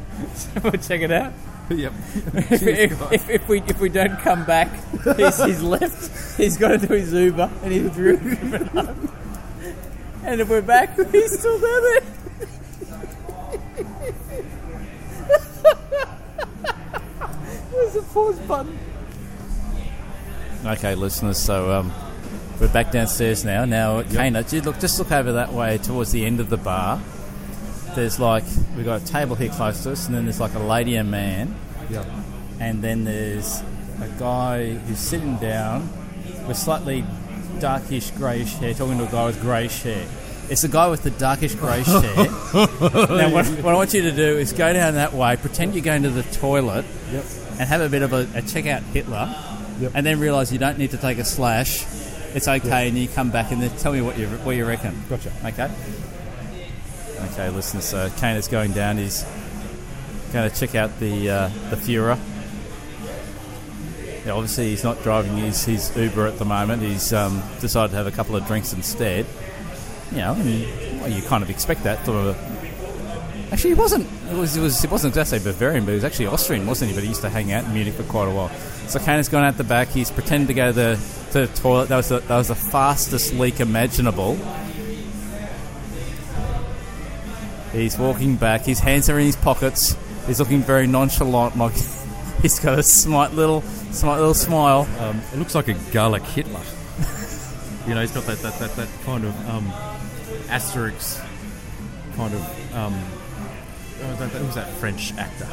we'll check it out.
Yep.
If, if, if, if we if we don't come back, he's, he's left. He's got to do his Uber, and he's driven up. And if we're back, he's still there. There's a pause button. Okay, listeners. So um, we're back downstairs now. Now, Kana, gee, look, just look over that way towards the end of the bar. There's like we've got a table here close to us, and then there's like a lady and man
Yep.
and then there's a guy who's sitting down with slightly darkish greyish hair talking to a guy with greyish hair It's the guy with the darkish grey shirt. now, what, what I want you to do is go down that way, pretend you're going to the toilet,
Yep.
and have a bit of a, a check out Hitler,
Yep.
and then realise you don't need to take a slash. It's okay, and you come back and then tell me what you what you reckon.
Gotcha.
Okay. Okay, listeners. So Kane is going down. He's going to check out the uh, the Fuhrer. Yeah, obviously, he's not driving his, his Uber at the moment. He's um, decided to have a couple of drinks instead. You know, I mean, well, you kind of expect that from a Actually, he wasn't. It was. It was. It wasn't exactly Bavarian, but he was actually Austrian, wasn't he? But he used to hang out in Munich for quite a while. So Kane's gone out the back. He's pretended to go to the, to the toilet. That was the, that was the fastest leak imaginable. He's walking back. His hands are in his pockets. He's looking very nonchalant. Like he's got a smart little, smart little smile.
Um, it looks like a garlic Hitler. you know, he's got that, that, that, that kind of um, asterisk kind of. Um, oh, that, that, who's that French actor?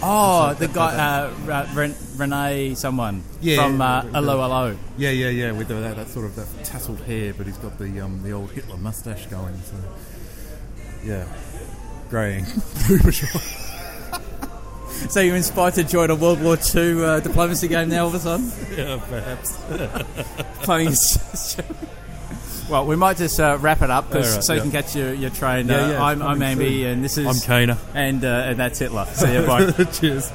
Oh, the guy, uh, Ra- Ren- Rene, someone
Yeah,
from uh,
yeah, yeah.
Hello, Hello.
Yeah, yeah, yeah. With the, that, that
sort of that tasseled hair, but he's got the um, the old Hitler mustache going. So yeah, graying.
So you're inspired to join a World War II uh, diplomacy game now, all of a sudden?
yeah, perhaps.
Playing his Well, we might just uh, wrap it up 'cause-
All right,
so you
yeah.
can catch your, your train.
Yeah,
uh,
yeah, it's
I'm, I'm
coming
Amy,
soon.
and this
I'm
is
Kana.
and uh, and that's Hitler. See you, bye.
Cheers.